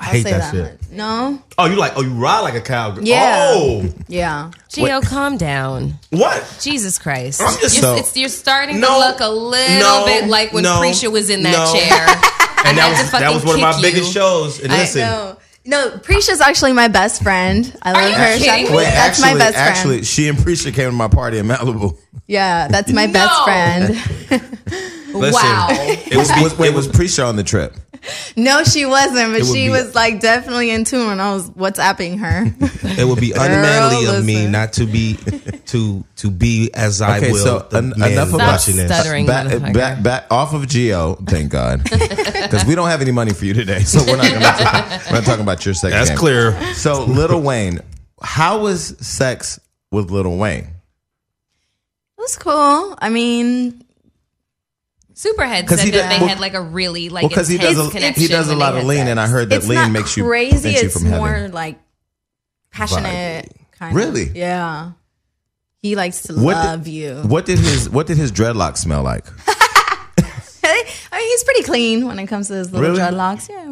[SPEAKER 3] I hate
[SPEAKER 6] Say
[SPEAKER 3] that,
[SPEAKER 6] that.
[SPEAKER 3] shit.
[SPEAKER 6] much. No.
[SPEAKER 3] Oh, you like? Oh, you ride like a cowgirl.
[SPEAKER 6] Yeah.
[SPEAKER 3] Oh,
[SPEAKER 6] Yeah.
[SPEAKER 2] Gio, calm down.
[SPEAKER 3] what?
[SPEAKER 2] Jesus Christ.
[SPEAKER 3] I'm just-
[SPEAKER 2] you're,
[SPEAKER 3] So-
[SPEAKER 2] it's, you're starting
[SPEAKER 3] No,
[SPEAKER 2] to look a little
[SPEAKER 3] no,
[SPEAKER 2] bit like when
[SPEAKER 3] no,
[SPEAKER 2] Preacher was in that
[SPEAKER 3] no. <laughs>
[SPEAKER 2] chair.
[SPEAKER 3] And
[SPEAKER 2] I
[SPEAKER 3] that
[SPEAKER 2] had
[SPEAKER 3] was
[SPEAKER 2] to fucking
[SPEAKER 3] that was one of my
[SPEAKER 2] kick
[SPEAKER 3] biggest
[SPEAKER 2] you.
[SPEAKER 3] shows. And listen,
[SPEAKER 6] No, no. Preisha's actually my best friend. I love
[SPEAKER 2] you
[SPEAKER 6] her. Shout-
[SPEAKER 2] kidding me?
[SPEAKER 1] Wait,
[SPEAKER 6] that's
[SPEAKER 1] actually,
[SPEAKER 6] my best
[SPEAKER 1] actually,
[SPEAKER 6] friend.
[SPEAKER 1] she and Preacher came to my party in
[SPEAKER 6] <laughs>
[SPEAKER 1] Malibu.
[SPEAKER 6] Yeah, that's my
[SPEAKER 2] <laughs> No.
[SPEAKER 6] best friend.
[SPEAKER 1] <laughs>
[SPEAKER 3] listen.
[SPEAKER 2] Wow.
[SPEAKER 1] It was, was wait, was Preacher on the trip?
[SPEAKER 6] No, she wasn't, but
[SPEAKER 3] would
[SPEAKER 6] she
[SPEAKER 3] be-
[SPEAKER 6] was like definitely in tune when I was
[SPEAKER 1] <laughs>
[SPEAKER 6] WhatsApping her.
[SPEAKER 3] It would be unmanly
[SPEAKER 6] Girl,
[SPEAKER 3] of me
[SPEAKER 6] listen.
[SPEAKER 3] not to be to to be as I
[SPEAKER 1] Okay,
[SPEAKER 3] will.
[SPEAKER 1] so
[SPEAKER 3] the
[SPEAKER 1] en-
[SPEAKER 3] man
[SPEAKER 1] enough about-
[SPEAKER 3] watching this.
[SPEAKER 2] Stop stuttering.
[SPEAKER 1] Back,
[SPEAKER 2] motherfucker.
[SPEAKER 1] back, back off of Geo, thank
[SPEAKER 6] <laughs>
[SPEAKER 1] God, because we don't have any money for you today, so we're not gonna talk, we're not talking about your sex.
[SPEAKER 3] That's
[SPEAKER 1] game.
[SPEAKER 3] clear.
[SPEAKER 1] So, Little Wayne, how was sex with Little Wayne?
[SPEAKER 6] It was cool. I mean,
[SPEAKER 2] Superhead
[SPEAKER 1] 'Cause
[SPEAKER 2] said
[SPEAKER 1] he does-
[SPEAKER 2] that they
[SPEAKER 1] well-
[SPEAKER 2] had like a really like
[SPEAKER 1] Well, because he does
[SPEAKER 2] intense
[SPEAKER 1] a,
[SPEAKER 2] connection.
[SPEAKER 1] he does a
[SPEAKER 2] when
[SPEAKER 1] lot
[SPEAKER 2] they
[SPEAKER 1] of
[SPEAKER 2] had
[SPEAKER 1] lean,
[SPEAKER 2] sex.
[SPEAKER 1] and I heard that
[SPEAKER 6] it's
[SPEAKER 1] lean
[SPEAKER 6] not
[SPEAKER 1] makes you
[SPEAKER 6] crazy.
[SPEAKER 1] prevents you
[SPEAKER 6] it's
[SPEAKER 1] from
[SPEAKER 6] more
[SPEAKER 1] heaven.
[SPEAKER 6] like passionate kind.
[SPEAKER 1] Really?
[SPEAKER 6] Of. Yeah. He likes to
[SPEAKER 1] What did-
[SPEAKER 6] love you.
[SPEAKER 1] What did his What did his dreadlocks smell like?
[SPEAKER 6] I mean, he's pretty clean when it comes to his little
[SPEAKER 1] Really?
[SPEAKER 6] dreadlocks. Yeah.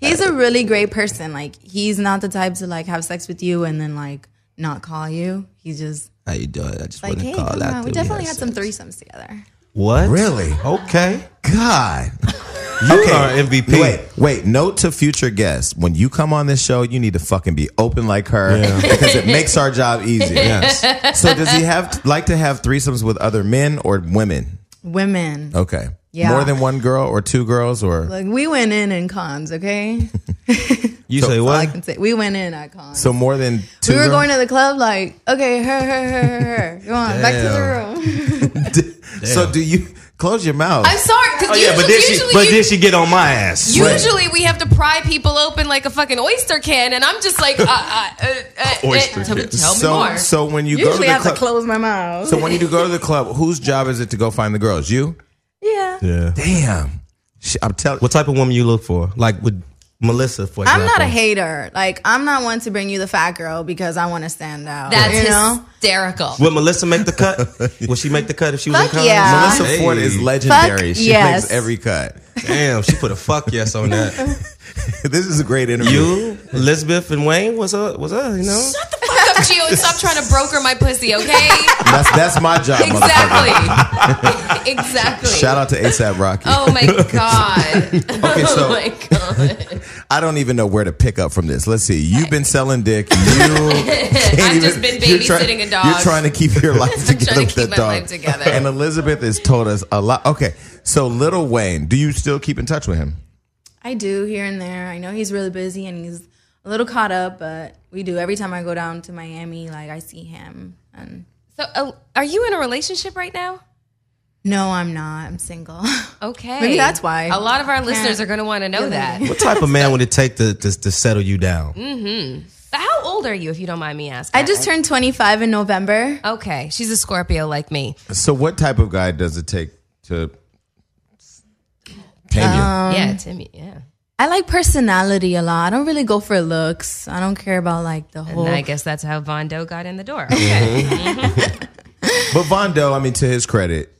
[SPEAKER 6] He's a really great person. Like, he's not the type to like have sex with you and then like not call you. He's just
[SPEAKER 3] How you doing? I just
[SPEAKER 6] like,
[SPEAKER 3] want to
[SPEAKER 6] hey,
[SPEAKER 3] call
[SPEAKER 6] come
[SPEAKER 3] out.
[SPEAKER 6] on.
[SPEAKER 3] to
[SPEAKER 6] We
[SPEAKER 3] you.
[SPEAKER 6] definitely had some threesomes together.
[SPEAKER 3] What? <laughs>
[SPEAKER 1] Really?
[SPEAKER 3] Okay.
[SPEAKER 1] God,
[SPEAKER 3] Oh <laughs> You are MVP.
[SPEAKER 1] Wait, wait. Note to future guests: when you come on this show, you need to fucking be open like her because it makes our job
[SPEAKER 3] <laughs>
[SPEAKER 1] easier.
[SPEAKER 3] Yes.
[SPEAKER 1] So, does he have like to have threesomes with other men or women?
[SPEAKER 6] Women.
[SPEAKER 1] Okay.
[SPEAKER 6] Yeah.
[SPEAKER 1] More than one girl or two girls or
[SPEAKER 6] Like, we went in in cons, okay?
[SPEAKER 3] You
[SPEAKER 1] So-
[SPEAKER 3] say
[SPEAKER 6] All I
[SPEAKER 3] what?
[SPEAKER 6] can say. We went in icon.
[SPEAKER 1] So more than two.
[SPEAKER 6] we were
[SPEAKER 1] girls?
[SPEAKER 6] going to the club like, okay, her, her, her, her, her. Go on, back to the room.
[SPEAKER 1] so do you close your mouth?
[SPEAKER 2] I'm sorry, because
[SPEAKER 3] Oh yeah,
[SPEAKER 2] usually,
[SPEAKER 3] but did she?
[SPEAKER 2] usually,
[SPEAKER 3] But
[SPEAKER 2] you-
[SPEAKER 3] did she get on my ass?
[SPEAKER 2] usually we have to pry people open like a fucking oyster can, and I'm just like, uh, uh, uh, uh,
[SPEAKER 3] Oyster
[SPEAKER 2] uh, tell,
[SPEAKER 3] can.
[SPEAKER 2] tell me
[SPEAKER 1] so
[SPEAKER 2] more.
[SPEAKER 1] so when you go to
[SPEAKER 6] Usually I
[SPEAKER 1] the
[SPEAKER 6] have to
[SPEAKER 1] club,
[SPEAKER 6] close my mouth.
[SPEAKER 1] so when you do go to the club, whose job is it to go find the girls? You?
[SPEAKER 6] yeah.
[SPEAKER 3] Yeah.
[SPEAKER 1] Damn. Sh- I'm telling.
[SPEAKER 3] What type of woman you look for? Like with Melissa, for
[SPEAKER 6] I'm
[SPEAKER 3] example.
[SPEAKER 6] not a hater. Like I'm not one to bring you the fat girl because I want to stand out.
[SPEAKER 2] That's
[SPEAKER 6] you know.
[SPEAKER 2] hysterical.
[SPEAKER 3] Would Melissa make
[SPEAKER 1] <laughs>
[SPEAKER 3] the cut? Would she make the cut if she was in
[SPEAKER 6] Fuck
[SPEAKER 3] college?
[SPEAKER 6] yeah.
[SPEAKER 1] Melissa
[SPEAKER 3] Hey.
[SPEAKER 1] Ford is legendary.
[SPEAKER 6] Fuck
[SPEAKER 1] she
[SPEAKER 6] yes.
[SPEAKER 1] makes every cut. <laughs>
[SPEAKER 3] Damn, she put a fuck yes on
[SPEAKER 6] <laughs>
[SPEAKER 3] that.
[SPEAKER 1] this is a great interview.
[SPEAKER 3] You, Elizabeth, and Wayne, what's up? What's up? You know,
[SPEAKER 2] Fuck up, <laughs> Gio, and stop trying to broker my
[SPEAKER 1] <laughs>
[SPEAKER 2] pussy, okay?
[SPEAKER 1] That's that's my job. motherfucker. <laughs>
[SPEAKER 2] exactly. exactly. <laughs>
[SPEAKER 1] Shout out to ASAP Rocky. <laughs>
[SPEAKER 2] Oh my god. <laughs>
[SPEAKER 1] Okay,
[SPEAKER 2] oh
[SPEAKER 1] so
[SPEAKER 2] my god.
[SPEAKER 1] I don't even know where to pick up from this. Let's see. You've been selling dick.
[SPEAKER 2] <laughs>
[SPEAKER 1] You can't
[SPEAKER 2] I've just
[SPEAKER 1] even-
[SPEAKER 2] been
[SPEAKER 1] you're trying-
[SPEAKER 2] babysitting a dog.
[SPEAKER 1] You're trying to keep your
[SPEAKER 2] <laughs>
[SPEAKER 1] life
[SPEAKER 2] trying to
[SPEAKER 1] together with
[SPEAKER 2] keep
[SPEAKER 1] that
[SPEAKER 2] my
[SPEAKER 1] dog.
[SPEAKER 2] life together.
[SPEAKER 1] And Elizabeth has told us a lot. Okay, so Little Wayne, do you still keep in touch with him?
[SPEAKER 6] I do here and there. I know he's really busy and he's a little caught up, but we do every time I go down to Miami. Like I see him, and
[SPEAKER 2] So, uh, are you in a relationship right now?
[SPEAKER 6] no, I'm not. I'm single. <laughs>
[SPEAKER 2] Okay.
[SPEAKER 6] Maybe that's why.
[SPEAKER 2] A lot of our listeners are going to want to know that.
[SPEAKER 3] what type of man would it take to to, to settle you down?
[SPEAKER 6] Mm.
[SPEAKER 2] But How old are you, if you don't mind me asking?
[SPEAKER 6] I just turned 25 in November.
[SPEAKER 2] Okay, she's a Scorpio like me.
[SPEAKER 1] So, what type of guy does it take to tame you?
[SPEAKER 2] yeah, Timmy. Yeah,
[SPEAKER 6] I like personality a lot. I don't really go for looks. I don't care about like the whole.
[SPEAKER 2] and I guess that's how Vondo got in the door. Okay.
[SPEAKER 1] But Vondo, I mean, to his credit,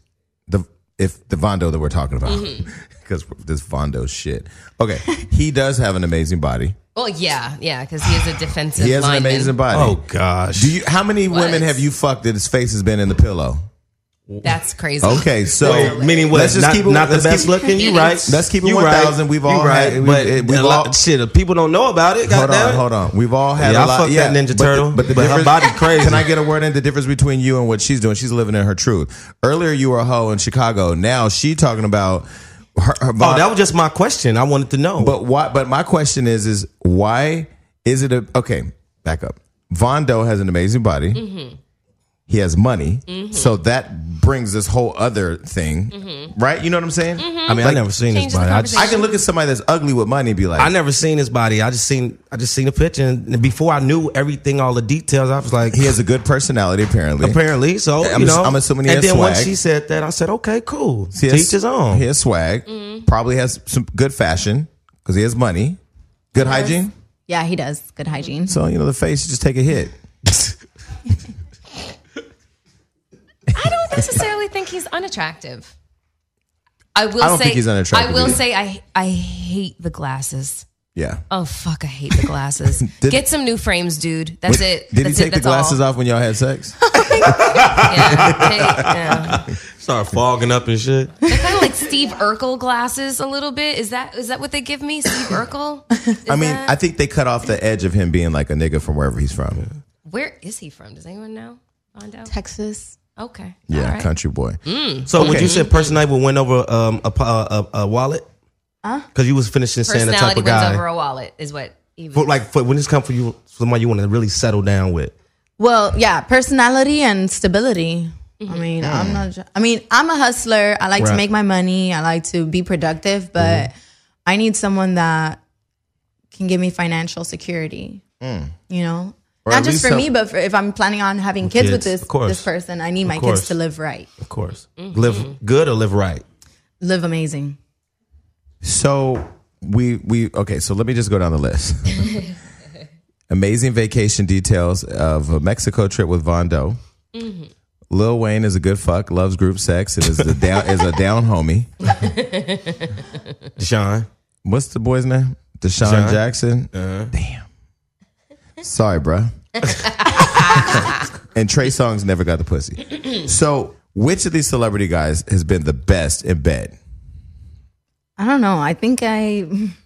[SPEAKER 1] the if the Vondo that we're talking about,
[SPEAKER 2] Mm-hmm.
[SPEAKER 1] <laughs> because this Vondo shit. Okay, he does have an amazing body.
[SPEAKER 2] well, yeah, yeah, because he is a defensive.
[SPEAKER 1] He has an
[SPEAKER 2] lineman.
[SPEAKER 1] amazing body.
[SPEAKER 3] Oh gosh,
[SPEAKER 1] Do you? How many women have you fucked that his face has been in the pillow?
[SPEAKER 2] That's crazy.
[SPEAKER 1] Okay, so
[SPEAKER 3] Oh, meaning what?
[SPEAKER 1] Let's just
[SPEAKER 3] not,
[SPEAKER 1] keep it.
[SPEAKER 3] not the
[SPEAKER 1] let's
[SPEAKER 3] best
[SPEAKER 1] keep-
[SPEAKER 3] looking. You right?
[SPEAKER 1] Let's keep it
[SPEAKER 3] You
[SPEAKER 1] 1,000. We've
[SPEAKER 3] You
[SPEAKER 1] all had- we-
[SPEAKER 3] but
[SPEAKER 1] it- we've
[SPEAKER 3] a lot-
[SPEAKER 1] all-
[SPEAKER 3] shit. if People don't know about it.
[SPEAKER 1] Hold
[SPEAKER 3] goddamn
[SPEAKER 1] on,
[SPEAKER 3] it.
[SPEAKER 1] hold on. We've all had
[SPEAKER 3] Yeah,
[SPEAKER 1] a
[SPEAKER 3] I
[SPEAKER 1] lot.
[SPEAKER 3] fucked
[SPEAKER 1] yeah,
[SPEAKER 3] that Ninja
[SPEAKER 1] but
[SPEAKER 3] Turtle,
[SPEAKER 1] the, but the
[SPEAKER 3] but her
[SPEAKER 1] difference,
[SPEAKER 3] body
[SPEAKER 1] <laughs>
[SPEAKER 3] crazy.
[SPEAKER 1] Can I get a word in the difference between you and what she's doing? She's living in her truth. Earlier, you were a hoe in Chicago. Now she talking about her. her
[SPEAKER 3] Oh, that was just my question. I wanted to know.
[SPEAKER 1] But why? But my question is, is why is it a okay? Back up. Vondo has an amazing body. He has money, so that brings this whole other thing, right? You know what I'm saying?
[SPEAKER 6] Mm-hmm.
[SPEAKER 3] I mean, I never seen
[SPEAKER 2] Change
[SPEAKER 3] this
[SPEAKER 2] the
[SPEAKER 3] body. I, just,
[SPEAKER 1] I can look at somebody that's ugly with money and be like,
[SPEAKER 3] I never seen his body. I just seen I just seen a picture, and before I knew everything, all the details, I was like,
[SPEAKER 1] he has a good personality, apparently.
[SPEAKER 3] <laughs> apparently. So
[SPEAKER 1] I'm
[SPEAKER 3] you
[SPEAKER 1] ass-
[SPEAKER 3] know,
[SPEAKER 1] I'm assuming he
[SPEAKER 3] And
[SPEAKER 1] has
[SPEAKER 3] then when
[SPEAKER 1] swag.
[SPEAKER 3] she said that, I said, okay, cool.
[SPEAKER 1] He has-
[SPEAKER 3] Teach his own.
[SPEAKER 1] He has swag.
[SPEAKER 2] Mm-hmm.
[SPEAKER 1] Probably has some good fashion because he has money, good hygiene.
[SPEAKER 6] Yeah, he does good hygiene.
[SPEAKER 1] So you know, the face you just take a hit.
[SPEAKER 2] I don't necessarily think he's unattractive. I will
[SPEAKER 1] I don't
[SPEAKER 2] say
[SPEAKER 1] think he's unattractive
[SPEAKER 2] I will
[SPEAKER 1] either.
[SPEAKER 2] say I I hate the glasses.
[SPEAKER 1] Yeah.
[SPEAKER 2] Oh fuck, I hate the glasses.
[SPEAKER 1] <laughs> Did-
[SPEAKER 2] Get some new frames, dude. That's it.
[SPEAKER 1] Did
[SPEAKER 2] That's
[SPEAKER 1] he take the
[SPEAKER 2] it. That's all.
[SPEAKER 1] glasses off when y'all had sex? <laughs>
[SPEAKER 2] Yeah. Hey, yeah.
[SPEAKER 3] Started fogging up and shit.
[SPEAKER 2] They're kind of like Steve Urkel glasses a little bit. Is that is that what they give me? Steve
[SPEAKER 1] <laughs>
[SPEAKER 2] Urkel? <laughs> Is
[SPEAKER 1] I mean,
[SPEAKER 2] that-
[SPEAKER 1] I think they cut off the edge of him being like a nigga from wherever he's from.
[SPEAKER 2] Where is he from? Does anyone know? Mondo?
[SPEAKER 6] Texas.
[SPEAKER 2] Okay.
[SPEAKER 1] Yeah,
[SPEAKER 2] All right.
[SPEAKER 1] country boy.
[SPEAKER 3] So would you say personality would win over um, a, po- a, a, a wallet? Because you was finishing saying the type
[SPEAKER 2] Personality
[SPEAKER 3] of
[SPEAKER 2] wins
[SPEAKER 3] guy.
[SPEAKER 2] over a wallet is what he was.
[SPEAKER 3] But like for, when it's come for you, somebody you want to really settle down with.
[SPEAKER 6] Well, yeah, personality and stability.
[SPEAKER 2] Mm-hmm.
[SPEAKER 6] I mean, I'm not. ju- I mean, I'm a hustler. I like
[SPEAKER 3] Mm. Right.
[SPEAKER 6] to
[SPEAKER 3] Mm-hmm.
[SPEAKER 6] make my money. I like to be productive, but I need someone that can give me financial security.
[SPEAKER 3] Mm.
[SPEAKER 6] You know,
[SPEAKER 1] Or at
[SPEAKER 6] not just
[SPEAKER 1] least
[SPEAKER 6] for
[SPEAKER 1] some-
[SPEAKER 6] me, but for if I'm planning on having kids, with
[SPEAKER 3] kids,
[SPEAKER 6] this
[SPEAKER 3] of course.
[SPEAKER 6] this person, I need my
[SPEAKER 3] course.
[SPEAKER 6] kids to live right,
[SPEAKER 3] Of course,
[SPEAKER 2] Mm-hmm.
[SPEAKER 3] live good or live right.
[SPEAKER 6] live amazing.
[SPEAKER 1] So we we okay. So let me just go down the list. Amazing vacation details of a Mexico trip with Vondo. Lil Wayne is a good fuck, loves group sex, and is the down is a down homie.
[SPEAKER 3] Deshaun,
[SPEAKER 1] What's the boy's name? Deshaun
[SPEAKER 3] Deshaun? Uh-huh.
[SPEAKER 1] Jackson. Damn. Sorry, bruh. and Trey Songs never got the pussy. So, which of these celebrity guys has been the best in bed?
[SPEAKER 6] I don't know. I think I. <laughs>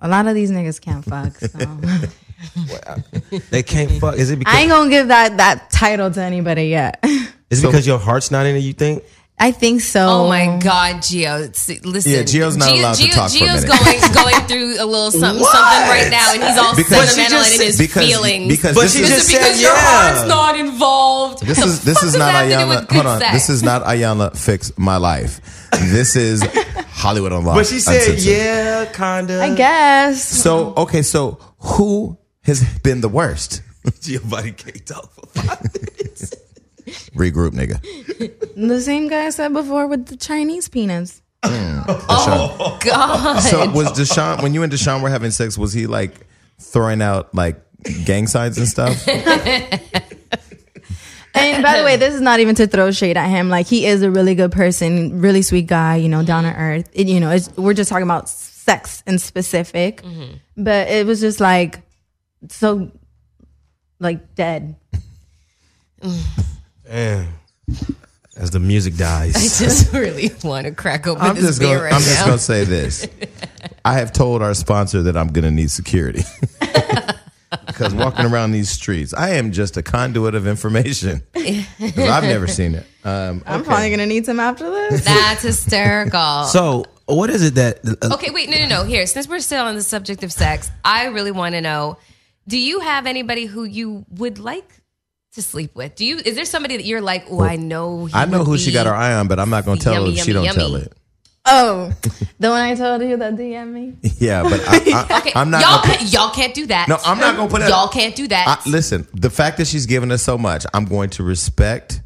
[SPEAKER 6] A lot of these niggas can't fuck.
[SPEAKER 3] <laughs>
[SPEAKER 6] So.
[SPEAKER 3] they can't
[SPEAKER 2] Mm-hmm.
[SPEAKER 3] fuck. Is it
[SPEAKER 6] I
[SPEAKER 3] because
[SPEAKER 6] ain't gonna give that that title to anybody yet. <laughs>
[SPEAKER 3] is it because your heart's not in it? You think?
[SPEAKER 6] I think so.
[SPEAKER 2] Oh my God, Gio! S- Listen,
[SPEAKER 1] Yeah, Gio's not allowed to talk for a
[SPEAKER 2] Gio's
[SPEAKER 1] minute.
[SPEAKER 2] going going through a little something
[SPEAKER 3] What?
[SPEAKER 2] something right now, and he's all
[SPEAKER 1] Because-
[SPEAKER 2] sentimental in
[SPEAKER 3] But she just
[SPEAKER 2] his
[SPEAKER 3] said-
[SPEAKER 1] because
[SPEAKER 2] feelings.
[SPEAKER 1] because
[SPEAKER 3] But
[SPEAKER 1] this
[SPEAKER 3] she
[SPEAKER 1] is,
[SPEAKER 2] Is it
[SPEAKER 3] just
[SPEAKER 2] because
[SPEAKER 3] said,
[SPEAKER 2] your
[SPEAKER 3] yeah.
[SPEAKER 2] heart's not involved?
[SPEAKER 1] This
[SPEAKER 2] The
[SPEAKER 1] is this
[SPEAKER 2] fuck
[SPEAKER 1] is
[SPEAKER 2] does
[SPEAKER 1] not
[SPEAKER 2] that have to do
[SPEAKER 1] Ayala.
[SPEAKER 2] with
[SPEAKER 1] Hold
[SPEAKER 2] good
[SPEAKER 1] on,
[SPEAKER 2] sex?
[SPEAKER 1] this is not Ayala fix my life. This is Hollywood Unlocked.
[SPEAKER 3] But she said,
[SPEAKER 1] Uncensored.
[SPEAKER 3] yeah, kinda.
[SPEAKER 6] I guess.
[SPEAKER 1] So okay, so who has been the
[SPEAKER 3] <laughs>
[SPEAKER 1] worst?
[SPEAKER 3] Giovanni can't talk for five minutes.
[SPEAKER 1] Regroup, nigga.
[SPEAKER 6] The same guy I said before with the Chinese peanuts.
[SPEAKER 2] Oh.
[SPEAKER 1] Deshaun.
[SPEAKER 2] <laughs> God. <laughs>
[SPEAKER 1] So was Deshaun when you and Deshaun were having sex? Was he like throwing out like gang signs and
[SPEAKER 2] <laughs>
[SPEAKER 1] stuff?
[SPEAKER 6] And by the way, this is not even to throw shade at him. Like he is a really good person, really sweet guy. You know, down to earth. It- you know, it's, we're just talking about sex in specific. But it was just like so, like dead.
[SPEAKER 3] As the music dies.
[SPEAKER 2] I just really want to crack open
[SPEAKER 1] I'm
[SPEAKER 2] this
[SPEAKER 1] just
[SPEAKER 2] beer
[SPEAKER 1] going.
[SPEAKER 2] right
[SPEAKER 1] I'm
[SPEAKER 2] now.
[SPEAKER 1] just going to say
[SPEAKER 2] <laughs>
[SPEAKER 1] this. I have told our sponsor that I'm going to need security <laughs> because walking around these streets, I am just a conduit of
[SPEAKER 2] <laughs>
[SPEAKER 1] information. 'Cause I've never seen it. Um,
[SPEAKER 6] I'm probably gonna need some after this.
[SPEAKER 2] That's hysterical.
[SPEAKER 3] So, what is it that. uh,
[SPEAKER 2] okay, wait, no, no, no. Here, since we're still on the subject of sex, I really want to know: Do you have anybody who you would like to sleep with? Do you? Is there somebody that you're like, oh, I know, he
[SPEAKER 1] I know
[SPEAKER 2] would
[SPEAKER 1] who she
[SPEAKER 2] be-
[SPEAKER 1] got her eye on, but I'm not going to tell her
[SPEAKER 2] Yummy,
[SPEAKER 1] if she don't
[SPEAKER 2] yummy,
[SPEAKER 1] tell
[SPEAKER 2] yummy.
[SPEAKER 1] it. <laughs>
[SPEAKER 6] Oh, the one I told you that DM me.
[SPEAKER 1] Yeah, but I, I,
[SPEAKER 2] <laughs> Okay,
[SPEAKER 1] I'm not.
[SPEAKER 2] Y'all,
[SPEAKER 1] gonna put-
[SPEAKER 2] can't, y'all can't do that.
[SPEAKER 1] no, I'm not going to put it.
[SPEAKER 2] Y'all can't do that.
[SPEAKER 1] I, listen, the fact that she's giving us so much, I'm going to respect.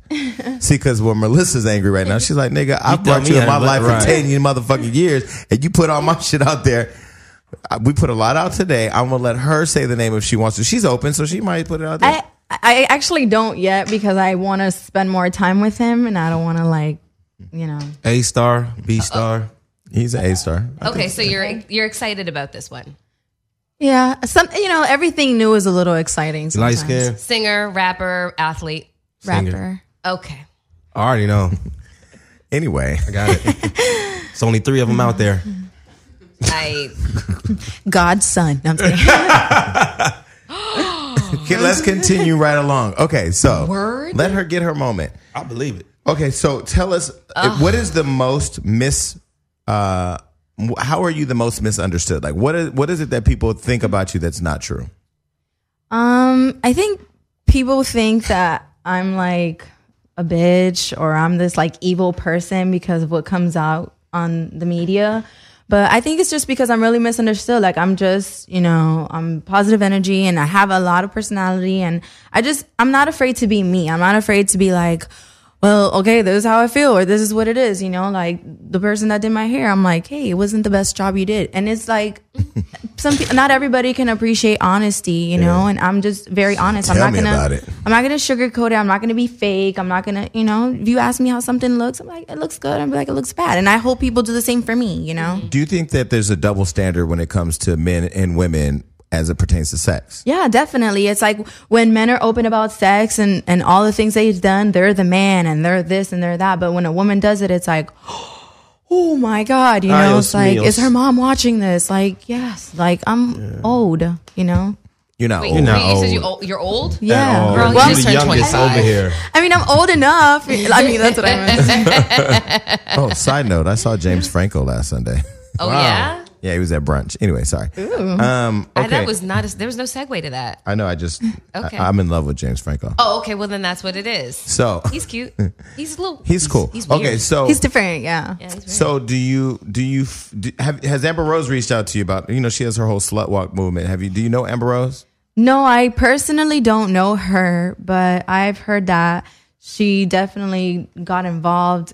[SPEAKER 1] See, because when Melissa's angry right now, she's like, "Nigga, I
[SPEAKER 3] done
[SPEAKER 1] brought
[SPEAKER 3] me
[SPEAKER 1] you in
[SPEAKER 3] out
[SPEAKER 1] my
[SPEAKER 3] of
[SPEAKER 1] life
[SPEAKER 3] it, right.
[SPEAKER 1] for ten you motherfucking years, and you put all my shit out there." I- We put a lot out today. I'm gonna let her say the name if she wants to. She's open, so she might put it out there.
[SPEAKER 6] I I actually don't yet because I want to spend more time with him and I don't want to like, you know.
[SPEAKER 3] A star, B star.
[SPEAKER 1] He's an A star.
[SPEAKER 2] okay, so you're you're excited about this one.
[SPEAKER 6] Yeah, some you know everything new is a little exciting.
[SPEAKER 3] Light
[SPEAKER 6] Sometimes.
[SPEAKER 3] skin.
[SPEAKER 2] Singer, rapper, athlete.
[SPEAKER 6] rapper.
[SPEAKER 2] Okay.
[SPEAKER 3] I already know.
[SPEAKER 1] Anyway, <laughs>
[SPEAKER 3] I
[SPEAKER 5] <laughs>
[SPEAKER 3] got it. it's only three of them out there.
[SPEAKER 2] I
[SPEAKER 6] God's son. No, I'm just kidding.
[SPEAKER 1] Okay, let's continue right along. Okay, so
[SPEAKER 2] Word?
[SPEAKER 1] let her get her moment.
[SPEAKER 3] I believe it.
[SPEAKER 1] Okay, so tell us uh, what is the most mis uh wh- how are you the most misunderstood? Like what is what is it that people think about you that's not true?
[SPEAKER 6] um, I think people think that I'm like a bitch or I'm this like evil person because of what comes out on the media. But I think it's just because I'm really misunderstood. Like I'm just, you know, I'm positive energy and I have a lot of personality and I just I'm not afraid to be me. I'm not afraid to be like, well, okay, this is how I feel, or this is what it is, you know, like the person that did my hair, I'm like, hey, it wasn't the best job you did. And it's like some pe- not everybody can appreciate honesty, you know, and I'm just very honest.
[SPEAKER 1] Tell
[SPEAKER 6] I'm not
[SPEAKER 1] me
[SPEAKER 6] gonna
[SPEAKER 1] about it.
[SPEAKER 6] I'm not gonna sugarcoat it, I'm not gonna be fake, I'm not gonna, you know, if you ask me how something looks, I'm like, it looks good, I'm like, it looks bad. And I hope people do the same for me, you
[SPEAKER 2] Mm-hmm.
[SPEAKER 6] know?
[SPEAKER 1] Do you think that there's a double standard when it comes to men and women as it pertains to sex?
[SPEAKER 6] Yeah, definitely. It's like when men are open about sex and, and all the things they've done, they're the man and they're this and they're that. But when a woman does it, it's like, <gasps> oh my God, you
[SPEAKER 1] Ah,
[SPEAKER 6] know,
[SPEAKER 3] Ay, Dios
[SPEAKER 6] it's like,
[SPEAKER 3] míos.
[SPEAKER 6] is her mom watching this? Like, yes, like I'm old, you know?
[SPEAKER 1] You're not
[SPEAKER 2] wait.
[SPEAKER 1] old.
[SPEAKER 2] you
[SPEAKER 3] not
[SPEAKER 2] said
[SPEAKER 3] old.
[SPEAKER 2] you old, you're old.
[SPEAKER 6] Yeah.
[SPEAKER 3] Oh,
[SPEAKER 2] Girl, you
[SPEAKER 3] you're
[SPEAKER 2] just
[SPEAKER 3] the
[SPEAKER 2] turned
[SPEAKER 3] youngest
[SPEAKER 2] 25.
[SPEAKER 3] over here.
[SPEAKER 6] I mean, I'm
[SPEAKER 2] <laughs>
[SPEAKER 6] old enough. I mean, that's what I meant.
[SPEAKER 1] Oh, side note, I saw James Franco last Sunday.
[SPEAKER 2] Oh yeah.
[SPEAKER 1] yeah, he was at brunch. Anyway, sorry. Um
[SPEAKER 2] I-
[SPEAKER 1] okay. I,
[SPEAKER 2] that was not. A, there was no segue to that.
[SPEAKER 1] know I just
[SPEAKER 2] Okay.
[SPEAKER 1] I, am in love with James Franco.
[SPEAKER 2] Oh, okay. Well, then that's what it is.
[SPEAKER 1] So
[SPEAKER 2] He's
[SPEAKER 1] <laughs>
[SPEAKER 2] cute. He's a little.
[SPEAKER 1] he's cool.
[SPEAKER 2] He's weird.
[SPEAKER 1] okay, so
[SPEAKER 6] He's different, yeah.
[SPEAKER 2] Yeah, he's weird.
[SPEAKER 1] So do you do you f- do, have has Amber Rose reached out to you about you know she has her whole slut walk movement? Have you do you know Amber Rose?
[SPEAKER 6] No, I personally don't know her, but I've heard that she definitely got involved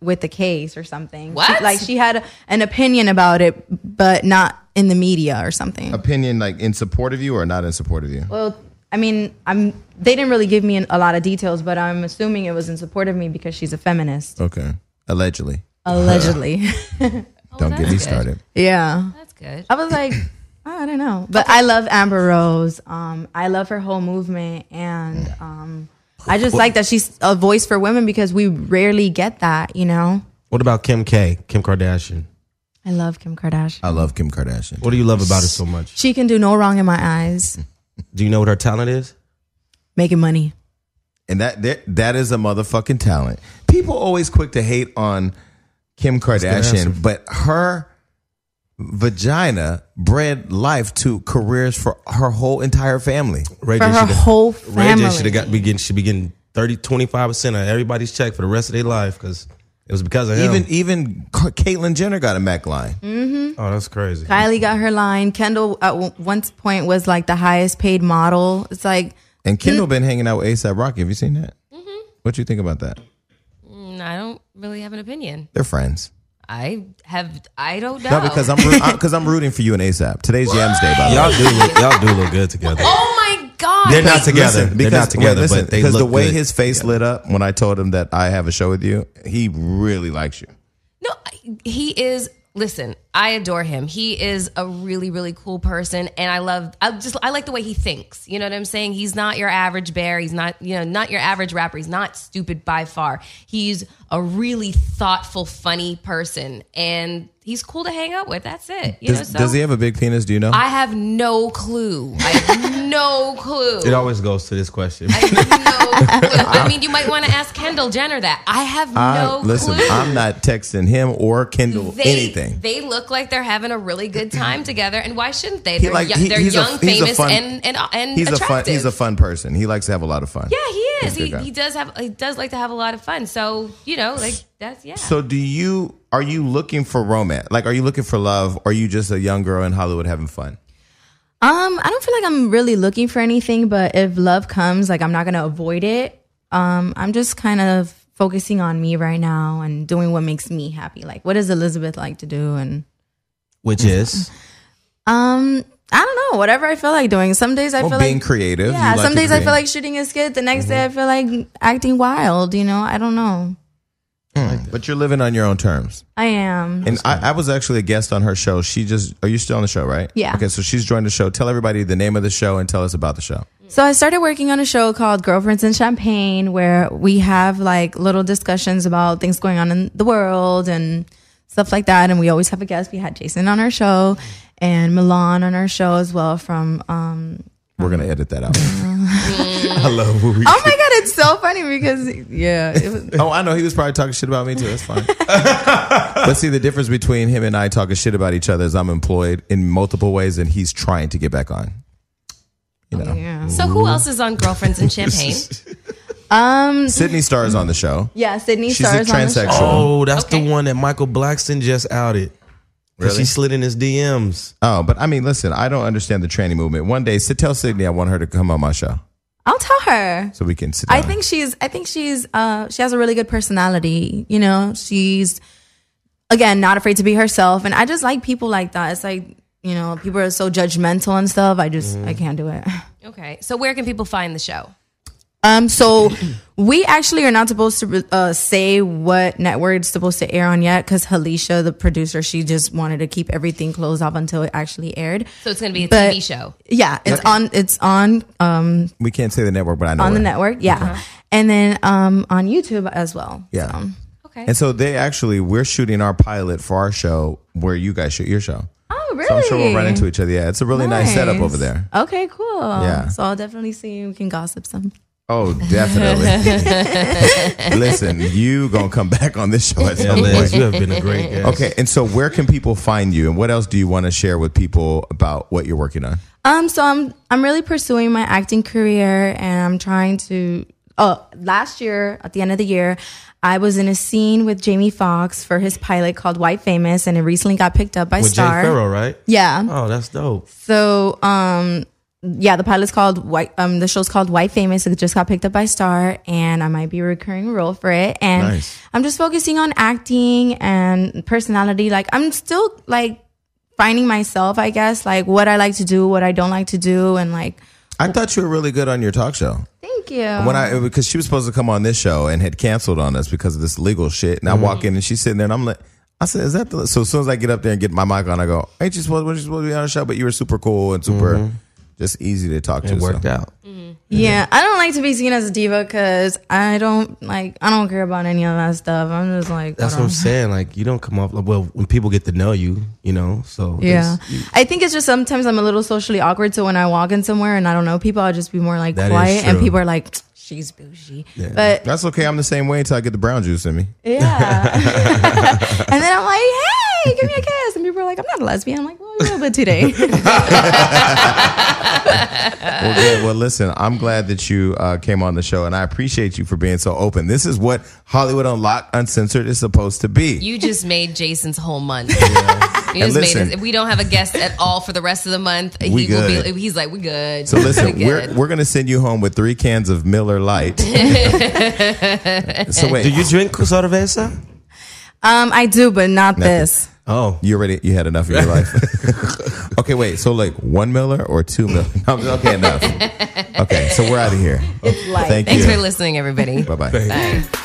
[SPEAKER 6] with the case or something. She-
[SPEAKER 2] What?
[SPEAKER 6] like she had an opinion about it, but not in the media or something.
[SPEAKER 1] Opinion like in support of you or not in support of you?
[SPEAKER 6] Well, I mean, I'm. They didn't really give me an- a lot of details, but I'm assuming it was in support of me because she's
[SPEAKER 1] <laughs>
[SPEAKER 6] a feminist,
[SPEAKER 1] Okay, allegedly.
[SPEAKER 6] allegedly. <laughs>
[SPEAKER 1] Don't get
[SPEAKER 2] Oh, that's
[SPEAKER 1] me
[SPEAKER 2] good.
[SPEAKER 1] started.
[SPEAKER 6] yeah.
[SPEAKER 2] That's good.
[SPEAKER 6] I was like,
[SPEAKER 3] <clears throat>
[SPEAKER 6] oh, I don't know. But I love Amber Rose. Um, I love her whole movement. And um, I just like that she's a voice for women because we rarely get that, you know?
[SPEAKER 3] What about Kim K, Kim Kardashian?
[SPEAKER 6] I love Kim Kardashian.
[SPEAKER 1] I love Kim Kardashian.
[SPEAKER 3] What do you love about her so much?
[SPEAKER 6] She can do no wrong in my eyes,
[SPEAKER 3] Do you know what her talent is?
[SPEAKER 6] making money.
[SPEAKER 1] and that that, that is a motherfucking talent. People always quick to hate on Kim Kardashian, but her vagina bred life to careers for her whole entire family.
[SPEAKER 3] Ray
[SPEAKER 5] For
[SPEAKER 3] J
[SPEAKER 5] her
[SPEAKER 3] shoulda-
[SPEAKER 5] whole
[SPEAKER 3] Ray J
[SPEAKER 5] family.
[SPEAKER 3] should have got be getting should be getting 30 25 percent of everybody's check for the rest of their life because it was because of
[SPEAKER 1] Even
[SPEAKER 3] him.
[SPEAKER 1] even Ka- Caitlyn Jenner got a Mac line.
[SPEAKER 3] Oh, that's crazy.
[SPEAKER 6] Kylie got her line. Kendall at w- one point was like the highest paid model. It's like
[SPEAKER 1] And Kendall been hanging out with ASAP Rocky. Have you seen that?
[SPEAKER 2] Mm-hmm.
[SPEAKER 1] What you think about that?
[SPEAKER 2] Mm, I don't really have an opinion.
[SPEAKER 1] They're friends.
[SPEAKER 2] I have. I don't know.
[SPEAKER 1] No, because I'm
[SPEAKER 2] <laughs>
[SPEAKER 1] because I'm rooting for you and ASAP. Today's Yams Day, by the way.
[SPEAKER 3] Y'all do look y'all do look good together.
[SPEAKER 2] oh my god.
[SPEAKER 3] They're not together.
[SPEAKER 1] Listen,
[SPEAKER 3] They're not
[SPEAKER 1] because-
[SPEAKER 3] together,
[SPEAKER 1] wait, listen,
[SPEAKER 3] but they
[SPEAKER 1] because
[SPEAKER 3] look
[SPEAKER 1] the way
[SPEAKER 3] good.
[SPEAKER 1] his face lit up when I told him that I have a show with you, he really likes you.
[SPEAKER 2] No, I- he is. Listen, I adore him. He is a really, really cool person, and I love. I just I like the way he thinks. You know what I'm saying? He's not your average bear. He's not you know not your average rapper. He's not stupid by far. He's a really thoughtful, funny person, and he's cool to hang out with. That's it. You
[SPEAKER 1] Does,
[SPEAKER 2] know, so
[SPEAKER 1] does he have a big penis? Do you know?
[SPEAKER 2] I have no clue. I have no clue.
[SPEAKER 3] It always goes to this question.
[SPEAKER 2] <laughs> I have no clue. I mean, you might want to ask Kendall Jenner that. I have
[SPEAKER 1] I-
[SPEAKER 2] no
[SPEAKER 1] listen,
[SPEAKER 2] clue.
[SPEAKER 1] I'm not texting him or Kendall
[SPEAKER 2] they,
[SPEAKER 1] anything.
[SPEAKER 2] They look like they're having a really good time together, and why shouldn't they?
[SPEAKER 1] He
[SPEAKER 2] They're,
[SPEAKER 1] like-
[SPEAKER 2] yo-
[SPEAKER 1] he-
[SPEAKER 2] they're
[SPEAKER 1] he's a-
[SPEAKER 2] young,
[SPEAKER 1] he's a
[SPEAKER 2] famous,
[SPEAKER 1] fun-
[SPEAKER 2] and and and
[SPEAKER 1] he's a fun
[SPEAKER 2] attractive.
[SPEAKER 1] he's a fun person. He likes to have a lot of fun.
[SPEAKER 2] yeah, he is.
[SPEAKER 1] He's a good
[SPEAKER 2] He,
[SPEAKER 1] guy.
[SPEAKER 2] he does have he does like to have a lot of fun. So you know, like that's yeah.
[SPEAKER 1] So do you are you looking for romance? Like are you looking for love? Or are you just a young girl in Hollywood having fun?
[SPEAKER 6] Um, I don't feel like I'm really looking for anything, but if love comes, like I'm not gonna avoid it. Um, I'm just kind of focusing on me right now and doing what makes me happy. Like, what does Elizabeth like to do? And
[SPEAKER 3] <laughs> Which is
[SPEAKER 6] um, I don't know, whatever I feel like doing. Some days I
[SPEAKER 1] Well,
[SPEAKER 6] feel
[SPEAKER 1] being
[SPEAKER 6] like
[SPEAKER 1] creative.
[SPEAKER 6] Yeah,
[SPEAKER 1] You like
[SPEAKER 6] some
[SPEAKER 1] to
[SPEAKER 6] days
[SPEAKER 1] create.
[SPEAKER 6] I
[SPEAKER 1] Mm-hmm.
[SPEAKER 6] feel like shooting a skit. The next day I feel like acting wild. You know, I don't know.
[SPEAKER 1] But you're living on your own terms.
[SPEAKER 6] I am.
[SPEAKER 1] And I, I was actually a guest on her show. She just, are you still on the show, right?
[SPEAKER 6] Yeah.
[SPEAKER 1] Okay, so she's joined the show. Tell everybody the name of the show and tell us about the show.
[SPEAKER 6] So I started working on a show called Girlfriends in Champagne, where we have like little discussions about things going on in the world and stuff like that. And we always have a guest. We had Jason on our show and Milan on our show as well from. Um,
[SPEAKER 1] We're going to edit that <laughs> out.
[SPEAKER 3] I love who we
[SPEAKER 6] oh
[SPEAKER 3] <laughs>
[SPEAKER 6] my god, it's so funny because yeah,
[SPEAKER 1] <laughs>
[SPEAKER 6] it was,
[SPEAKER 1] oh, I know. He was probably talking shit about me too. That's <laughs> fine. but see, the difference between him and I talking shit about each other is I'm employed in multiple ways and he's trying to get back on.
[SPEAKER 6] Mm-hmm.
[SPEAKER 1] You know,
[SPEAKER 6] yeah.
[SPEAKER 2] So who else is on Girlfriends
[SPEAKER 1] <laughs>
[SPEAKER 2] in Champagne?
[SPEAKER 6] Um,
[SPEAKER 1] Sydney Star is on the show.
[SPEAKER 6] yeah, Sydney
[SPEAKER 1] She's
[SPEAKER 6] stars
[SPEAKER 1] a
[SPEAKER 6] on the show.
[SPEAKER 1] transsexual.
[SPEAKER 3] Oh, that's
[SPEAKER 2] Okay.
[SPEAKER 3] the one that Michael Blackson just outed. 'Cause
[SPEAKER 1] Really?
[SPEAKER 3] She slid in his DMs.
[SPEAKER 1] Oh, but I mean, listen, I don't understand the tranny movement. One day, sit, tell Sydney I want her to come on my show
[SPEAKER 6] I'll tell her.
[SPEAKER 1] so we can sit down.
[SPEAKER 6] I think she's I think she's uh she has a really good personality, you know. She's again not afraid to be herself and I just like people like that. It's like, you know, people are so judgmental and stuff. I just I can't do it. <laughs>
[SPEAKER 2] Okay, so where can people find the show?
[SPEAKER 6] Um so we actually are not supposed to uh, say what network it's supposed to air on yet cuz Halisha the producer she just wanted to keep everything closed off until it actually aired.
[SPEAKER 2] So it's going to be a
[SPEAKER 6] But-
[SPEAKER 2] TV show.
[SPEAKER 6] Yeah, it's on it's on um
[SPEAKER 1] we can't say the network, but I know
[SPEAKER 6] on the
[SPEAKER 1] where.
[SPEAKER 6] network. Yeah. And then um on YouTube as well.
[SPEAKER 1] Yeah.
[SPEAKER 2] Okay,
[SPEAKER 1] And so they actually, we're shooting our pilot for our show where you guys shoot your show.
[SPEAKER 6] Oh, really?
[SPEAKER 1] So I'm sure we'll run into each other. Yeah, it's a really nice, setup over there.
[SPEAKER 6] Okay, cool.
[SPEAKER 1] Yeah.
[SPEAKER 6] So I'll definitely see you. We can gossip some.
[SPEAKER 1] Oh, <laughs> definitely. Listen, you gonna come back on this show at
[SPEAKER 3] Yeah,
[SPEAKER 1] some
[SPEAKER 3] Liz,
[SPEAKER 1] point.
[SPEAKER 3] you have been a great guest.
[SPEAKER 1] Okay, and so where can people find you, and what else do you want to share with people about what you're working on?
[SPEAKER 6] Um, so I'm I'm really pursuing my acting career and I'm trying to oh last year, at the end of the year, I was in a scene with Jamie Foxx for his pilot called White Famous and it recently got picked up by
[SPEAKER 3] With Jay
[SPEAKER 6] Star.
[SPEAKER 3] Farrell, right?
[SPEAKER 6] Yeah.
[SPEAKER 3] Oh, that's dope.
[SPEAKER 6] So, um, yeah, the pilot's called White. Um, the show's called White Famous. It just got picked up by Star, and I might be a recurring role for it. And
[SPEAKER 1] Nice.
[SPEAKER 6] I'm just focusing on acting and personality. Like I'm still like finding myself, I guess. Like what I like to do, what I don't like to do, and like.
[SPEAKER 1] I thought you were really good on your talk show.
[SPEAKER 6] Thank you.
[SPEAKER 1] When I because she was supposed to come on this show and had canceled on us because of this legal shit. And I walk in and she's sitting there and I'm like, I said, is that the? So as soon as I get up there and get my mic on, I go, ain't you supposed? Weren't you supposed to be on the show? But you were super cool and super just easy to talk to.
[SPEAKER 3] It worked
[SPEAKER 1] so.
[SPEAKER 3] out.
[SPEAKER 6] yeah, I don't like to be seen as a diva because I don't like I don't care about any of that stuff. I'm just like
[SPEAKER 3] That's what
[SPEAKER 6] whatever.
[SPEAKER 3] I'm saying. Like you don't come off well when people get to know you, you know. So
[SPEAKER 6] Yeah.
[SPEAKER 3] it's- you-
[SPEAKER 6] I think it's just sometimes I'm a little socially awkward. So when I walk in somewhere and I don't know people, I'll just be more like
[SPEAKER 3] That is
[SPEAKER 6] quiet. And
[SPEAKER 3] true.
[SPEAKER 6] people are like,
[SPEAKER 2] She's bougie.
[SPEAKER 3] <laughs>
[SPEAKER 6] But
[SPEAKER 1] That's okay. I'm the same way until I get the brown juice in me.
[SPEAKER 6] yeah. <laughs> and then I'm like, hey, give me a kiss. And people are like, I'm not a lesbian. I'm like, well, you know, but today.
[SPEAKER 3] <laughs>
[SPEAKER 1] Well, good. Well, listen, I'm glad that you uh, came on the show, and I appreciate you for being so open. This is what Hollywood Unlocked Uncensored is supposed to be.
[SPEAKER 2] You just made Jason's whole month. You
[SPEAKER 1] And
[SPEAKER 2] just
[SPEAKER 1] listen-
[SPEAKER 2] made us, if we don't have a guest at all for the rest of the month,
[SPEAKER 1] We
[SPEAKER 2] he will
[SPEAKER 1] good.
[SPEAKER 2] be he's like, We good.
[SPEAKER 1] So listen,
[SPEAKER 2] <laughs> we
[SPEAKER 1] we're we're gonna send you home with three cans of Miller Lite. so wait,
[SPEAKER 3] Do you drink cerveza?
[SPEAKER 6] um, I do, but not this.
[SPEAKER 3] Oh,
[SPEAKER 1] you already you had enough of your life. okay, wait. So like one Miller or two <laughs> Miller? No, okay, enough. Okay, so we're out of here.
[SPEAKER 6] Like,
[SPEAKER 1] Thank
[SPEAKER 2] Thanks
[SPEAKER 1] you.
[SPEAKER 2] for listening, everybody.
[SPEAKER 1] Bye bye.
[SPEAKER 2] Bye.